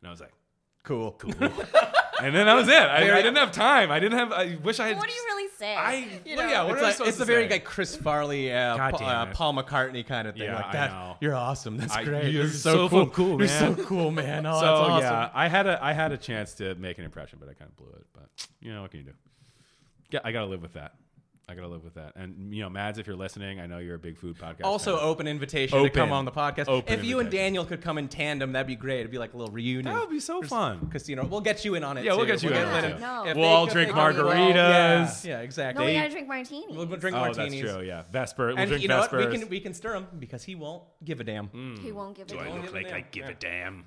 Speaker 1: And I was like,
Speaker 2: Cool. Cool.
Speaker 1: and then that was it. I,
Speaker 2: Very-
Speaker 1: I didn't have time. I didn't have. I wish I had.
Speaker 3: What do you really say?
Speaker 1: I-
Speaker 3: You
Speaker 1: well,
Speaker 3: know?
Speaker 1: yeah, what
Speaker 2: It's,
Speaker 1: am I
Speaker 2: like,
Speaker 1: supposed
Speaker 2: it's
Speaker 1: to
Speaker 2: a very
Speaker 1: say?
Speaker 2: like Chris Farley, uh,
Speaker 1: God
Speaker 2: Paul,
Speaker 1: damn
Speaker 2: uh,
Speaker 1: it.
Speaker 2: Paul McCartney kind of thing.
Speaker 1: Yeah,
Speaker 2: like
Speaker 1: I
Speaker 2: that.
Speaker 1: know.
Speaker 2: You're awesome. That's
Speaker 1: I-
Speaker 2: great.
Speaker 1: you're
Speaker 2: That's
Speaker 1: so
Speaker 2: cool.
Speaker 1: fucking cool,
Speaker 2: You're
Speaker 1: man.
Speaker 2: so cool, man. Oh,
Speaker 1: So
Speaker 2: that's awesome.
Speaker 1: yeah, I had a I had a chance to make an impression, but I kind of blew it. But you know what can you do? Yeah, I gotta live with that. I gotta live with that. And you know, Mads, if you're listening, I know you're a big food podcast.
Speaker 2: Also,
Speaker 1: fan.
Speaker 2: open invitation to
Speaker 1: Open.
Speaker 2: come on the podcast.
Speaker 1: Open
Speaker 2: if you and
Speaker 1: invitation.
Speaker 2: Daniel could come in tandem, that'd be great. It'd be like a little reunion.
Speaker 1: that would be so fun.
Speaker 2: Casino. We'll get you in on it.
Speaker 1: Yeah, we'll
Speaker 2: too.
Speaker 1: get you in on it,
Speaker 2: in.
Speaker 1: too.
Speaker 3: No.
Speaker 2: If
Speaker 3: We'll
Speaker 2: they
Speaker 1: all
Speaker 2: could-
Speaker 1: drink
Speaker 2: they could-
Speaker 1: margaritas.
Speaker 2: Yeah, yeah, exactly.
Speaker 3: no, we
Speaker 1: They-
Speaker 3: gotta drink martinis.
Speaker 2: we'll drink
Speaker 1: Oh,
Speaker 2: martinis.
Speaker 1: that's true. Yeah, Vesper. We'll
Speaker 2: And
Speaker 1: drink
Speaker 2: you know
Speaker 1: Vespers.
Speaker 2: what? We can we can stir him because he won't give a damn.
Speaker 3: he won't give it.
Speaker 1: Hmm. Do I
Speaker 3: to you.
Speaker 1: look like I give a damn?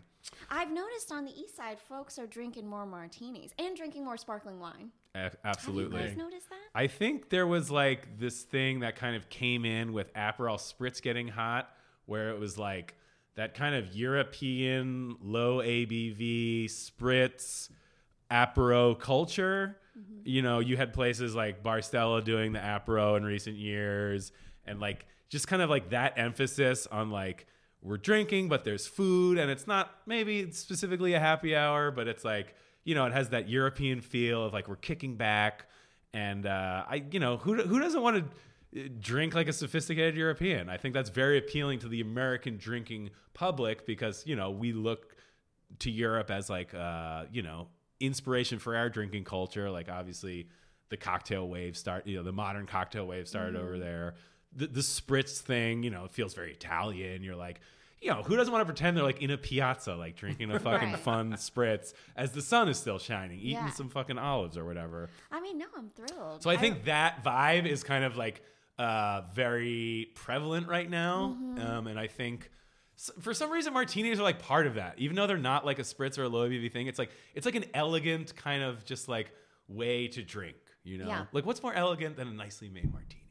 Speaker 3: I've noticed on the east side, folks are drinking more martinis and drinking more sparkling wine.
Speaker 1: A-
Speaker 3: Have you
Speaker 1: Absolutely.
Speaker 3: guys noticed that?
Speaker 1: I think there was like this thing that kind of came in with Aperol Spritz getting hot, where it was like that kind of European low ABV Spritz Apero culture. You know, you had places like Barstella doing the Apero in recent years, and like just kind of like that emphasis on like we're drinking, but there's food, and it's not maybe specifically a happy hour, but it's like you know, it has that European feel of like we're kicking back and uh, I, you know, who who doesn't want to drink like a sophisticated European? I think that's very appealing to the American drinking public because you know we look to Europe as like uh, you know inspiration for our drinking culture. Like obviously, the cocktail wave start, you know, the modern cocktail wave started over
Speaker 3: Mm-hmm.
Speaker 1: there. The, the spritz thing, you know, it feels very Italian. You're like. You know, who doesn't want to pretend they're like in a piazza, like drinking a fucking
Speaker 3: Right.
Speaker 1: fun spritz as the sun is still shining, eating
Speaker 3: Yeah.
Speaker 1: some fucking olives or whatever.
Speaker 3: I mean, no, I'm thrilled.
Speaker 1: So I think that vibe is kind of like uh, very prevalent right now, um, and I think s- for some reason martinis are like part of that, even though they're not like a spritz or a low ABV thing. It's like it's like an elegant kind of just like way to drink. You know,
Speaker 3: Yeah.
Speaker 1: like what's more elegant than a nicely made martini?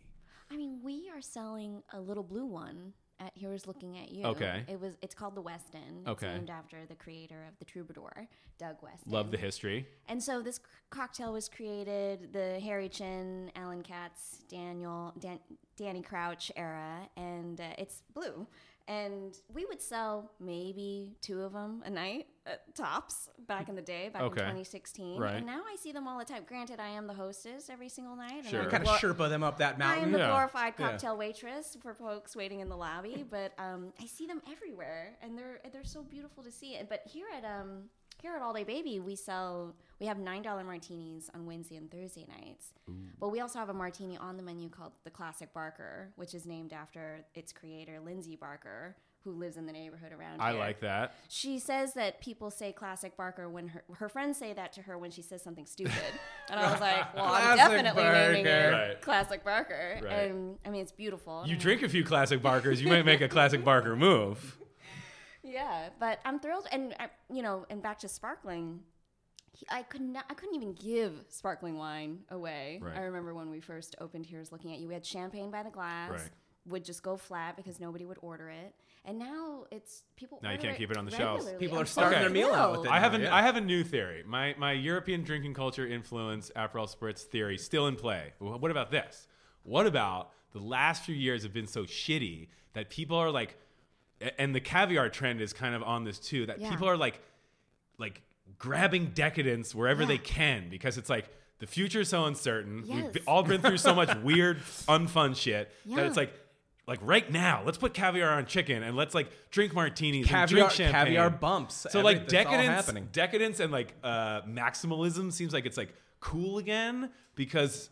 Speaker 3: I mean, we are selling a little blue one at Here's Looking at You.
Speaker 1: Okay.
Speaker 3: It was. It's called the Weston.
Speaker 1: Okay.
Speaker 3: It's named after the creator of the Troubadour, Doug Weston.
Speaker 1: Love the history.
Speaker 3: And so this c- cocktail was created the Harry Chin, Alan Katz, Daniel, Dan- Danny Crouch era, and uh, it's blue. And we would sell maybe two of them a night, uh, tops, back in the day, back
Speaker 1: Okay.
Speaker 3: in 2016.
Speaker 1: Right.
Speaker 3: And now I see them all the time. Granted, I am the hostess every single night.
Speaker 1: Sure.
Speaker 3: And I'm
Speaker 2: Kind
Speaker 3: glor-
Speaker 2: of sherpa them up that
Speaker 3: I am
Speaker 2: mountain.
Speaker 3: the
Speaker 1: Yeah.
Speaker 3: glorified
Speaker 2: Yeah.
Speaker 3: cocktail waitress for folks waiting in the lobby, but um, I see them everywhere, and they're they're so beautiful to see. it. But here at um here at All Day Baby, we sell we have nine dollar martinis on Wednesday and Thursday nights, but we also have a martini on the menu called the Classic Barker, which is named after its creator Lindsay Barker, who lives in the neighborhood around.
Speaker 1: I
Speaker 3: here.
Speaker 1: like that.
Speaker 3: She says that people say classic Barker when her, her friends say that to her when she says something stupid. And I was like, well,
Speaker 2: Classic
Speaker 3: I'm definitely naming
Speaker 2: Barker.
Speaker 3: it
Speaker 1: Right.
Speaker 3: classic Barker.
Speaker 1: Right.
Speaker 3: And I mean, it's beautiful.
Speaker 1: You drink a few classic barkers, you might make a classic barker move.
Speaker 3: Yeah, but I'm thrilled. And, I, you know, and back to sparkling. he- I could not. I couldn't even give sparkling wine away.
Speaker 1: Right.
Speaker 3: I remember when we first opened Here's Looking at You. We had champagne by the glass.
Speaker 1: Right.
Speaker 3: Would just go flat because nobody would order it. And now it's people.
Speaker 1: Now you
Speaker 3: order
Speaker 1: can't keep it on the shelves.
Speaker 3: regularly.
Speaker 2: People
Speaker 3: I'm
Speaker 2: are
Speaker 3: so
Speaker 2: starting
Speaker 1: their
Speaker 2: meal out with
Speaker 3: thrilled.
Speaker 2: it.
Speaker 1: I have a,
Speaker 2: Yeah.
Speaker 1: I have a new theory. My my European drinking culture influence Aperol Spritz theory still in play. Wh- What about this? What about the last few years have been so shitty that people are like, a- and the caviar trend is kind of on this too. That
Speaker 3: Yeah.
Speaker 1: people are like, like grabbing decadence wherever
Speaker 3: Yeah.
Speaker 1: they can because it's like the future's so uncertain. We've
Speaker 3: Yes.
Speaker 1: b- all been through so much weird, unfun shit that it's
Speaker 3: Yeah.
Speaker 1: like. Like right now, let's put caviar on chicken and let's like drink martinis
Speaker 2: Caviar-
Speaker 1: and drink champagne.
Speaker 2: caviar bumps.
Speaker 1: So
Speaker 2: Every-
Speaker 1: like
Speaker 2: that's all
Speaker 1: decadence,
Speaker 2: happening.
Speaker 1: decadence and like uh, maximalism seems like it's like cool again because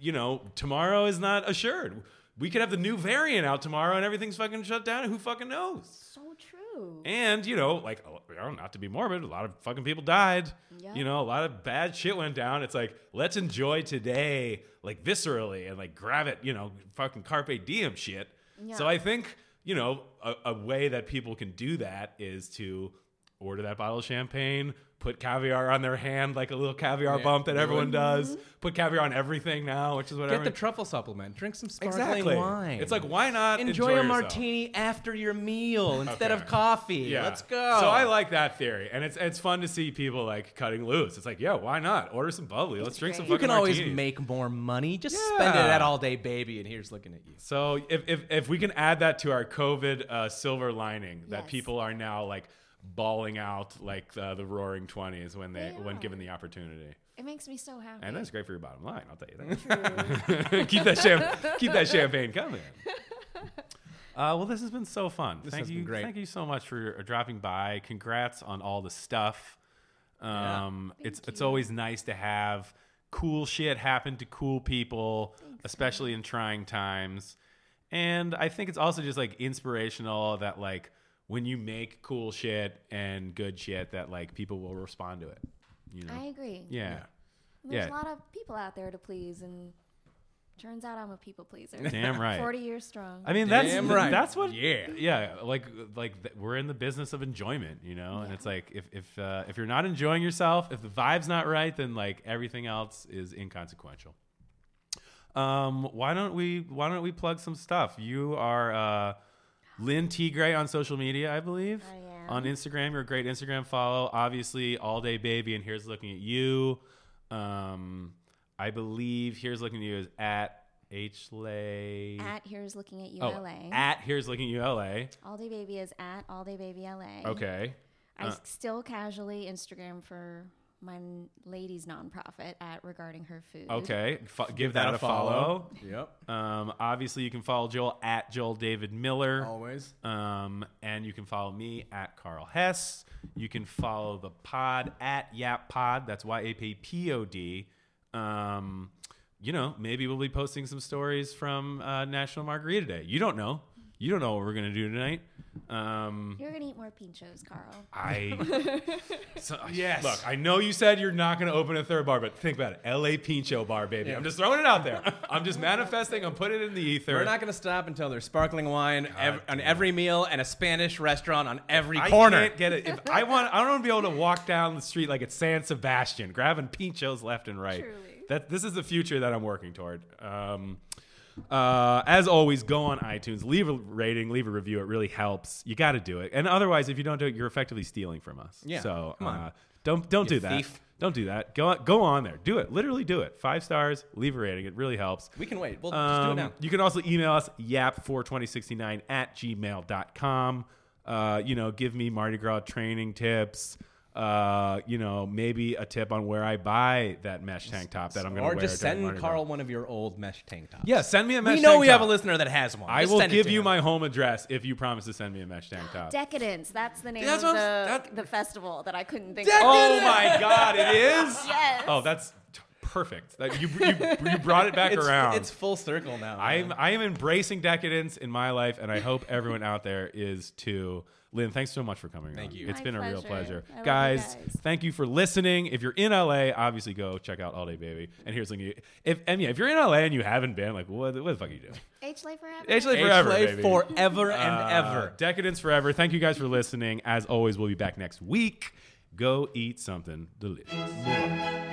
Speaker 1: you know tomorrow is not assured. We could have the new variant out tomorrow and everything's fucking shut down. Who fucking knows?
Speaker 3: So true.
Speaker 1: And, you know, like, oh, you know, not to be morbid, a lot of fucking people died.
Speaker 3: Yeah.
Speaker 1: You know, a lot of bad shit went down. It's like, let's enjoy today, like, viscerally and, like, grab it, you know, fucking carpe diem shit. So
Speaker 3: Yeah.
Speaker 1: I think, you know, a, a way that people can do that is to order that bottle of champagne, put caviar on their hand, like a little caviar
Speaker 2: Yeah,
Speaker 1: bump that
Speaker 2: do
Speaker 1: everyone
Speaker 2: it.
Speaker 1: does. Put caviar on everything now, which is what
Speaker 2: Get the
Speaker 1: everyone-
Speaker 2: truffle supplement. Drink some sparkling
Speaker 1: exactly.
Speaker 2: wine.
Speaker 1: It's like, why not
Speaker 2: enjoy, a
Speaker 1: yourself?
Speaker 2: martini after your meal instead
Speaker 1: Okay.
Speaker 2: of coffee. Let's go.
Speaker 1: So I like that theory, and it's it's fun to see people like cutting loose. It's like, yeah, why not? Order some bubbly. Let's drink some.
Speaker 3: great.
Speaker 2: You
Speaker 1: fucking
Speaker 2: can always
Speaker 1: martinis.
Speaker 2: make more money. Just spend it
Speaker 1: Yeah.
Speaker 2: at all day, baby. And here's looking at you.
Speaker 1: So if, if if we can add that to our COVID uh, silver lining, that
Speaker 3: Yes.
Speaker 1: people are now like bawling out like uh, the Roaring Twenties when they
Speaker 3: They
Speaker 1: when
Speaker 3: are.
Speaker 1: given the opportunity,
Speaker 3: It makes me so happy.
Speaker 1: and that's great for your bottom line. I'll tell you that. keep that champ- keep that champagne coming. Uh, well, this has been so fun. thank
Speaker 2: has
Speaker 1: you,
Speaker 2: been great.
Speaker 1: thank you so much for uh, dropping by. Congrats on all the stuff. Um, it's it's always nice to have cool shit happen to cool people, especially in trying times. And I think it's also just like inspirational that like when you make cool shit and good shit that like people will respond to it. You know?
Speaker 3: I agree.
Speaker 1: yeah.
Speaker 3: There's
Speaker 1: yeah.
Speaker 3: a lot of people out there to please, and turns out I'm a people pleaser.
Speaker 1: Damn right.
Speaker 3: 40 years strong.
Speaker 1: I mean that's
Speaker 2: Damn right.
Speaker 1: that's what
Speaker 2: Yeah.
Speaker 1: yeah like like th- we're in the business of enjoyment you know and
Speaker 3: Yeah.
Speaker 1: it's like if if uh, if you're not enjoying yourself if the vibe's not right then like everything else is inconsequential. Um, why don't we why don't we plug some stuff? You are uh, Lynn T Gray on social media, I believe.
Speaker 3: I am.
Speaker 1: On Instagram, you're a great Instagram follow. Obviously, all day baby, and here's looking at you. Um, I believe here's looking at you is at hlay
Speaker 3: at here's looking at you
Speaker 1: Oh,
Speaker 3: LA.
Speaker 1: at here's looking at you LA.
Speaker 3: all day baby is at all day baby LA.
Speaker 1: Okay.
Speaker 3: I
Speaker 1: Uh,
Speaker 3: s- still casually Instagram for my n- ladies nonprofit at regarding her food.
Speaker 1: Okay. Fo- give, that, a follow.
Speaker 2: Yep.
Speaker 1: Um, obviously, you can follow Joel at Joel David Miller.
Speaker 2: Always.
Speaker 1: Um, and you can follow me at Carl Hess. You can follow the pod at Yap Pod. That's Y A P P O D. Um, you know, maybe we'll be posting some stories from uh, National Margarita Day. You don't know. You don't know what we're gonna do tonight. Um,
Speaker 3: You're gonna eat more pinchos, Carl.
Speaker 1: I so, yes. Look, I know you said you're not going to open a third bar, but think about it, L.A. Pincho Bar, baby. I'm just throwing it out there. I'm just manifesting. I'm putting it in the ether.
Speaker 2: We're not going to stop until there's sparkling wine ev- on every meal and a Spanish restaurant on every
Speaker 1: I
Speaker 2: corner.
Speaker 1: can't get it. If I want, I don't want to be able to walk down the street like it's San Sebastian, grabbing pinchos left and right.
Speaker 3: Truly.
Speaker 1: That this is the future that I'm working toward. Um, uh, as always, go on iTunes, leave a rating, leave a review. It really helps. You got to do it, and otherwise, if you don't do it, you're effectively stealing from us.
Speaker 2: Yeah,
Speaker 1: So
Speaker 2: come on.
Speaker 1: Uh, don't don't
Speaker 2: You
Speaker 1: do that.
Speaker 2: thief.
Speaker 1: Don't do that. Go go on there. Do it. Literally do it. Five stars. Leave a rating. It really helps.
Speaker 2: We can wait. We'll
Speaker 1: Um,
Speaker 2: just do it
Speaker 1: You can also email us yap42069 at gmail.com. Uh, you know, give me Mardi Gras training tips. Uh, you know, maybe a tip on where I buy that mesh tank top that I'm
Speaker 2: now.
Speaker 1: going to
Speaker 2: Or
Speaker 1: wear.
Speaker 2: just
Speaker 1: during
Speaker 2: send
Speaker 1: Mardi
Speaker 2: Carl
Speaker 1: Gras.
Speaker 2: one of your old mesh tank tops.
Speaker 1: Yeah, send me a mesh.
Speaker 2: we know
Speaker 1: tank
Speaker 2: we
Speaker 1: top.
Speaker 2: have a listener that has one.
Speaker 1: I
Speaker 2: Just
Speaker 1: will
Speaker 2: send it
Speaker 1: give
Speaker 2: to
Speaker 1: you
Speaker 2: him.
Speaker 1: my home address if you promise to send me a mesh tank top.
Speaker 3: Decadence. That's the name
Speaker 2: That's
Speaker 3: of the,
Speaker 2: what I'm s- that-
Speaker 3: the festival that I couldn't think
Speaker 2: Decadence!
Speaker 1: oh
Speaker 3: of.
Speaker 1: my God, it is.
Speaker 3: Yes.
Speaker 1: Oh, that's t- perfect. That you you, you brought it back
Speaker 2: It's,
Speaker 1: around.
Speaker 2: it's full circle now.
Speaker 1: I'm I am embracing decadence in my life, and I hope everyone out there is too. Lynn, thanks so much for coming.
Speaker 2: Thank
Speaker 1: on.
Speaker 2: you.
Speaker 1: It's
Speaker 3: My
Speaker 1: been a real
Speaker 3: pleasure.
Speaker 1: pleasure,
Speaker 3: I love you
Speaker 1: guys,
Speaker 3: guys.
Speaker 1: Thank you for listening. If you're in LA, obviously go check out All Day Baby. And here's looking. at- If and yeah, if you're in LA and you haven't been, like what, what the fuck are you doing?
Speaker 3: H Life Forever.
Speaker 1: H Life
Speaker 2: H
Speaker 1: forever,
Speaker 2: Life
Speaker 1: baby.
Speaker 2: forever and
Speaker 1: Uh,
Speaker 2: ever.
Speaker 1: decadence forever. Thank you guys for listening. As always, we'll be back next week. Go eat something delicious.